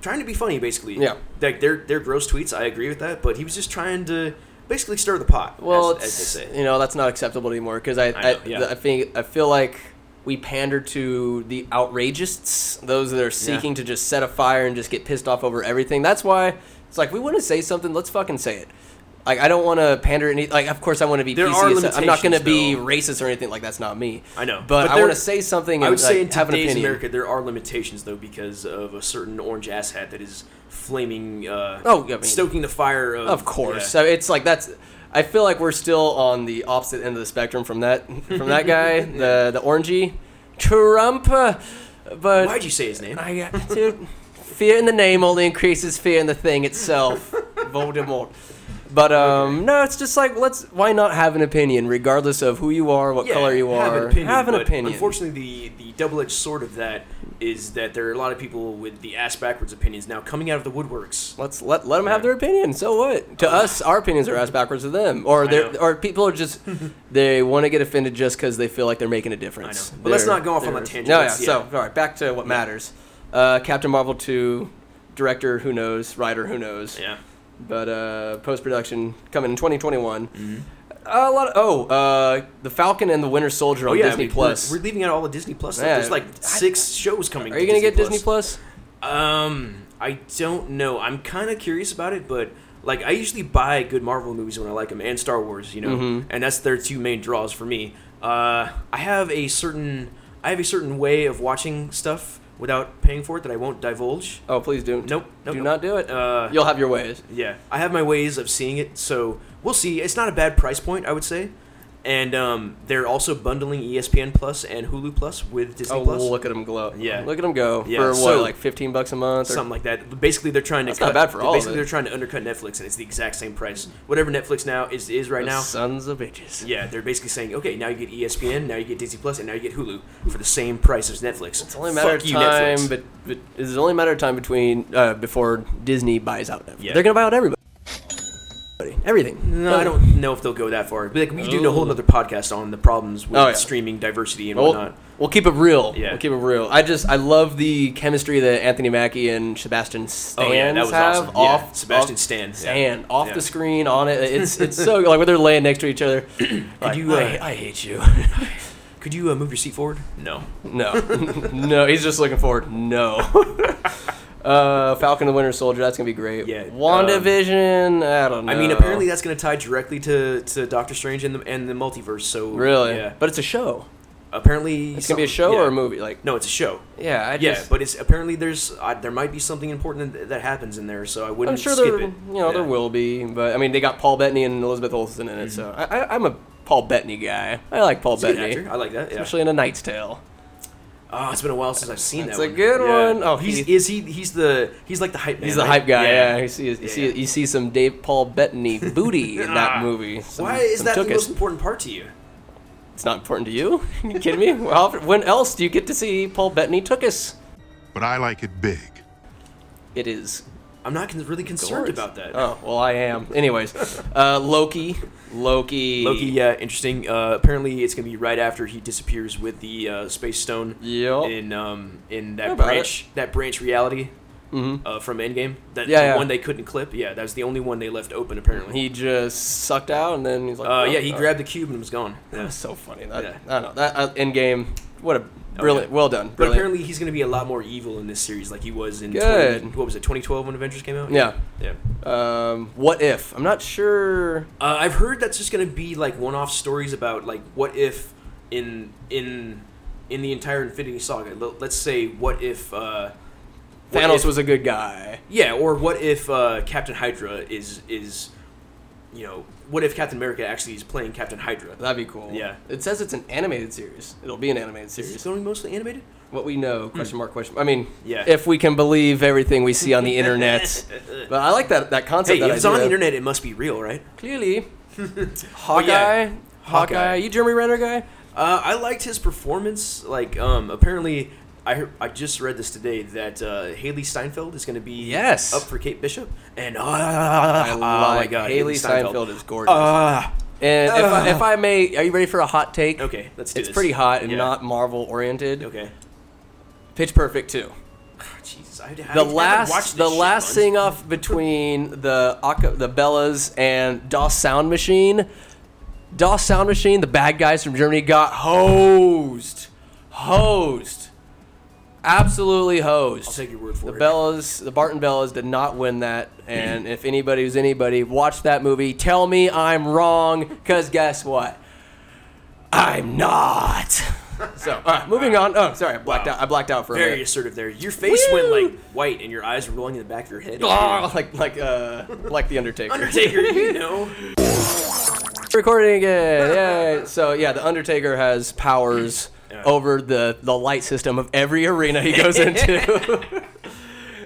[SPEAKER 3] trying to be funny, basically.
[SPEAKER 1] Yeah.
[SPEAKER 3] Like they're they're gross tweets. I agree with that, but he was just trying to basically stir the pot.
[SPEAKER 1] Well,
[SPEAKER 3] as, as
[SPEAKER 1] it's,
[SPEAKER 3] they say.
[SPEAKER 1] you know that's not acceptable anymore because I
[SPEAKER 3] I
[SPEAKER 1] I,
[SPEAKER 3] know, yeah.
[SPEAKER 1] th- I think I feel like we pander to the outrageous, those that are seeking to just set a fire and just get pissed off over everything. That's why it's like we want to say something, let's fucking say it. Like I don't want to pander any. Like of course I want to be
[SPEAKER 3] There
[SPEAKER 1] PC.
[SPEAKER 3] are
[SPEAKER 1] as- I'm not going to be
[SPEAKER 3] limitations,
[SPEAKER 1] racist or anything. Like that's not me.
[SPEAKER 3] I know,
[SPEAKER 1] but,
[SPEAKER 3] but
[SPEAKER 1] I want
[SPEAKER 3] there-
[SPEAKER 1] to say something. And,
[SPEAKER 3] I would say
[SPEAKER 1] like,
[SPEAKER 3] in
[SPEAKER 1] have an
[SPEAKER 3] today's
[SPEAKER 1] opinion.
[SPEAKER 3] America, there are limitations though because of a certain orange ass hat that is flaming. Uh,
[SPEAKER 1] Oh, yeah, I mean-
[SPEAKER 3] stoking the fire of.
[SPEAKER 1] Of course.
[SPEAKER 3] yeah.
[SPEAKER 1] So it's like that's. I feel like we're still on the opposite end of the spectrum from that from that guy, the the orangey, Trump. uh, But
[SPEAKER 3] Why'd you say his name?
[SPEAKER 1] I got dude. Fear in the name only increases fear in the thing itself. Voldemort. But um, no, it's just like let's. Why not have an opinion, regardless of who you are, what
[SPEAKER 3] Yeah,
[SPEAKER 1] color you
[SPEAKER 3] have
[SPEAKER 1] are?
[SPEAKER 3] An opinion,
[SPEAKER 1] have an
[SPEAKER 3] but
[SPEAKER 1] opinion.
[SPEAKER 3] Unfortunately, the, the double edged sword of that is that there are a lot of people with the ass backwards opinions now coming out of the woodworks.
[SPEAKER 1] Let's let let them have their opinion. So what? To us, our opinions are ass backwards to them, or they
[SPEAKER 3] know.
[SPEAKER 1] or people are just they want to get offended just because they feel like they're making a difference.
[SPEAKER 3] I know. But let's
[SPEAKER 1] They're-
[SPEAKER 3] not go off on
[SPEAKER 1] they're-
[SPEAKER 3] that tangent.
[SPEAKER 1] No, yeah.
[SPEAKER 3] Let's-
[SPEAKER 1] So
[SPEAKER 3] yeah.
[SPEAKER 1] all right, back to what matters. Uh, Captain Marvel two, director who knows, writer who knows,
[SPEAKER 3] Yeah.
[SPEAKER 1] but uh, post production coming in twenty twenty one.
[SPEAKER 3] Mm-hmm.
[SPEAKER 1] A lot. Of, oh, uh, the Falcon and the Winter Soldier on
[SPEAKER 3] Oh, yeah,
[SPEAKER 1] Disney
[SPEAKER 3] we-
[SPEAKER 1] Plus.
[SPEAKER 3] We're, we're leaving out all the Disney Plus. Stuff.
[SPEAKER 1] Yeah.
[SPEAKER 3] There's like six shows coming.
[SPEAKER 1] are
[SPEAKER 3] to
[SPEAKER 1] you gonna get
[SPEAKER 3] Plus.
[SPEAKER 1] Disney Plus?
[SPEAKER 3] Um, I don't know. I'm kind of curious about it, but like I usually buy good Marvel movies when I like them, and Star Wars, you know,
[SPEAKER 1] Mm-hmm.
[SPEAKER 3] and that's their two main draws for me. Uh, I have a certain I have a certain way of watching stuff without paying for it that I won't divulge.
[SPEAKER 1] Oh, please do.
[SPEAKER 3] Nope, nope,
[SPEAKER 1] do
[SPEAKER 3] nope.
[SPEAKER 1] not do it.
[SPEAKER 3] Uh,
[SPEAKER 1] You'll have your ways.
[SPEAKER 3] yeah, I have my ways of seeing it, so we'll see. It's not a bad price point, I would say. And um, they're also bundling E ESPN Plus and Hulu Plus with Disney
[SPEAKER 1] oh,
[SPEAKER 3] Plus,
[SPEAKER 1] look at them glow.
[SPEAKER 3] Yeah.
[SPEAKER 1] Look at them go.
[SPEAKER 3] Yeah,
[SPEAKER 1] For what,
[SPEAKER 3] so-
[SPEAKER 1] like 15 bucks a month? Or,
[SPEAKER 3] something like that. Basically, they're trying to
[SPEAKER 1] That's
[SPEAKER 3] cut,
[SPEAKER 1] not bad for all of
[SPEAKER 3] Basically,
[SPEAKER 1] it.
[SPEAKER 3] they're trying to undercut Netflix, and it's the exact same price. Whatever Netflix now is is right
[SPEAKER 1] The
[SPEAKER 3] now.
[SPEAKER 1] Sons of bitches.
[SPEAKER 3] Yeah, they're basically saying, okay, now you get E ESPN, now you get Disney Plus, and now you get Hulu for the same price as Netflix.
[SPEAKER 1] It's only a matter
[SPEAKER 3] Fuck
[SPEAKER 1] of
[SPEAKER 3] you,
[SPEAKER 1] time,
[SPEAKER 3] Netflix.
[SPEAKER 1] but, but it's only a matter of time between uh, before Disney buys out. Netflix.
[SPEAKER 3] Yeah.
[SPEAKER 1] They're gonna buy out everybody, everything.
[SPEAKER 3] no, I don't know if they'll go that far. But like, we could do a whole
[SPEAKER 1] Ooh.
[SPEAKER 3] other podcast on the problems with
[SPEAKER 1] Oh, yeah.
[SPEAKER 3] streaming diversity and
[SPEAKER 1] We'll,
[SPEAKER 3] whatnot.
[SPEAKER 1] we'll keep it real.
[SPEAKER 3] Yeah.
[SPEAKER 1] We'll keep it real. I just I love the chemistry that Anthony Mackie and Sebastian Stan
[SPEAKER 3] Oh yeah, that was
[SPEAKER 1] have
[SPEAKER 3] awesome. Yeah,
[SPEAKER 1] off
[SPEAKER 3] Sebastian
[SPEAKER 1] off,
[SPEAKER 3] Stan.
[SPEAKER 1] Stan off
[SPEAKER 3] Yeah.
[SPEAKER 1] the screen on it. It's it's so like when they're laying next to each other. like,
[SPEAKER 3] you, uh,
[SPEAKER 1] I, I hate you.
[SPEAKER 3] Could you uh, move your seat forward? No.
[SPEAKER 1] No, no, he's just looking forward. No. uh, Falcon and the Winter Soldier. That's gonna be great.
[SPEAKER 3] Yeah,
[SPEAKER 1] WandaVision. I don't know.
[SPEAKER 3] I mean, apparently that's going to tie directly to, to Doctor Strange and the and the multiverse. So
[SPEAKER 1] really,
[SPEAKER 3] yeah.
[SPEAKER 1] but it's a show.
[SPEAKER 3] apparently
[SPEAKER 1] It's gonna be a
[SPEAKER 3] some-
[SPEAKER 1] show or
[SPEAKER 3] yeah.
[SPEAKER 1] a movie. Like,
[SPEAKER 3] No, it's a show.
[SPEAKER 1] yeah, I
[SPEAKER 3] Yeah,
[SPEAKER 1] just.
[SPEAKER 3] but it's apparently there's uh, there might be something important that, that happens in there, so I wouldn't
[SPEAKER 1] I'm sure
[SPEAKER 3] skip
[SPEAKER 1] there,
[SPEAKER 3] it.
[SPEAKER 1] you know, there
[SPEAKER 3] Yeah. Mm-hmm.
[SPEAKER 1] will be. But I mean, they got Paul Bettany and Elizabeth Olsen in it, so I, I, I'm a Paul Bettany guy. I like Paul
[SPEAKER 3] He's a good
[SPEAKER 1] Bettany,
[SPEAKER 3] actor. I like that. Yeah.
[SPEAKER 1] especially in A Knight's Tale.
[SPEAKER 3] oh, it's been a while since I've seen
[SPEAKER 1] That's
[SPEAKER 3] that.
[SPEAKER 1] a
[SPEAKER 3] one.
[SPEAKER 1] good
[SPEAKER 3] Yeah.
[SPEAKER 1] one. Oh,
[SPEAKER 3] he's
[SPEAKER 1] he-
[SPEAKER 3] is he he's the he's like the hype man.
[SPEAKER 1] He's the
[SPEAKER 3] right?
[SPEAKER 1] hype guy. Yeah, you see, you
[SPEAKER 3] Yeah,
[SPEAKER 1] see,
[SPEAKER 3] yeah. Ah.
[SPEAKER 1] you see some Dave Paul Bettany booty in that movie. Some-
[SPEAKER 3] Why is
[SPEAKER 1] some
[SPEAKER 3] that the
[SPEAKER 1] tuchus.
[SPEAKER 3] most important part to you?
[SPEAKER 1] It's not important to you? you kidding me? Well, when else do you get to see Paul Bettany took us?
[SPEAKER 4] but I like it big.
[SPEAKER 1] It is
[SPEAKER 3] I'm not con- really concerned
[SPEAKER 1] Doors.
[SPEAKER 3] about that.
[SPEAKER 1] Oh well, I am. Anyways, uh, Loki, Loki,
[SPEAKER 3] Loki, yeah, interesting. Uh, apparently, it's gonna be right after he disappears with the uh, space stone.
[SPEAKER 1] Yep.
[SPEAKER 3] In um
[SPEAKER 1] Know
[SPEAKER 3] in that
[SPEAKER 1] about
[SPEAKER 3] branch that branch reality
[SPEAKER 1] Mhm.
[SPEAKER 3] uh, from Endgame. That
[SPEAKER 1] Yeah,
[SPEAKER 3] the
[SPEAKER 1] yeah.
[SPEAKER 3] one they couldn't clip. Yeah, that was the only one they left open apparently.
[SPEAKER 1] He just sucked out, and then he's like,
[SPEAKER 3] uh,
[SPEAKER 1] "Oh,
[SPEAKER 3] yeah, he
[SPEAKER 1] all right."
[SPEAKER 3] grabbed the cube and was gone.
[SPEAKER 1] That
[SPEAKER 3] Yeah.
[SPEAKER 1] was so funny. That,
[SPEAKER 3] Yeah. Oh,
[SPEAKER 1] I don't know. That uh, end game. What a brilliant. Well done.
[SPEAKER 3] But
[SPEAKER 1] Brilliant.
[SPEAKER 3] apparently, he's gonna be a lot more evil in this series, like he was in.
[SPEAKER 1] Good.
[SPEAKER 3] 20, what was it? 2012 when Avengers came out.
[SPEAKER 1] yeah.
[SPEAKER 3] Yeah.
[SPEAKER 1] Um, what if? I'm not sure.
[SPEAKER 3] Uh, I've heard that's just gonna be like one-off stories about like what if in in in the entire Infinity Saga. L- let's say what if uh, what
[SPEAKER 1] Thanos
[SPEAKER 3] if-
[SPEAKER 1] was a good guy.
[SPEAKER 3] yeah, or what if uh, Captain Hydra is is you know what if Captain America actually is playing Captain Hydra?
[SPEAKER 1] That'd be cool.
[SPEAKER 3] Yeah.
[SPEAKER 1] It says it's an animated series. It'll be an animated
[SPEAKER 3] Is this
[SPEAKER 1] series.
[SPEAKER 3] going to be mostly animated?
[SPEAKER 1] What we know? Question mark? Question. I mean,
[SPEAKER 3] Hmm. Yeah.
[SPEAKER 1] If we can believe everything we see on the internet. but I like that that concept.
[SPEAKER 3] Hey,
[SPEAKER 1] that
[SPEAKER 3] if it's
[SPEAKER 1] idea.
[SPEAKER 3] on the internet, it must be real, right?
[SPEAKER 1] clearly. Hawkeye.
[SPEAKER 3] But yeah,
[SPEAKER 1] Hawkeye.
[SPEAKER 3] Hawkeye.
[SPEAKER 1] You Jeremy Renner guy?
[SPEAKER 3] Uh, I liked his performance. Like, um, apparently, I heard, I just read this today that uh, Haley Steinfeld is going to be
[SPEAKER 1] Yes.
[SPEAKER 3] up for Kate Bishop, and uh,
[SPEAKER 1] I
[SPEAKER 3] oh my
[SPEAKER 1] like
[SPEAKER 3] god,
[SPEAKER 1] Haley Steinfeld is gorgeous.
[SPEAKER 3] Ah,
[SPEAKER 1] And if, I,
[SPEAKER 3] Ugh.
[SPEAKER 1] if I may, are you ready for a hot take?
[SPEAKER 3] Uh. Okay, let's do
[SPEAKER 1] It's
[SPEAKER 3] this.
[SPEAKER 1] pretty hot and
[SPEAKER 3] Yeah.
[SPEAKER 1] not Marvel oriented.
[SPEAKER 3] okay.
[SPEAKER 1] Pitch Perfect too.
[SPEAKER 3] Ah, Jesus, I, I
[SPEAKER 1] The
[SPEAKER 3] haven't watched
[SPEAKER 1] last,
[SPEAKER 3] this
[SPEAKER 1] the
[SPEAKER 3] shit,
[SPEAKER 1] last
[SPEAKER 3] man.
[SPEAKER 1] thing off between the Aca- the Bellas and DOS Sound Machine. DOS Sound Machine, the bad guys from Germany got hosed, hosed, absolutely hosed.
[SPEAKER 3] I'll take your word for
[SPEAKER 1] the
[SPEAKER 3] it.
[SPEAKER 1] Bellas, the Barton Bellas, did not win that. And if anybody was anybody, watch that movie. Tell me I'm wrong, cause guess what? I'm not. So, all right, moving on. Oh, sorry, I blacked
[SPEAKER 3] uh, Wow.
[SPEAKER 1] out. I blacked out for a
[SPEAKER 3] Very
[SPEAKER 1] minute.
[SPEAKER 3] assertive there. Your face
[SPEAKER 1] Woo!
[SPEAKER 3] went like white, and your eyes were rolling in the back of your head.
[SPEAKER 1] Ah, like like uh like the Undertaker.
[SPEAKER 3] Undertaker, you know.
[SPEAKER 1] Recording again. Yay. So yeah, the Undertaker has powers
[SPEAKER 3] Yeah.
[SPEAKER 1] over the the light system of every arena he goes into.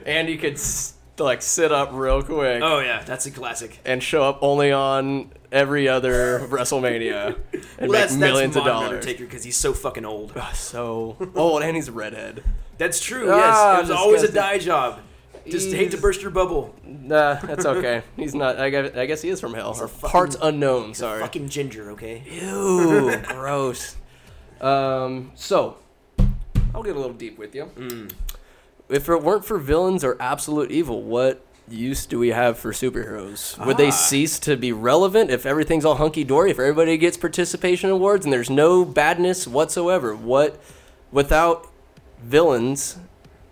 [SPEAKER 1] and he could s- like sit up real quick
[SPEAKER 3] Oh yeah, that's a classic.
[SPEAKER 1] and show up only on every other WrestleMania and
[SPEAKER 3] Well,
[SPEAKER 1] make
[SPEAKER 3] that's,
[SPEAKER 1] millions of
[SPEAKER 3] that's modern
[SPEAKER 1] dollars. Ah,
[SPEAKER 3] Undertaker because he's so fucking old.
[SPEAKER 1] So old and he's a redhead.
[SPEAKER 3] That's true.
[SPEAKER 1] Ah,
[SPEAKER 3] yes, it was always a
[SPEAKER 1] disgusting.
[SPEAKER 3] dye job. Just hate to
[SPEAKER 1] Jesus.
[SPEAKER 3] burst your bubble.
[SPEAKER 1] Nah, that's okay. He's not. I guess, I guess he is from hell or
[SPEAKER 3] fucking-
[SPEAKER 1] parts unknown. Sorry.
[SPEAKER 3] Fucking ginger, okay?
[SPEAKER 1] Ew, gross. Um, so I'll get a little deep with you.
[SPEAKER 3] Mm.
[SPEAKER 1] If it weren't for villains or absolute evil, what use do we have for superheroes? Would
[SPEAKER 3] Ah.
[SPEAKER 1] they cease to be relevant if everything's all hunky dory? If everybody gets participation awards and there's no badness whatsoever? What without villains?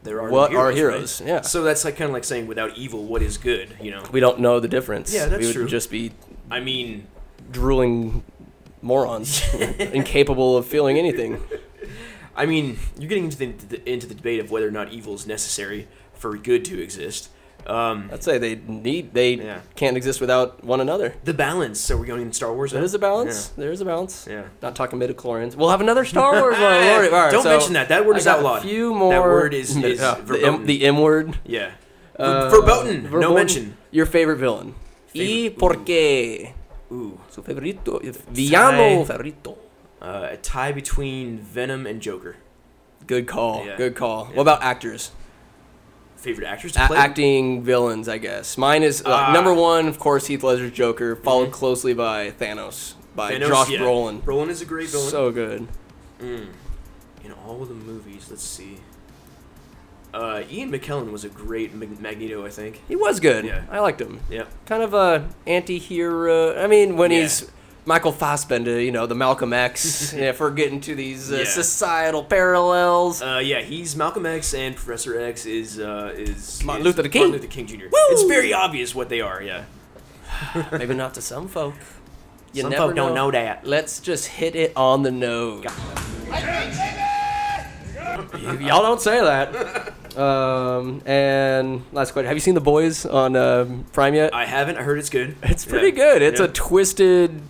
[SPEAKER 3] There are
[SPEAKER 1] What
[SPEAKER 3] no
[SPEAKER 1] are heroes?
[SPEAKER 3] heroes, right?
[SPEAKER 1] Yeah.
[SPEAKER 3] So that's like kind of like saying without evil, what is good? You know.
[SPEAKER 1] We don't know the difference.
[SPEAKER 3] Yeah, that's
[SPEAKER 1] we would
[SPEAKER 3] true.
[SPEAKER 1] just be
[SPEAKER 3] I mean,
[SPEAKER 1] drooling morons, incapable of feeling anything.
[SPEAKER 3] I mean, you're getting into the, the into the debate of whether or not evil is necessary for good to exist. Um,
[SPEAKER 1] I'd say they need they
[SPEAKER 3] Yeah.
[SPEAKER 1] can't exist without one another.
[SPEAKER 3] the balance. So we're going into Star Wars.
[SPEAKER 1] There is a balance. There is a balance.
[SPEAKER 3] Yeah.
[SPEAKER 1] Not talking midichlorians. We'll have another Star Wars one. Lordy. All right,
[SPEAKER 3] Don't
[SPEAKER 1] so
[SPEAKER 3] mention that. That word is
[SPEAKER 1] I got
[SPEAKER 3] outlawed.
[SPEAKER 1] A few more.
[SPEAKER 3] That word is,
[SPEAKER 1] mid-
[SPEAKER 3] is
[SPEAKER 1] oh, the, M,
[SPEAKER 3] verboten.
[SPEAKER 1] the M word.
[SPEAKER 3] yeah.
[SPEAKER 1] Uh,
[SPEAKER 3] verboten.
[SPEAKER 1] verboten.
[SPEAKER 3] No mention.
[SPEAKER 1] Your favorite villain. Y
[SPEAKER 3] Favorite-
[SPEAKER 1] por qué?
[SPEAKER 3] Ooh.
[SPEAKER 1] Su favorito. Villano
[SPEAKER 3] Sai.
[SPEAKER 1] favorito.
[SPEAKER 3] Uh, a tie between Venom and Joker.
[SPEAKER 1] Good call.
[SPEAKER 3] Yeah.
[SPEAKER 1] Good call.
[SPEAKER 3] Yeah.
[SPEAKER 1] What about actors?
[SPEAKER 3] Favorite actors to
[SPEAKER 1] A-
[SPEAKER 3] play?
[SPEAKER 1] acting villains, I guess. Mine is uh,
[SPEAKER 3] Ah. Mm-hmm.
[SPEAKER 1] number one, of course, Heath Ledger's Joker, followed closely by Thanos, by
[SPEAKER 3] Thanos,
[SPEAKER 1] Josh
[SPEAKER 3] yeah.
[SPEAKER 1] Brolin.
[SPEAKER 3] Brolin is a great villain.
[SPEAKER 1] So good.
[SPEAKER 3] in all of the movies, let's see. Uh, Ian McKellen was a great Mag- Magneto, I think.
[SPEAKER 1] He was good.
[SPEAKER 3] Yeah.
[SPEAKER 1] I liked him.
[SPEAKER 3] Yep.
[SPEAKER 1] Kind of a anti-hero. I mean, when
[SPEAKER 3] Yeah.
[SPEAKER 1] he's Michael Fassbender, you know, the Malcolm X. yeah, if we're getting to these uh,
[SPEAKER 3] Yeah.
[SPEAKER 1] societal parallels.
[SPEAKER 3] Uh, yeah, he's Malcolm X, and Professor X is uh, is
[SPEAKER 1] Martin
[SPEAKER 3] is
[SPEAKER 1] Luther King.
[SPEAKER 3] Martin Luther King Jr. It's very obvious what they are. Yeah.
[SPEAKER 1] Maybe not to some folk. You
[SPEAKER 3] Some
[SPEAKER 1] never
[SPEAKER 3] folk don't know that.
[SPEAKER 1] Let's just hit it on the nose. Y- Y'all don't say that. Um, and last question: Have you seen The Boys on um Prime yet?
[SPEAKER 3] I haven't. I heard it's good.
[SPEAKER 1] it's pretty good. It's a twisted.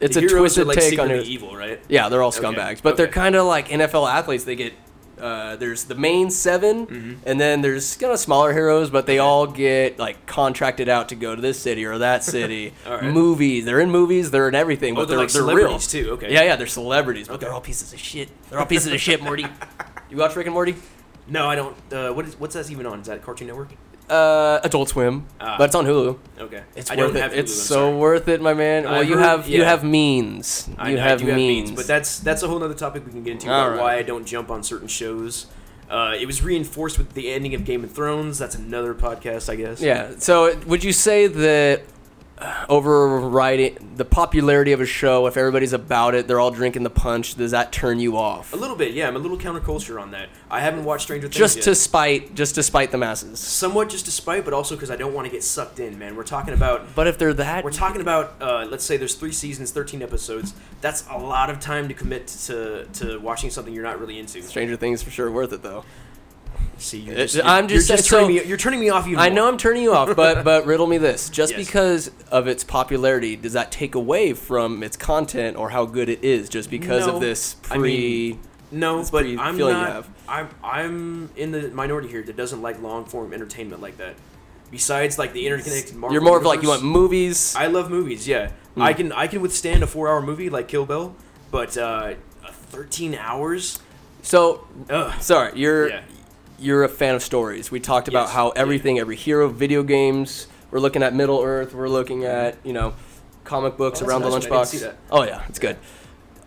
[SPEAKER 1] It's
[SPEAKER 3] the
[SPEAKER 1] a
[SPEAKER 3] heroes
[SPEAKER 1] twisted
[SPEAKER 3] are, like,
[SPEAKER 1] take on
[SPEAKER 3] secretly
[SPEAKER 1] it.
[SPEAKER 3] evil, right?
[SPEAKER 1] Yeah, they're all
[SPEAKER 3] Okay,
[SPEAKER 1] scumbags, but they're
[SPEAKER 3] okay.
[SPEAKER 1] kind of like NFL athletes. They get uh, there's the main 7 and then there's kind of smaller heroes, but they all get like contracted out to go to this city or that city.
[SPEAKER 3] All right.
[SPEAKER 1] Movies, they're in movies, they're in everything, but
[SPEAKER 3] Oh, they're
[SPEAKER 1] Oh, they're
[SPEAKER 3] like
[SPEAKER 1] they're real.
[SPEAKER 3] celebrities, too, okay.
[SPEAKER 1] Yeah, yeah, they're celebrities, but they're
[SPEAKER 3] Okay.
[SPEAKER 1] all pieces of shit. They're all pieces of shit, Morty. You watch Rick and Morty?
[SPEAKER 3] No, I don't. Uh, what is what's that even on? Is that Cartoon Network?
[SPEAKER 1] uh, Adult Swim,
[SPEAKER 3] Ah.
[SPEAKER 1] but it's on Hulu.
[SPEAKER 3] Okay.
[SPEAKER 1] It's
[SPEAKER 3] I
[SPEAKER 1] worth
[SPEAKER 3] don't
[SPEAKER 1] it.
[SPEAKER 3] have
[SPEAKER 1] it's
[SPEAKER 3] Hulu, I'm
[SPEAKER 1] so
[SPEAKER 3] sorry.
[SPEAKER 1] worth it, my man.
[SPEAKER 3] I
[SPEAKER 1] Well, you
[SPEAKER 3] heard-
[SPEAKER 1] have you
[SPEAKER 3] yeah.
[SPEAKER 1] have means.
[SPEAKER 3] I,
[SPEAKER 1] you
[SPEAKER 3] I
[SPEAKER 1] have,
[SPEAKER 3] do
[SPEAKER 1] means.
[SPEAKER 3] but that's that's a whole other topic we can get into
[SPEAKER 1] All
[SPEAKER 3] about
[SPEAKER 1] right.
[SPEAKER 3] why I don't jump on certain shows. Uh, it was reinforced with the ending of Game of Thrones. That's another podcast, I guess.
[SPEAKER 1] yeah. So would you say that overriding the popularity of a show, if everybody's about it, they're all drinking the punch, does that turn you off?
[SPEAKER 3] A little bit, yeah. I'm a little counterculture on that. I haven't watched Stranger Things
[SPEAKER 1] Just
[SPEAKER 3] yet.
[SPEAKER 1] to spite, just to spite the masses.
[SPEAKER 3] somewhat just to spite, but also because I don't want to get sucked in, man. We're talking about
[SPEAKER 1] But if they're that,
[SPEAKER 3] we're talking about uh, let's say there's three seasons, 13 episodes. That's a lot of time to commit to to watching something you're not really into.
[SPEAKER 1] Stranger Things for sure worth it though.
[SPEAKER 3] See, you're
[SPEAKER 1] It-
[SPEAKER 3] just,
[SPEAKER 1] I'm
[SPEAKER 3] you're
[SPEAKER 1] just saying-
[SPEAKER 3] turning
[SPEAKER 1] so-
[SPEAKER 3] me, you're turning me off. Even
[SPEAKER 1] I know
[SPEAKER 3] more.
[SPEAKER 1] I'm turning you off, but but riddle me this: just
[SPEAKER 3] Yes.
[SPEAKER 1] because of its popularity, does that take away from its content or how good it is? Just because
[SPEAKER 3] No.
[SPEAKER 1] of this
[SPEAKER 3] I
[SPEAKER 1] pre,
[SPEAKER 3] mean, No,
[SPEAKER 1] That's
[SPEAKER 3] but
[SPEAKER 1] pretty
[SPEAKER 3] I'm
[SPEAKER 1] feeling you
[SPEAKER 3] not.
[SPEAKER 1] have.
[SPEAKER 3] I'm I'm in the minority here that doesn't like long form entertainment like that. Besides, like the interconnected Marvel.
[SPEAKER 1] you're more of like you want
[SPEAKER 3] universe,
[SPEAKER 1] Hmm. movies.
[SPEAKER 3] I love movies. Yeah, I can I can withstand a four hour movie like Kill Bill, but uh, uh, thirteen hours.
[SPEAKER 1] so
[SPEAKER 3] Ugh.
[SPEAKER 1] sorry, you're
[SPEAKER 3] Yeah.
[SPEAKER 1] you're a fan of stories. We talked about
[SPEAKER 3] Yes,
[SPEAKER 1] how
[SPEAKER 3] yeah.
[SPEAKER 1] everything, every hero, video games. We're looking at Middle Earth. We're looking at you know comic books
[SPEAKER 3] Oh, that's
[SPEAKER 1] around
[SPEAKER 3] a
[SPEAKER 1] the
[SPEAKER 3] nice one. I didn't see
[SPEAKER 1] lunchbox.
[SPEAKER 3] that. Mm-hmm.
[SPEAKER 1] Oh yeah, it's good.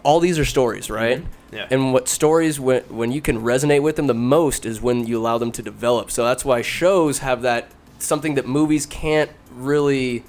[SPEAKER 1] All these are stories, right?
[SPEAKER 3] Yeah.
[SPEAKER 1] And what stories when when you can resonate with them the most is when you allow them to develop. So that's why shows have that something that movies can't really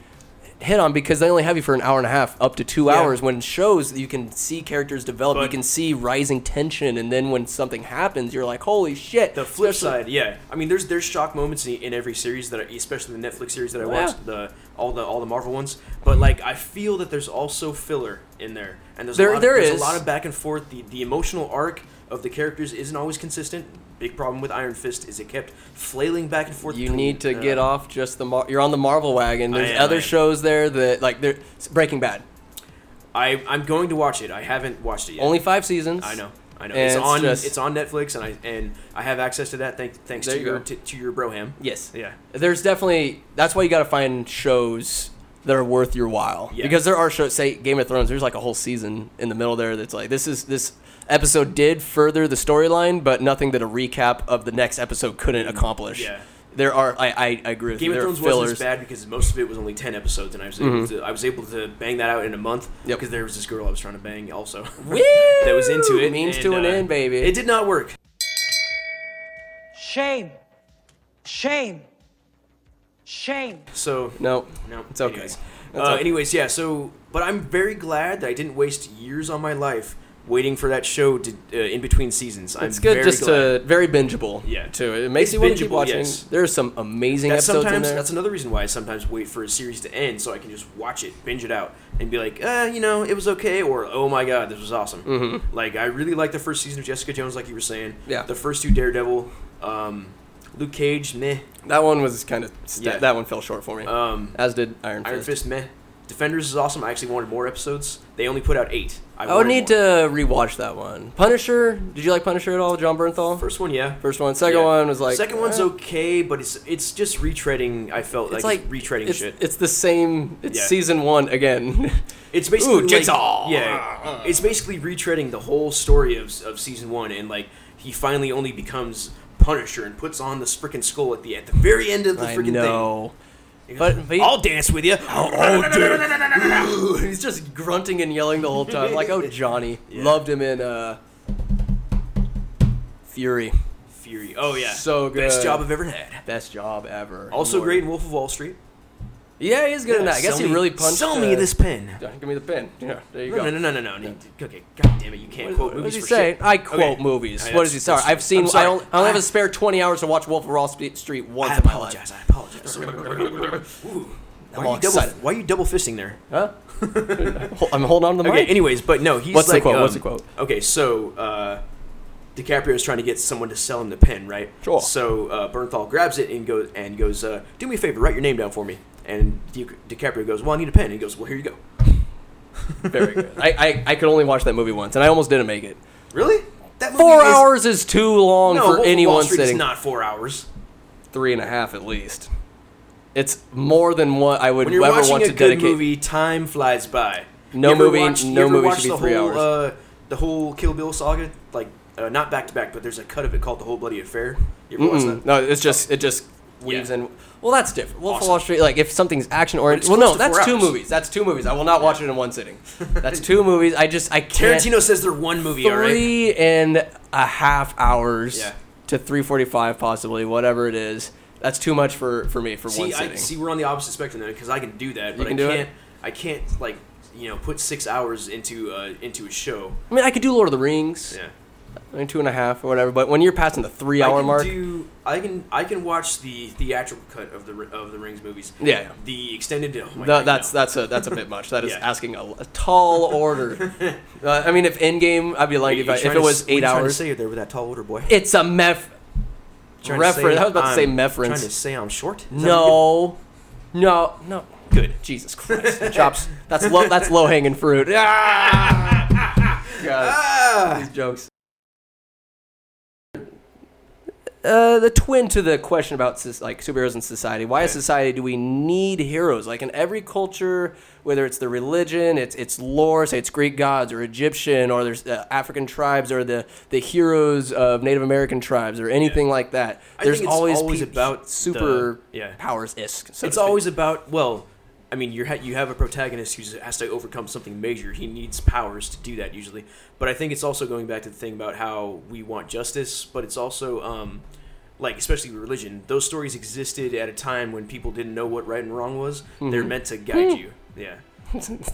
[SPEAKER 1] hit on because they only have you for an hour and a half up to two
[SPEAKER 3] Yeah.
[SPEAKER 1] hours when shows you can see characters develop you
[SPEAKER 3] But-
[SPEAKER 1] can see rising tension and then when something happens you're like holy shit
[SPEAKER 3] The flip
[SPEAKER 1] Especially-
[SPEAKER 3] side, yeah. I mean, there's there's shock moments in, in every series that, I, especially the Netflix series that I
[SPEAKER 1] Oh, yeah.
[SPEAKER 3] watched, the all the all the Marvel ones. But like, I feel that there's also filler in there, and there's
[SPEAKER 1] There-
[SPEAKER 3] a lot
[SPEAKER 1] there
[SPEAKER 3] of, there's
[SPEAKER 1] is.
[SPEAKER 3] a lot of back and forth. The the emotional arc of the characters isn't always consistent. Big problem with Iron Fist is it kept flailing back and forth.
[SPEAKER 1] you
[SPEAKER 3] between,
[SPEAKER 1] need to
[SPEAKER 3] uh,
[SPEAKER 1] get off just the mar- you're on the marvel wagon there's
[SPEAKER 3] am, I
[SPEAKER 1] other
[SPEAKER 3] am.
[SPEAKER 1] shows there that like there breaking bad
[SPEAKER 3] I I'm going to watch it. I haven't watched it yet.
[SPEAKER 1] only five seasons
[SPEAKER 3] I know. I know.
[SPEAKER 1] And
[SPEAKER 3] It's,
[SPEAKER 1] it's
[SPEAKER 3] on.
[SPEAKER 1] just-
[SPEAKER 3] It's on Netflix, and I and I have access to that. Thank, thanks
[SPEAKER 1] There
[SPEAKER 3] to
[SPEAKER 1] you
[SPEAKER 3] your
[SPEAKER 1] go.
[SPEAKER 3] to, to your broham.
[SPEAKER 1] yes
[SPEAKER 3] Yeah.
[SPEAKER 1] there's definitely that's why you got to find shows that are worth your while
[SPEAKER 3] Yeah.
[SPEAKER 1] because there are shows say game of thrones there's like a whole season in the middle there that's like this is this episode did further the storyline but nothing that a recap of the next episode couldn't accomplish
[SPEAKER 3] Yeah.
[SPEAKER 1] there are i i, I agree with
[SPEAKER 3] Game
[SPEAKER 1] you
[SPEAKER 3] of
[SPEAKER 1] there
[SPEAKER 3] Thrones
[SPEAKER 1] are fillers Mm-hmm.
[SPEAKER 3] wasn't as bad because most of it was only ten episodes, and I was able to I was able to bang that out in a month
[SPEAKER 1] Yep.
[SPEAKER 3] because there was this girl I was trying to bang also
[SPEAKER 1] Woo!
[SPEAKER 3] that was into it.
[SPEAKER 1] means
[SPEAKER 3] and,
[SPEAKER 1] to an
[SPEAKER 3] uh,
[SPEAKER 1] end baby
[SPEAKER 3] It did not work.
[SPEAKER 4] Shame. Shame. Shame.
[SPEAKER 3] So
[SPEAKER 1] no
[SPEAKER 3] no,
[SPEAKER 1] It's okay.
[SPEAKER 3] Anyways,
[SPEAKER 1] That's
[SPEAKER 3] Uh,
[SPEAKER 1] okay.
[SPEAKER 3] anyways yeah. So, but I'm very glad that I didn't waste years on my life waiting for that show to uh, in between seasons. I'm
[SPEAKER 1] it's good
[SPEAKER 3] very
[SPEAKER 1] just
[SPEAKER 3] glad.
[SPEAKER 1] to very bingeable
[SPEAKER 3] Yeah.
[SPEAKER 1] too it makes
[SPEAKER 3] It's
[SPEAKER 1] you want to keep
[SPEAKER 3] bingeable,
[SPEAKER 1] watching
[SPEAKER 3] yes.
[SPEAKER 1] there's some amazing
[SPEAKER 3] That's
[SPEAKER 1] episodes in
[SPEAKER 3] sometimes
[SPEAKER 1] there
[SPEAKER 3] that's another reason why I sometimes wait for a series to end so I can just watch it, binge it out, and be like, uh, you know, it was okay, or oh my god, this was awesome. Like I really like the first season of Jessica Jones, like you were saying.
[SPEAKER 1] Mm-hmm. Yeah.
[SPEAKER 3] The first two Daredevil, um, Luke Cage, meh.
[SPEAKER 1] that one was kind of
[SPEAKER 3] Yeah.
[SPEAKER 1] that one fell short for me
[SPEAKER 3] Um,
[SPEAKER 1] as did iron
[SPEAKER 3] Iron
[SPEAKER 1] fist
[SPEAKER 3] Fist, meh. Defenders is awesome. I actually wanted more episodes. They only put out eight. I,
[SPEAKER 1] I would Oh, need to rewatch that one. Punisher. Did you like Punisher at all, John Bernthal? First,
[SPEAKER 3] First one, yeah.
[SPEAKER 1] one. Second
[SPEAKER 3] Yeah.
[SPEAKER 1] one was like.
[SPEAKER 3] second one's
[SPEAKER 1] eh,
[SPEAKER 3] okay, but it's it's just retreading. I felt
[SPEAKER 1] It's
[SPEAKER 3] like,
[SPEAKER 1] like
[SPEAKER 3] retreading
[SPEAKER 1] it's,
[SPEAKER 3] shit.
[SPEAKER 1] It's the same. It's
[SPEAKER 3] Yeah.
[SPEAKER 1] season one again.
[SPEAKER 3] It's basically
[SPEAKER 1] Ooh,
[SPEAKER 3] like-
[SPEAKER 1] Jigsaw! Uh,
[SPEAKER 3] yeah, it's basically retreading the whole story of, of season one, and like he finally only becomes Punisher and puts on this freaking skull at the at the very end of the
[SPEAKER 1] I
[SPEAKER 3] freaking
[SPEAKER 1] know.
[SPEAKER 3] thing.
[SPEAKER 1] But- Oh, but-
[SPEAKER 3] I'll dance with you.
[SPEAKER 1] He's just grunting and yelling the whole time. Like, oh, Johnny.
[SPEAKER 3] Yeah.
[SPEAKER 1] Loved him in uh, Fury.
[SPEAKER 3] Fury. Oh yeah,
[SPEAKER 1] So
[SPEAKER 3] Best
[SPEAKER 1] good.
[SPEAKER 3] job I've ever had.
[SPEAKER 1] Best job ever.
[SPEAKER 3] Also
[SPEAKER 1] Lord.
[SPEAKER 3] great in Wolf of Wall Street.
[SPEAKER 1] Yeah, he's good in
[SPEAKER 3] Yeah,
[SPEAKER 1] that. I guess
[SPEAKER 3] sell
[SPEAKER 1] he
[SPEAKER 3] me-
[SPEAKER 1] really punched.
[SPEAKER 3] Sell me
[SPEAKER 1] uh,
[SPEAKER 3] this pen.
[SPEAKER 1] Give me the pin. Yeah, there you
[SPEAKER 3] No,
[SPEAKER 1] go.
[SPEAKER 3] no, no, no, no, no. Okay, god damn it, you can't
[SPEAKER 1] What-
[SPEAKER 3] quote
[SPEAKER 1] what does
[SPEAKER 3] movies
[SPEAKER 1] he
[SPEAKER 3] for
[SPEAKER 1] say?
[SPEAKER 3] shit.
[SPEAKER 1] I quote
[SPEAKER 3] Okay.
[SPEAKER 1] movies.
[SPEAKER 3] Alright,
[SPEAKER 1] what is he?
[SPEAKER 3] that's-
[SPEAKER 1] Sorry,
[SPEAKER 3] that's-
[SPEAKER 1] I've seen.
[SPEAKER 3] I'm sorry.
[SPEAKER 1] I only, I only have
[SPEAKER 3] I-
[SPEAKER 1] a spare twenty hours to watch Wolf of Wall Street Street once
[SPEAKER 3] I
[SPEAKER 1] in my life.
[SPEAKER 3] apologize. I apologize. Ooh, why,
[SPEAKER 1] I'm
[SPEAKER 3] are
[SPEAKER 1] all
[SPEAKER 3] you double,
[SPEAKER 1] excited.
[SPEAKER 3] why are you double fisting there?
[SPEAKER 1] Huh? Hol- I'm holding on to the
[SPEAKER 3] Okay.
[SPEAKER 1] mic.
[SPEAKER 3] Anyways, but no, he's
[SPEAKER 1] What's the
[SPEAKER 3] like,
[SPEAKER 1] quote?
[SPEAKER 3] um,
[SPEAKER 1] What's the quote?
[SPEAKER 3] Okay, so uh, DiCaprio's trying to get someone to sell him the pen, right?
[SPEAKER 1] Sure.
[SPEAKER 3] So uh, Bernthal grabs it and goes and goes, uh, "Do me a favor, write your name down for me." And Di- DiCaprio goes, "Well, I need a pen." And he goes, "Well, here you go."
[SPEAKER 1] Very good. I, I I could only watch that movie once, and I almost didn't make it.
[SPEAKER 3] Really? That movie
[SPEAKER 1] Four
[SPEAKER 3] is-
[SPEAKER 1] hours is too long
[SPEAKER 3] No,
[SPEAKER 1] for
[SPEAKER 3] Wolf of Wall
[SPEAKER 1] anyone
[SPEAKER 3] Street
[SPEAKER 1] sitting.
[SPEAKER 3] is not four hours.
[SPEAKER 1] Three and a half at least. It's more than what I would
[SPEAKER 3] When you're
[SPEAKER 1] ever
[SPEAKER 3] watching
[SPEAKER 1] want
[SPEAKER 3] a
[SPEAKER 1] to
[SPEAKER 3] good
[SPEAKER 1] dedicate.
[SPEAKER 3] movie, time flies by.
[SPEAKER 1] No
[SPEAKER 3] You ever
[SPEAKER 1] movie-
[SPEAKER 3] watched- you
[SPEAKER 1] no
[SPEAKER 3] ever
[SPEAKER 1] movie should
[SPEAKER 3] watched
[SPEAKER 1] be
[SPEAKER 3] the
[SPEAKER 1] three
[SPEAKER 3] whole,
[SPEAKER 1] hours.
[SPEAKER 3] Uh, the whole Kill Bill saga, like uh, not back to back, but there's a cut of it called "The Whole Bloody Affair." You ever watch that?
[SPEAKER 1] Mm, no, it's just it just weaves in. Well, that's different. Wolf of
[SPEAKER 3] Awesome.
[SPEAKER 1] Wall Street, like if something's action oriented.
[SPEAKER 3] it's
[SPEAKER 1] Well,
[SPEAKER 3] close
[SPEAKER 1] no,
[SPEAKER 3] to
[SPEAKER 1] that's
[SPEAKER 3] four
[SPEAKER 1] two
[SPEAKER 3] hours.
[SPEAKER 1] movies. That's two movies. I will not watch it in one sitting. That's two movies. I just I can't.
[SPEAKER 3] Tarantino says they're one movie, all right?
[SPEAKER 1] three and a half hours
[SPEAKER 3] Yeah.
[SPEAKER 1] to three forty five, possibly whatever it is. That's too much for for me for one
[SPEAKER 3] See,
[SPEAKER 1] sitting.
[SPEAKER 3] I, see, we're on the opposite spectrum then, because I can do that, but
[SPEAKER 1] can
[SPEAKER 3] I
[SPEAKER 1] do it?
[SPEAKER 3] can't. I can't like you know put six hours into uh, into a show.
[SPEAKER 1] I mean, I could do Lord of the Rings,
[SPEAKER 3] Yeah.
[SPEAKER 1] I mean, two and a half or whatever. But when you're passing the three
[SPEAKER 3] I
[SPEAKER 1] hour
[SPEAKER 3] can
[SPEAKER 1] mark,
[SPEAKER 3] do. I can. I can watch the theatrical cut of the of the Rings movies.
[SPEAKER 1] Yeah.
[SPEAKER 3] The extended. Oh my
[SPEAKER 1] Th-
[SPEAKER 3] God,
[SPEAKER 1] that's
[SPEAKER 3] no.
[SPEAKER 1] that's a that's a bit much. That is
[SPEAKER 3] Yeah.
[SPEAKER 1] asking a, a tall order. uh, I mean, if Endgame, I'd be like, if, I, if it was eight hours,
[SPEAKER 3] you there with that tall older boy.
[SPEAKER 1] it's a mef. Reference. I was about to say
[SPEAKER 3] Trying to
[SPEAKER 1] reference.
[SPEAKER 3] say I'm short. Is that what
[SPEAKER 1] No, no, no. Good. Jesus Christ. Chops. That's low. That's low hanging fruit. Ah! God. These jokes. Uh, the twin to the question about soc- like superheroes in society. Why in society do we need heroes? Like in every culture, whether it's the religion, it's it's lore, say it's Greek gods or Egyptian, or there's uh, African tribes, or the the heroes of Native American tribes, or anything like that.
[SPEAKER 3] I
[SPEAKER 1] There's
[SPEAKER 3] think it's
[SPEAKER 1] always,
[SPEAKER 3] always
[SPEAKER 1] peop-
[SPEAKER 3] about the-
[SPEAKER 1] super
[SPEAKER 3] yeah.
[SPEAKER 1] powers isk. So to
[SPEAKER 3] it's
[SPEAKER 1] speak.
[SPEAKER 3] always about well i mean you ha- you have a protagonist who has to overcome something major he needs powers to do that usually but i think it's also going back to the thing about how we want justice but it's also um, like especially with religion those stories existed at a time when people didn't know what right and wrong was
[SPEAKER 1] Mm-hmm.
[SPEAKER 3] they're meant to guide you yeah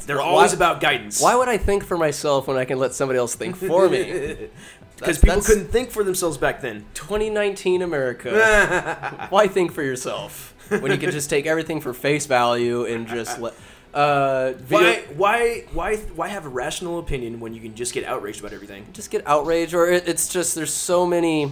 [SPEAKER 3] they're always about guidance
[SPEAKER 1] Hmm. Why would I think for myself when I can let somebody else think for me?
[SPEAKER 3] because people
[SPEAKER 1] that's-
[SPEAKER 3] couldn't think for themselves back then
[SPEAKER 1] 2019 America. Why think for yourself when you can just take everything for face value and just let. Uh, video,
[SPEAKER 3] why why why why have a rational opinion when you can just get outraged about everything
[SPEAKER 1] Just get outraged, or it, it's just there's so many.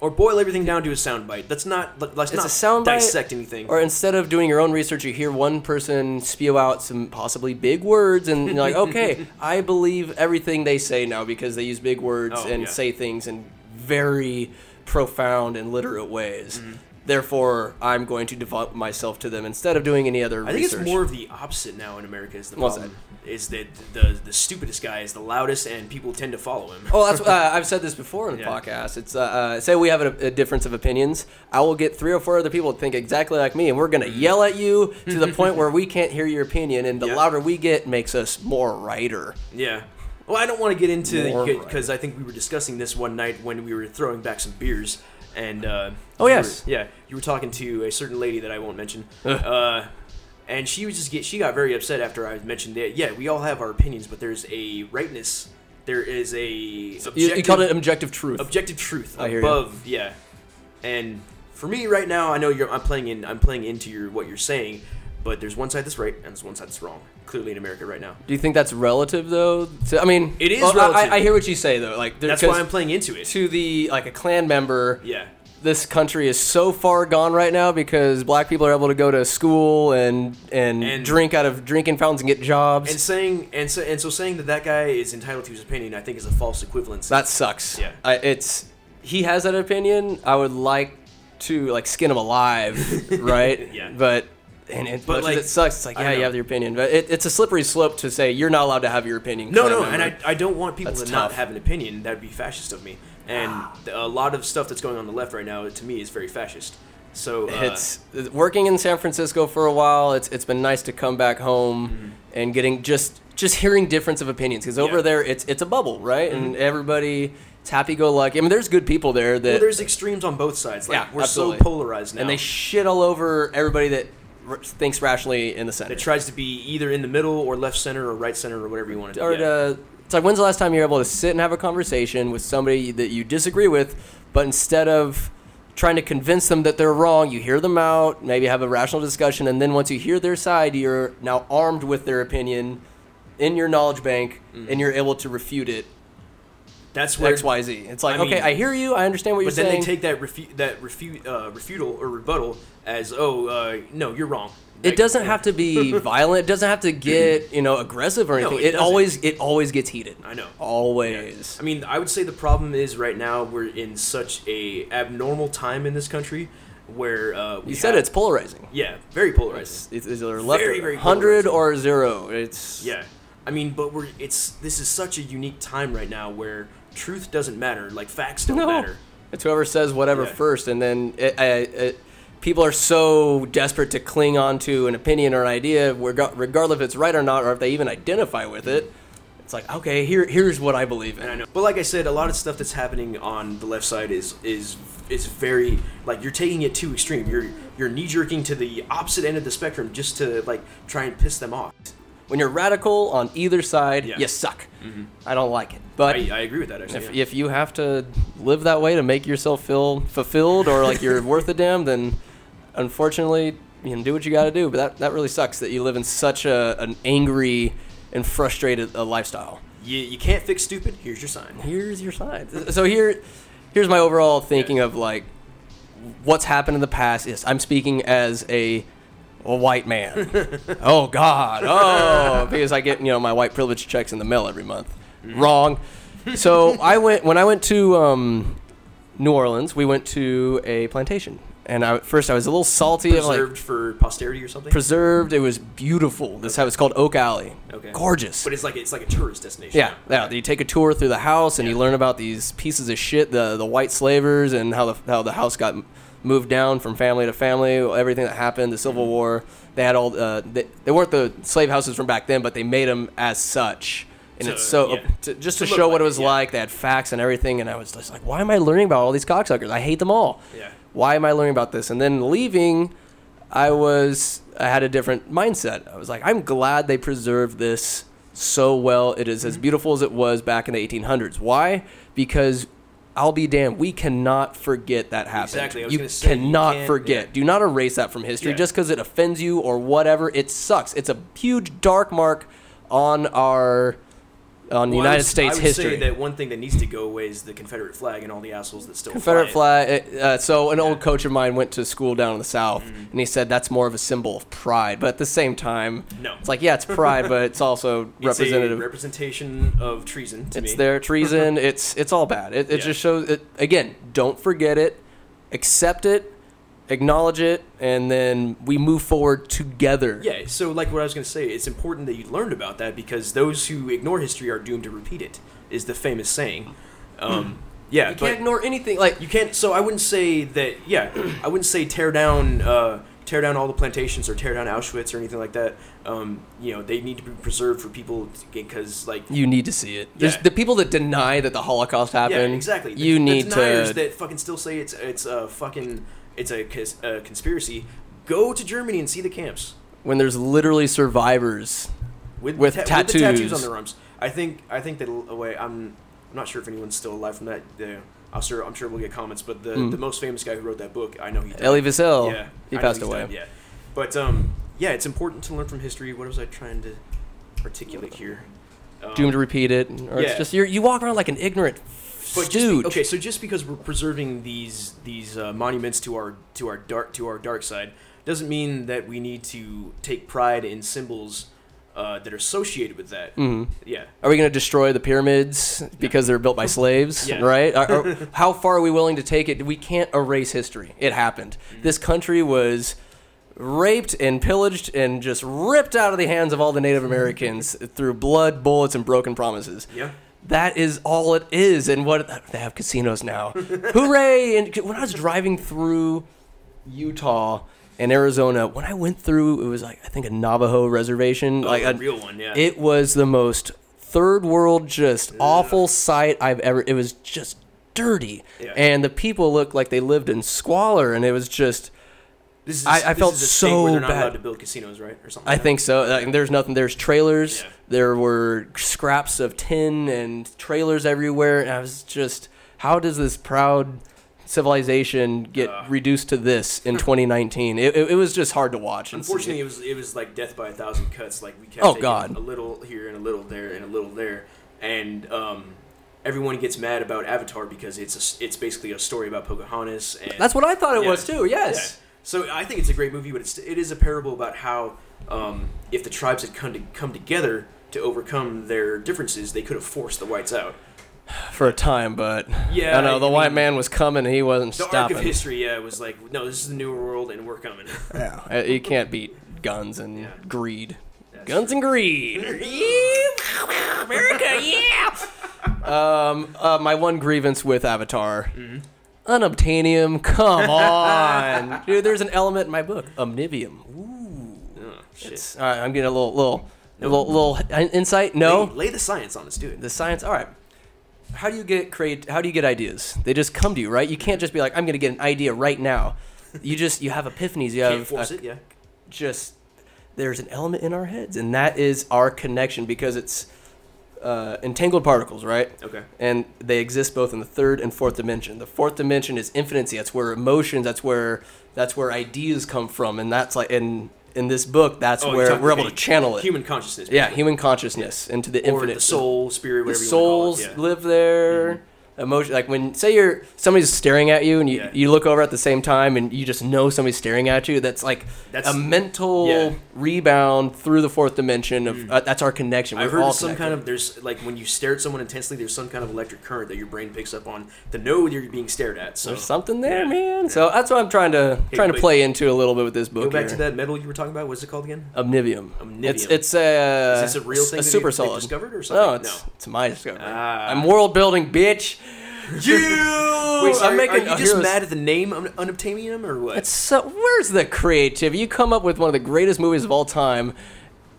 [SPEAKER 3] or boil everything down to a soundbite. Let's not let- let's
[SPEAKER 1] It's
[SPEAKER 3] not
[SPEAKER 1] a soundbite,
[SPEAKER 3] dissect anything.
[SPEAKER 1] Or instead of doing your own research, you hear one person spew out some possibly big words, and you're like, okay, I believe everything they say now because they use big words
[SPEAKER 3] Oh,
[SPEAKER 1] and
[SPEAKER 3] yeah.
[SPEAKER 1] say things in very profound and literate ways.
[SPEAKER 3] Mm-hmm.
[SPEAKER 1] Therefore, I'm going to devote myself to them instead of doing any other
[SPEAKER 3] I think
[SPEAKER 1] research.
[SPEAKER 3] it's more of the opposite now in America is the
[SPEAKER 1] What's
[SPEAKER 3] problem. Is that the the stupidest guy is the loudest and people tend to follow him.
[SPEAKER 1] Oh, that's uh, I've said this before in the
[SPEAKER 3] Yeah.
[SPEAKER 1] podcast. It's uh, uh, say we have a, a difference of opinions. I will get three or four other people that think exactly like me, and we're gonna yell at you to the point where we can't hear your opinion. And the
[SPEAKER 3] Yeah.
[SPEAKER 1] louder we get, makes us more righter.
[SPEAKER 3] Yeah. Well, I don't want to get into
[SPEAKER 1] More
[SPEAKER 3] because I think we were discussing this one night when we were throwing back some beers, and uh,
[SPEAKER 1] Oh,
[SPEAKER 3] you
[SPEAKER 1] yes.
[SPEAKER 3] were- yeah, you were talking to a certain lady that I won't mention, uh, and she was just get she got very upset after I mentioned that. Yeah, we all have our opinions, but there's a rightness. There is a
[SPEAKER 1] You, you called
[SPEAKER 3] objective-
[SPEAKER 1] it objective truth.
[SPEAKER 3] objective truth
[SPEAKER 1] I hear you.
[SPEAKER 3] above yeah and for me right now i know you're i'm playing in i'm playing into your what you're saying but there's one side that's right and there's one side that's wrong clearly in america right now
[SPEAKER 1] Do you think that's relative though? To, I mean,
[SPEAKER 3] It is
[SPEAKER 1] well, I-
[SPEAKER 3] relative.
[SPEAKER 1] I, I hear what you say though. Like there-
[SPEAKER 3] that's why
[SPEAKER 1] 'cause
[SPEAKER 3] i'm playing into it
[SPEAKER 1] to the like a clan member.
[SPEAKER 3] yeah
[SPEAKER 1] This country is so far gone right now because black people are able to go to school and and,
[SPEAKER 3] And-
[SPEAKER 1] drink out of drinking fountains and get jobs.
[SPEAKER 3] and saying and so and so saying that that guy is entitled to his opinion i think is a false equivalence
[SPEAKER 1] That sucks.
[SPEAKER 3] Yeah.
[SPEAKER 1] I, it's he has that opinion. I would like to like skin him alive, right?
[SPEAKER 3] Yeah.
[SPEAKER 1] But and it,
[SPEAKER 3] But,
[SPEAKER 1] much
[SPEAKER 3] like,
[SPEAKER 1] as it sucks. It's like
[SPEAKER 3] I
[SPEAKER 1] yeah, you
[SPEAKER 3] know.
[SPEAKER 1] have your opinion, but it, it's a slippery slope to say you're not allowed to have your opinion.
[SPEAKER 3] no
[SPEAKER 1] clan
[SPEAKER 3] no
[SPEAKER 1] member.
[SPEAKER 3] and I, I don't want people
[SPEAKER 1] That's
[SPEAKER 3] to not
[SPEAKER 1] tough. Ah.
[SPEAKER 3] have an opinion that would be fascist of me and a lot of stuff that's going on on the left right now to me is very fascist so uh,
[SPEAKER 1] it's working in San Francisco for a while. It's it's been nice to come back home and getting just just hearing difference of opinions because over
[SPEAKER 3] Mm-hmm. Yeah. Mm-hmm.
[SPEAKER 1] there it's it's a bubble, right? And everybody. It's happy-go-lucky. I mean, there's good people there that
[SPEAKER 3] well, there's extremes on both sides like
[SPEAKER 1] Yeah,
[SPEAKER 3] we're
[SPEAKER 1] absolutely.
[SPEAKER 3] so polarized now
[SPEAKER 1] and they shit all over everybody that r- thinks rationally in the Senate.
[SPEAKER 3] that tries to be either in the middle or left center or right center or whatever you want to do.
[SPEAKER 1] or uh,
[SPEAKER 3] Yeah.
[SPEAKER 1] to, it's like when's the last time you're able to sit and have a conversation with somebody that you disagree with, but instead of trying to convince them that they're wrong, you hear them out, maybe have a rational discussion, and then once you hear their side, you're now armed with their opinion in your knowledge bank,
[SPEAKER 3] Mm.
[SPEAKER 1] and you're able to refute it.
[SPEAKER 3] That's where
[SPEAKER 1] X, Y, Z. It's like,
[SPEAKER 3] I
[SPEAKER 1] okay,
[SPEAKER 3] mean-
[SPEAKER 1] I hear you, I understand what you're
[SPEAKER 3] But then
[SPEAKER 1] saying.
[SPEAKER 3] they take that refu- that refu- uh, refutal or rebuttal as oh uh, no you're wrong.
[SPEAKER 1] it doesn't have to be violent. It doesn't have to get you know aggressive or
[SPEAKER 3] No,
[SPEAKER 1] anything.
[SPEAKER 3] it
[SPEAKER 1] it
[SPEAKER 3] doesn't.
[SPEAKER 1] always it always gets heated.
[SPEAKER 3] I know.
[SPEAKER 1] Always.
[SPEAKER 3] I mean, I would say the problem is right now we're in such a abnormal time in this country where uh, we
[SPEAKER 1] You said
[SPEAKER 3] have-
[SPEAKER 1] it's polarizing.
[SPEAKER 3] yeah very polarized.
[SPEAKER 1] It's, it's either left
[SPEAKER 3] Very,
[SPEAKER 1] or
[SPEAKER 3] very
[SPEAKER 1] 100
[SPEAKER 3] polarizing.
[SPEAKER 1] or zero. It's
[SPEAKER 3] Yeah, I mean, but we're it's this is such a unique time right now where truth doesn't matter, like facts don't
[SPEAKER 1] no.
[SPEAKER 3] matter.
[SPEAKER 1] It's whoever says whatever
[SPEAKER 3] Yeah.
[SPEAKER 1] first, and then it, I, it, people are so desperate to cling onto an opinion or an idea, reg- regardless if it's right or not, or if they even identify with it. It's like, okay, here, here's what I believe in.
[SPEAKER 3] I know. But like I said, a lot of stuff that's happening on the left side is is is very like you're taking it too extreme. You're you're knee jerking to the opposite end of the spectrum just to like try and piss them off.
[SPEAKER 1] When you're radical on either side,
[SPEAKER 3] Yeah. Mm-hmm.
[SPEAKER 1] you suck. I don't like it. But
[SPEAKER 3] I, I agree with that actually.
[SPEAKER 1] if,
[SPEAKER 3] yeah.
[SPEAKER 1] if you have to live that way to make yourself feel fulfilled or like you're worth a damn, then unfortunately, you know, do what you got to do. But that, that really sucks that you live in such a, an angry and frustrated uh, lifestyle.
[SPEAKER 3] you, you can't fix stupid. Here's your sign.
[SPEAKER 1] Here's your signs. So here, here's my overall thinking of like what's happened in the past. Is I'm speaking as a a white man. oh God. Oh, because I get you know my white privilege checks in the mail every month.
[SPEAKER 3] Mm-hmm.
[SPEAKER 1] Wrong. So I went when I went to um, New Orleans. We went to a plantation, and I, at first I was a little salty. I'm like,
[SPEAKER 3] Preserved for posterity or something.
[SPEAKER 1] preserved. It was beautiful. This house it's called Oak Alley.
[SPEAKER 3] Okay.
[SPEAKER 1] Gorgeous.
[SPEAKER 3] but it's like it's like a tourist destination.
[SPEAKER 1] Yeah, yeah. You take a tour through the house and you learn about these pieces of shit, the the white slavers, and how the how the house got m- moved down from family to family, everything that happened, the
[SPEAKER 3] Mm-hmm.
[SPEAKER 1] Civil War. They had all uh, they, they weren't the slave houses from back then, but they made them as such. And
[SPEAKER 3] So,
[SPEAKER 1] it's so
[SPEAKER 3] yeah.
[SPEAKER 1] to, just to
[SPEAKER 3] To look
[SPEAKER 1] show what
[SPEAKER 3] like
[SPEAKER 1] it
[SPEAKER 3] it,
[SPEAKER 1] was
[SPEAKER 3] yeah.
[SPEAKER 1] like. They had facts and everything, and I was just like, why am I learning about all these cocksuckers? I hate them all.
[SPEAKER 3] Yeah.
[SPEAKER 1] Why am I learning about this? And then leaving, I was I had a different mindset. I was like, I'm glad they preserved this so well. It is
[SPEAKER 3] Mm-hmm.
[SPEAKER 1] as beautiful as it was back in the 1800s. Why? Because I'll be damned, we cannot forget that happened.
[SPEAKER 3] Exactly, I was
[SPEAKER 1] You
[SPEAKER 3] gonna say, you
[SPEAKER 1] cannot
[SPEAKER 3] can't-
[SPEAKER 1] forget.
[SPEAKER 3] yeah.
[SPEAKER 1] Do not erase that from history
[SPEAKER 3] Yeah.
[SPEAKER 1] just because it offends you or whatever. It sucks. It's a huge dark mark on our on the
[SPEAKER 3] Well, I
[SPEAKER 1] United
[SPEAKER 3] would-
[SPEAKER 1] States
[SPEAKER 3] I would
[SPEAKER 1] history.
[SPEAKER 3] Say that one thing that needs to go away is the Confederate flag and all the assholes that still
[SPEAKER 1] Confederate
[SPEAKER 3] fly
[SPEAKER 1] flag. Uh, so an old coach of mine went to school down in the South,
[SPEAKER 3] Mm-hmm.
[SPEAKER 1] and he said that's more of a symbol of pride. But at the same time,
[SPEAKER 3] No.
[SPEAKER 1] it's like yeah, it's pride, but it's also
[SPEAKER 3] it. It's a
[SPEAKER 1] representative.
[SPEAKER 3] representation of treason to
[SPEAKER 1] it's
[SPEAKER 3] me.
[SPEAKER 1] their treason. it's it's all bad. It, it
[SPEAKER 3] Yeah.
[SPEAKER 1] just shows. It, again, don't forget it, accept it, acknowledge it, and then we move forward together.
[SPEAKER 3] Yeah, so like what I was going to say, it's important that you learned about that because those who ignore history are doomed to repeat it, is the famous saying. Um, yeah,
[SPEAKER 1] Hmm. you
[SPEAKER 3] but
[SPEAKER 1] can't ignore anything. Like
[SPEAKER 3] you can't. So I wouldn't say that. Yeah, I wouldn't say tear down, uh, tear down all the plantations or tear down Auschwitz or anything like that. Um, you know, they need to be preserved for people because, like,
[SPEAKER 1] you need to see it. There's
[SPEAKER 3] Yeah.
[SPEAKER 1] the people that deny that the Holocaust
[SPEAKER 3] yeah,
[SPEAKER 1] happened.
[SPEAKER 3] exactly. The-
[SPEAKER 1] You
[SPEAKER 3] the
[SPEAKER 1] need
[SPEAKER 3] deniers
[SPEAKER 1] to.
[SPEAKER 3] that fucking still say it's it's a fucking it's a, cons- a conspiracy. Go to Germany and see the camps.
[SPEAKER 1] when there's literally survivors
[SPEAKER 3] with
[SPEAKER 1] with
[SPEAKER 3] ta-
[SPEAKER 1] tattoos.
[SPEAKER 3] with the tattoos on their arms. I think I think that away. I'm I'm not sure if anyone's still alive from that. The, I'm sure I'm sure we'll get comments, but the, the most famous guy who wrote that book, I know he died.
[SPEAKER 1] Elie Wiesel.
[SPEAKER 3] yeah,
[SPEAKER 1] Mm. he
[SPEAKER 3] I know
[SPEAKER 1] passed
[SPEAKER 3] he's
[SPEAKER 1] away.
[SPEAKER 3] dead, yeah, but um, yeah, it's important to learn from history. What was I trying to articulate here? Um,
[SPEAKER 1] Doomed to repeat it, or it's
[SPEAKER 3] Yeah.
[SPEAKER 1] just you're, you walk around like an ignorant
[SPEAKER 3] But just
[SPEAKER 1] dude.
[SPEAKER 3] be- okay, so just because we're preserving these these uh, monuments to our to our dark to our dark side doesn't mean that we need to take pride in symbols uh, that are associated with that.
[SPEAKER 1] Mm-hmm.
[SPEAKER 3] Yeah.
[SPEAKER 1] Are we going to destroy the pyramids because they're built by slaves?
[SPEAKER 3] Yeah.
[SPEAKER 1] Right? Are- are- how far are we willing to take it? We can't erase history. It happened. This country was raped and pillaged and just ripped out of the hands of all the Native Americans through blood, bullets, and broken promises.
[SPEAKER 3] Yeah.
[SPEAKER 1] That is all it is. And what they have casinos now. Hooray! And when I was driving through Utah and Arizona, when I went through, it was like I think a Navajo reservation, like
[SPEAKER 3] a Oh, real one, yeah.
[SPEAKER 1] It was the most third world, just awful sight I've ever. It was just dirty,
[SPEAKER 3] Yeah.
[SPEAKER 1] and the people looked like they lived in squalor, and it was just.
[SPEAKER 3] This is,
[SPEAKER 1] I- I
[SPEAKER 3] this
[SPEAKER 1] felt
[SPEAKER 3] is a state
[SPEAKER 1] so
[SPEAKER 3] where they're not
[SPEAKER 1] bad.
[SPEAKER 3] allowed to build casinos, right, or something.
[SPEAKER 1] I
[SPEAKER 3] like
[SPEAKER 1] think so. Like, there's nothing. There's trailers.
[SPEAKER 3] Yeah.
[SPEAKER 1] There were scraps of tin and trailers everywhere. And I was just, how does this proud civilization get reduced to this in 2019? It, it, it was just hard to watch.
[SPEAKER 3] that.
[SPEAKER 1] and see.
[SPEAKER 3] Unfortunately, it was it was like death by a thousand cuts. Like we kept
[SPEAKER 1] Oh,
[SPEAKER 3] taking
[SPEAKER 1] God.
[SPEAKER 3] a little here and a little there and a little there, and um, everyone gets mad about Avatar because it's a s it's basically a story about Pocahontas. And
[SPEAKER 1] that's what I thought it
[SPEAKER 3] Yeah.
[SPEAKER 1] was too. Yes.
[SPEAKER 3] Yeah. So I think it's a great movie, but it's it is a parable about how um, if the tribes had come to, come together to overcome their differences, they could have forced the whites out.
[SPEAKER 1] for a time, but
[SPEAKER 3] Yeah,
[SPEAKER 1] I know
[SPEAKER 3] I
[SPEAKER 1] the white
[SPEAKER 3] mean-
[SPEAKER 1] man was coming. and He wasn't
[SPEAKER 3] The arc
[SPEAKER 1] stopping.
[SPEAKER 3] of history, yeah, was like, no, this is the new world, and we're coming.
[SPEAKER 1] Uh, You can't beat guns and greed.
[SPEAKER 3] That's
[SPEAKER 1] guns and greed. Yeah,
[SPEAKER 3] Mm-hmm.
[SPEAKER 1] America, yeah. um, uh, my one grievance with Avatar Unobtainium. Come on, dude. There's an element in my book. Omnivium. Ooh,
[SPEAKER 3] Oh, shit.
[SPEAKER 1] All right, I'm getting a little, little, little, little insight. No,
[SPEAKER 3] Lay, lay the science on us, do it.
[SPEAKER 1] the science. All right. How do you get create? How do you get ideas? They just come to you, right? You can't just be like, I'm gonna get an idea right now. You just you have epiphanies. You
[SPEAKER 3] Can't
[SPEAKER 1] have
[SPEAKER 3] force
[SPEAKER 1] uh,
[SPEAKER 3] it, yeah.
[SPEAKER 1] just there's an element in our heads, and that is our connection because it's uh, entangled particles, right?
[SPEAKER 3] Okay.
[SPEAKER 1] And they exist both in the third and fourth dimension. The fourth dimension is infinity. That's where emotions. That's where that's where ideas come from, and that's like in in this book, that's
[SPEAKER 3] Oh, you're
[SPEAKER 1] where
[SPEAKER 3] talking-
[SPEAKER 1] we're able to
[SPEAKER 3] okay,
[SPEAKER 1] channel it.
[SPEAKER 3] Human consciousness.
[SPEAKER 1] yeah, human consciousness into the
[SPEAKER 3] Or
[SPEAKER 1] infinite.
[SPEAKER 3] the soul, spirit,
[SPEAKER 1] The
[SPEAKER 3] whatever
[SPEAKER 1] souls
[SPEAKER 3] you want to call it. Mm-hmm.
[SPEAKER 1] live there. Emotion, like when say you're somebody's staring at you and you,
[SPEAKER 3] Yeah.
[SPEAKER 1] you look over at the same time and you just know somebody's staring at you. That's like
[SPEAKER 3] That's-
[SPEAKER 1] a mental
[SPEAKER 3] yeah. Mm.
[SPEAKER 1] rebound through the fourth dimension of uh, that's our connection.
[SPEAKER 3] I've
[SPEAKER 1] We're
[SPEAKER 3] heard
[SPEAKER 1] all
[SPEAKER 3] of some kind
[SPEAKER 1] connected.
[SPEAKER 3] of there's like when you stare at someone intensely, there's some kind of electric current that your brain picks up on to know you're being stared at. So
[SPEAKER 1] There's something there,
[SPEAKER 3] Yeah.
[SPEAKER 1] man. So that's what I'm trying to
[SPEAKER 3] Hey,
[SPEAKER 1] trying to
[SPEAKER 3] wait.
[SPEAKER 1] play into a little bit with this book.
[SPEAKER 3] go back
[SPEAKER 1] here.
[SPEAKER 3] to that metal you were talking about. What's it called again?
[SPEAKER 1] Omnivium. It's
[SPEAKER 3] Omnivium.
[SPEAKER 1] it's a
[SPEAKER 3] Is this a real thing
[SPEAKER 1] A
[SPEAKER 3] that
[SPEAKER 1] super
[SPEAKER 3] they- they
[SPEAKER 1] solid.
[SPEAKER 3] discovered or
[SPEAKER 1] No,
[SPEAKER 3] something?
[SPEAKER 1] it's,
[SPEAKER 3] No.
[SPEAKER 1] it's my discovery.
[SPEAKER 3] Ah.
[SPEAKER 1] I'm world building, bitch.
[SPEAKER 3] You.
[SPEAKER 1] Wait, so are-
[SPEAKER 3] I'm making.
[SPEAKER 1] are
[SPEAKER 3] you
[SPEAKER 1] you
[SPEAKER 3] just
[SPEAKER 1] heroes-
[SPEAKER 3] mad at the name Un- Unobtainium or what?
[SPEAKER 1] It's so where's the creativity? You come up with one of the greatest movies of all time,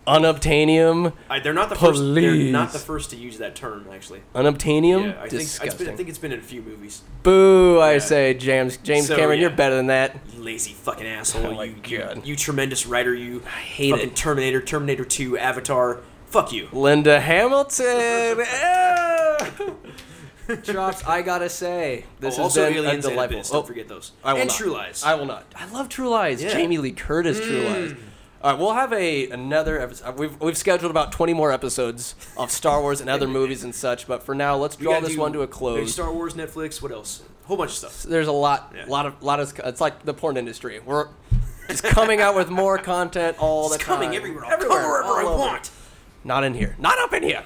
[SPEAKER 1] Unobtainium.
[SPEAKER 3] I, they're not the first. They're not the
[SPEAKER 1] Please.
[SPEAKER 3] first to use that term actually.
[SPEAKER 1] Unobtainium.
[SPEAKER 3] Yeah, I think, it's
[SPEAKER 1] Disgusting.
[SPEAKER 3] been, I think it's been in a few movies.
[SPEAKER 1] Boo! I
[SPEAKER 3] Yeah.
[SPEAKER 1] say, James James
[SPEAKER 3] So,
[SPEAKER 1] Cameron,
[SPEAKER 3] yeah.
[SPEAKER 1] you're better than that.
[SPEAKER 3] You lazy fucking asshole.
[SPEAKER 1] Oh my
[SPEAKER 3] you, you-
[SPEAKER 1] God.
[SPEAKER 3] You, tremendous writer. You I
[SPEAKER 1] hate
[SPEAKER 3] fucking
[SPEAKER 1] it.
[SPEAKER 3] Terminator, Terminator Two, Avatar. Fuck you.
[SPEAKER 1] Linda Hamilton. Oh! Drops. I gotta say, this
[SPEAKER 3] oh,
[SPEAKER 1] has
[SPEAKER 3] also
[SPEAKER 1] been
[SPEAKER 3] aliens
[SPEAKER 1] a
[SPEAKER 3] and
[SPEAKER 1] delightful.
[SPEAKER 3] Abyss. Don't
[SPEAKER 1] oh,
[SPEAKER 3] forget those.
[SPEAKER 1] I will
[SPEAKER 3] and
[SPEAKER 1] not.
[SPEAKER 3] True Lies.
[SPEAKER 1] I will not. I love True Lies.
[SPEAKER 3] Yeah. Mm.
[SPEAKER 1] Jamie Lee Curtis True Lies. All right, we'll have a another episode. Uh, We've we've scheduled about twenty more episodes of Star Wars and other movies and such. But for now, let's
[SPEAKER 3] We
[SPEAKER 1] draw
[SPEAKER 3] gotta
[SPEAKER 1] this
[SPEAKER 3] do-
[SPEAKER 1] one to a
[SPEAKER 3] maybe
[SPEAKER 1] close.
[SPEAKER 3] Star Wars, Netflix. What else? Whole bunch of stuff.
[SPEAKER 1] There's a lot,
[SPEAKER 3] Yeah.
[SPEAKER 1] lot of, lot of. It's like the porn industry. We're just coming out with more content all
[SPEAKER 3] It's
[SPEAKER 1] the time.
[SPEAKER 3] coming everywhere. I'll come wherever I
[SPEAKER 1] all over.
[SPEAKER 3] want.
[SPEAKER 1] Not in here. Not up in here.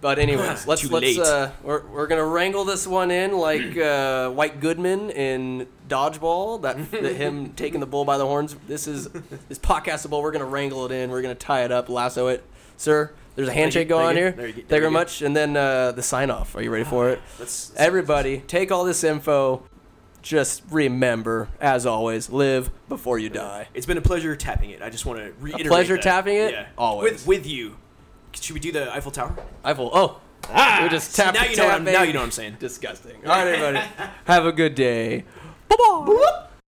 [SPEAKER 1] But anyways, let's
[SPEAKER 3] Ah, Too
[SPEAKER 1] let's
[SPEAKER 3] late.
[SPEAKER 1] uh, we're we're gonna wrangle this one in like uh, White Goodman in Dodgeball. That, that him taking the bull by the horns. This is this podcastable. We're gonna wrangle it in. We're gonna tie it up, lasso it, sir. There's a handshake going on
[SPEAKER 3] thank you,
[SPEAKER 1] here.
[SPEAKER 3] there you go,
[SPEAKER 1] Thank
[SPEAKER 3] there
[SPEAKER 1] you
[SPEAKER 3] you
[SPEAKER 1] very
[SPEAKER 3] go.
[SPEAKER 1] much. And then uh, the sign off. Are you ready for it?
[SPEAKER 3] Let's- let's-
[SPEAKER 1] Everybody, take all this info. Just remember, as always, live before you die.
[SPEAKER 3] It's been a pleasure tapping it. I just want to reiterate.
[SPEAKER 1] pleasure
[SPEAKER 3] that.
[SPEAKER 1] tapping it?
[SPEAKER 3] Yeah.
[SPEAKER 1] Always.
[SPEAKER 3] With with you. Should we do the Eiffel Tower?
[SPEAKER 1] I will. Oh, we just tap.
[SPEAKER 3] Ah, See, now you know what I'm-
[SPEAKER 1] tapping.
[SPEAKER 3] now you know what I'm saying.
[SPEAKER 1] Disgusting. All right, everybody, have a good day. Bye bye.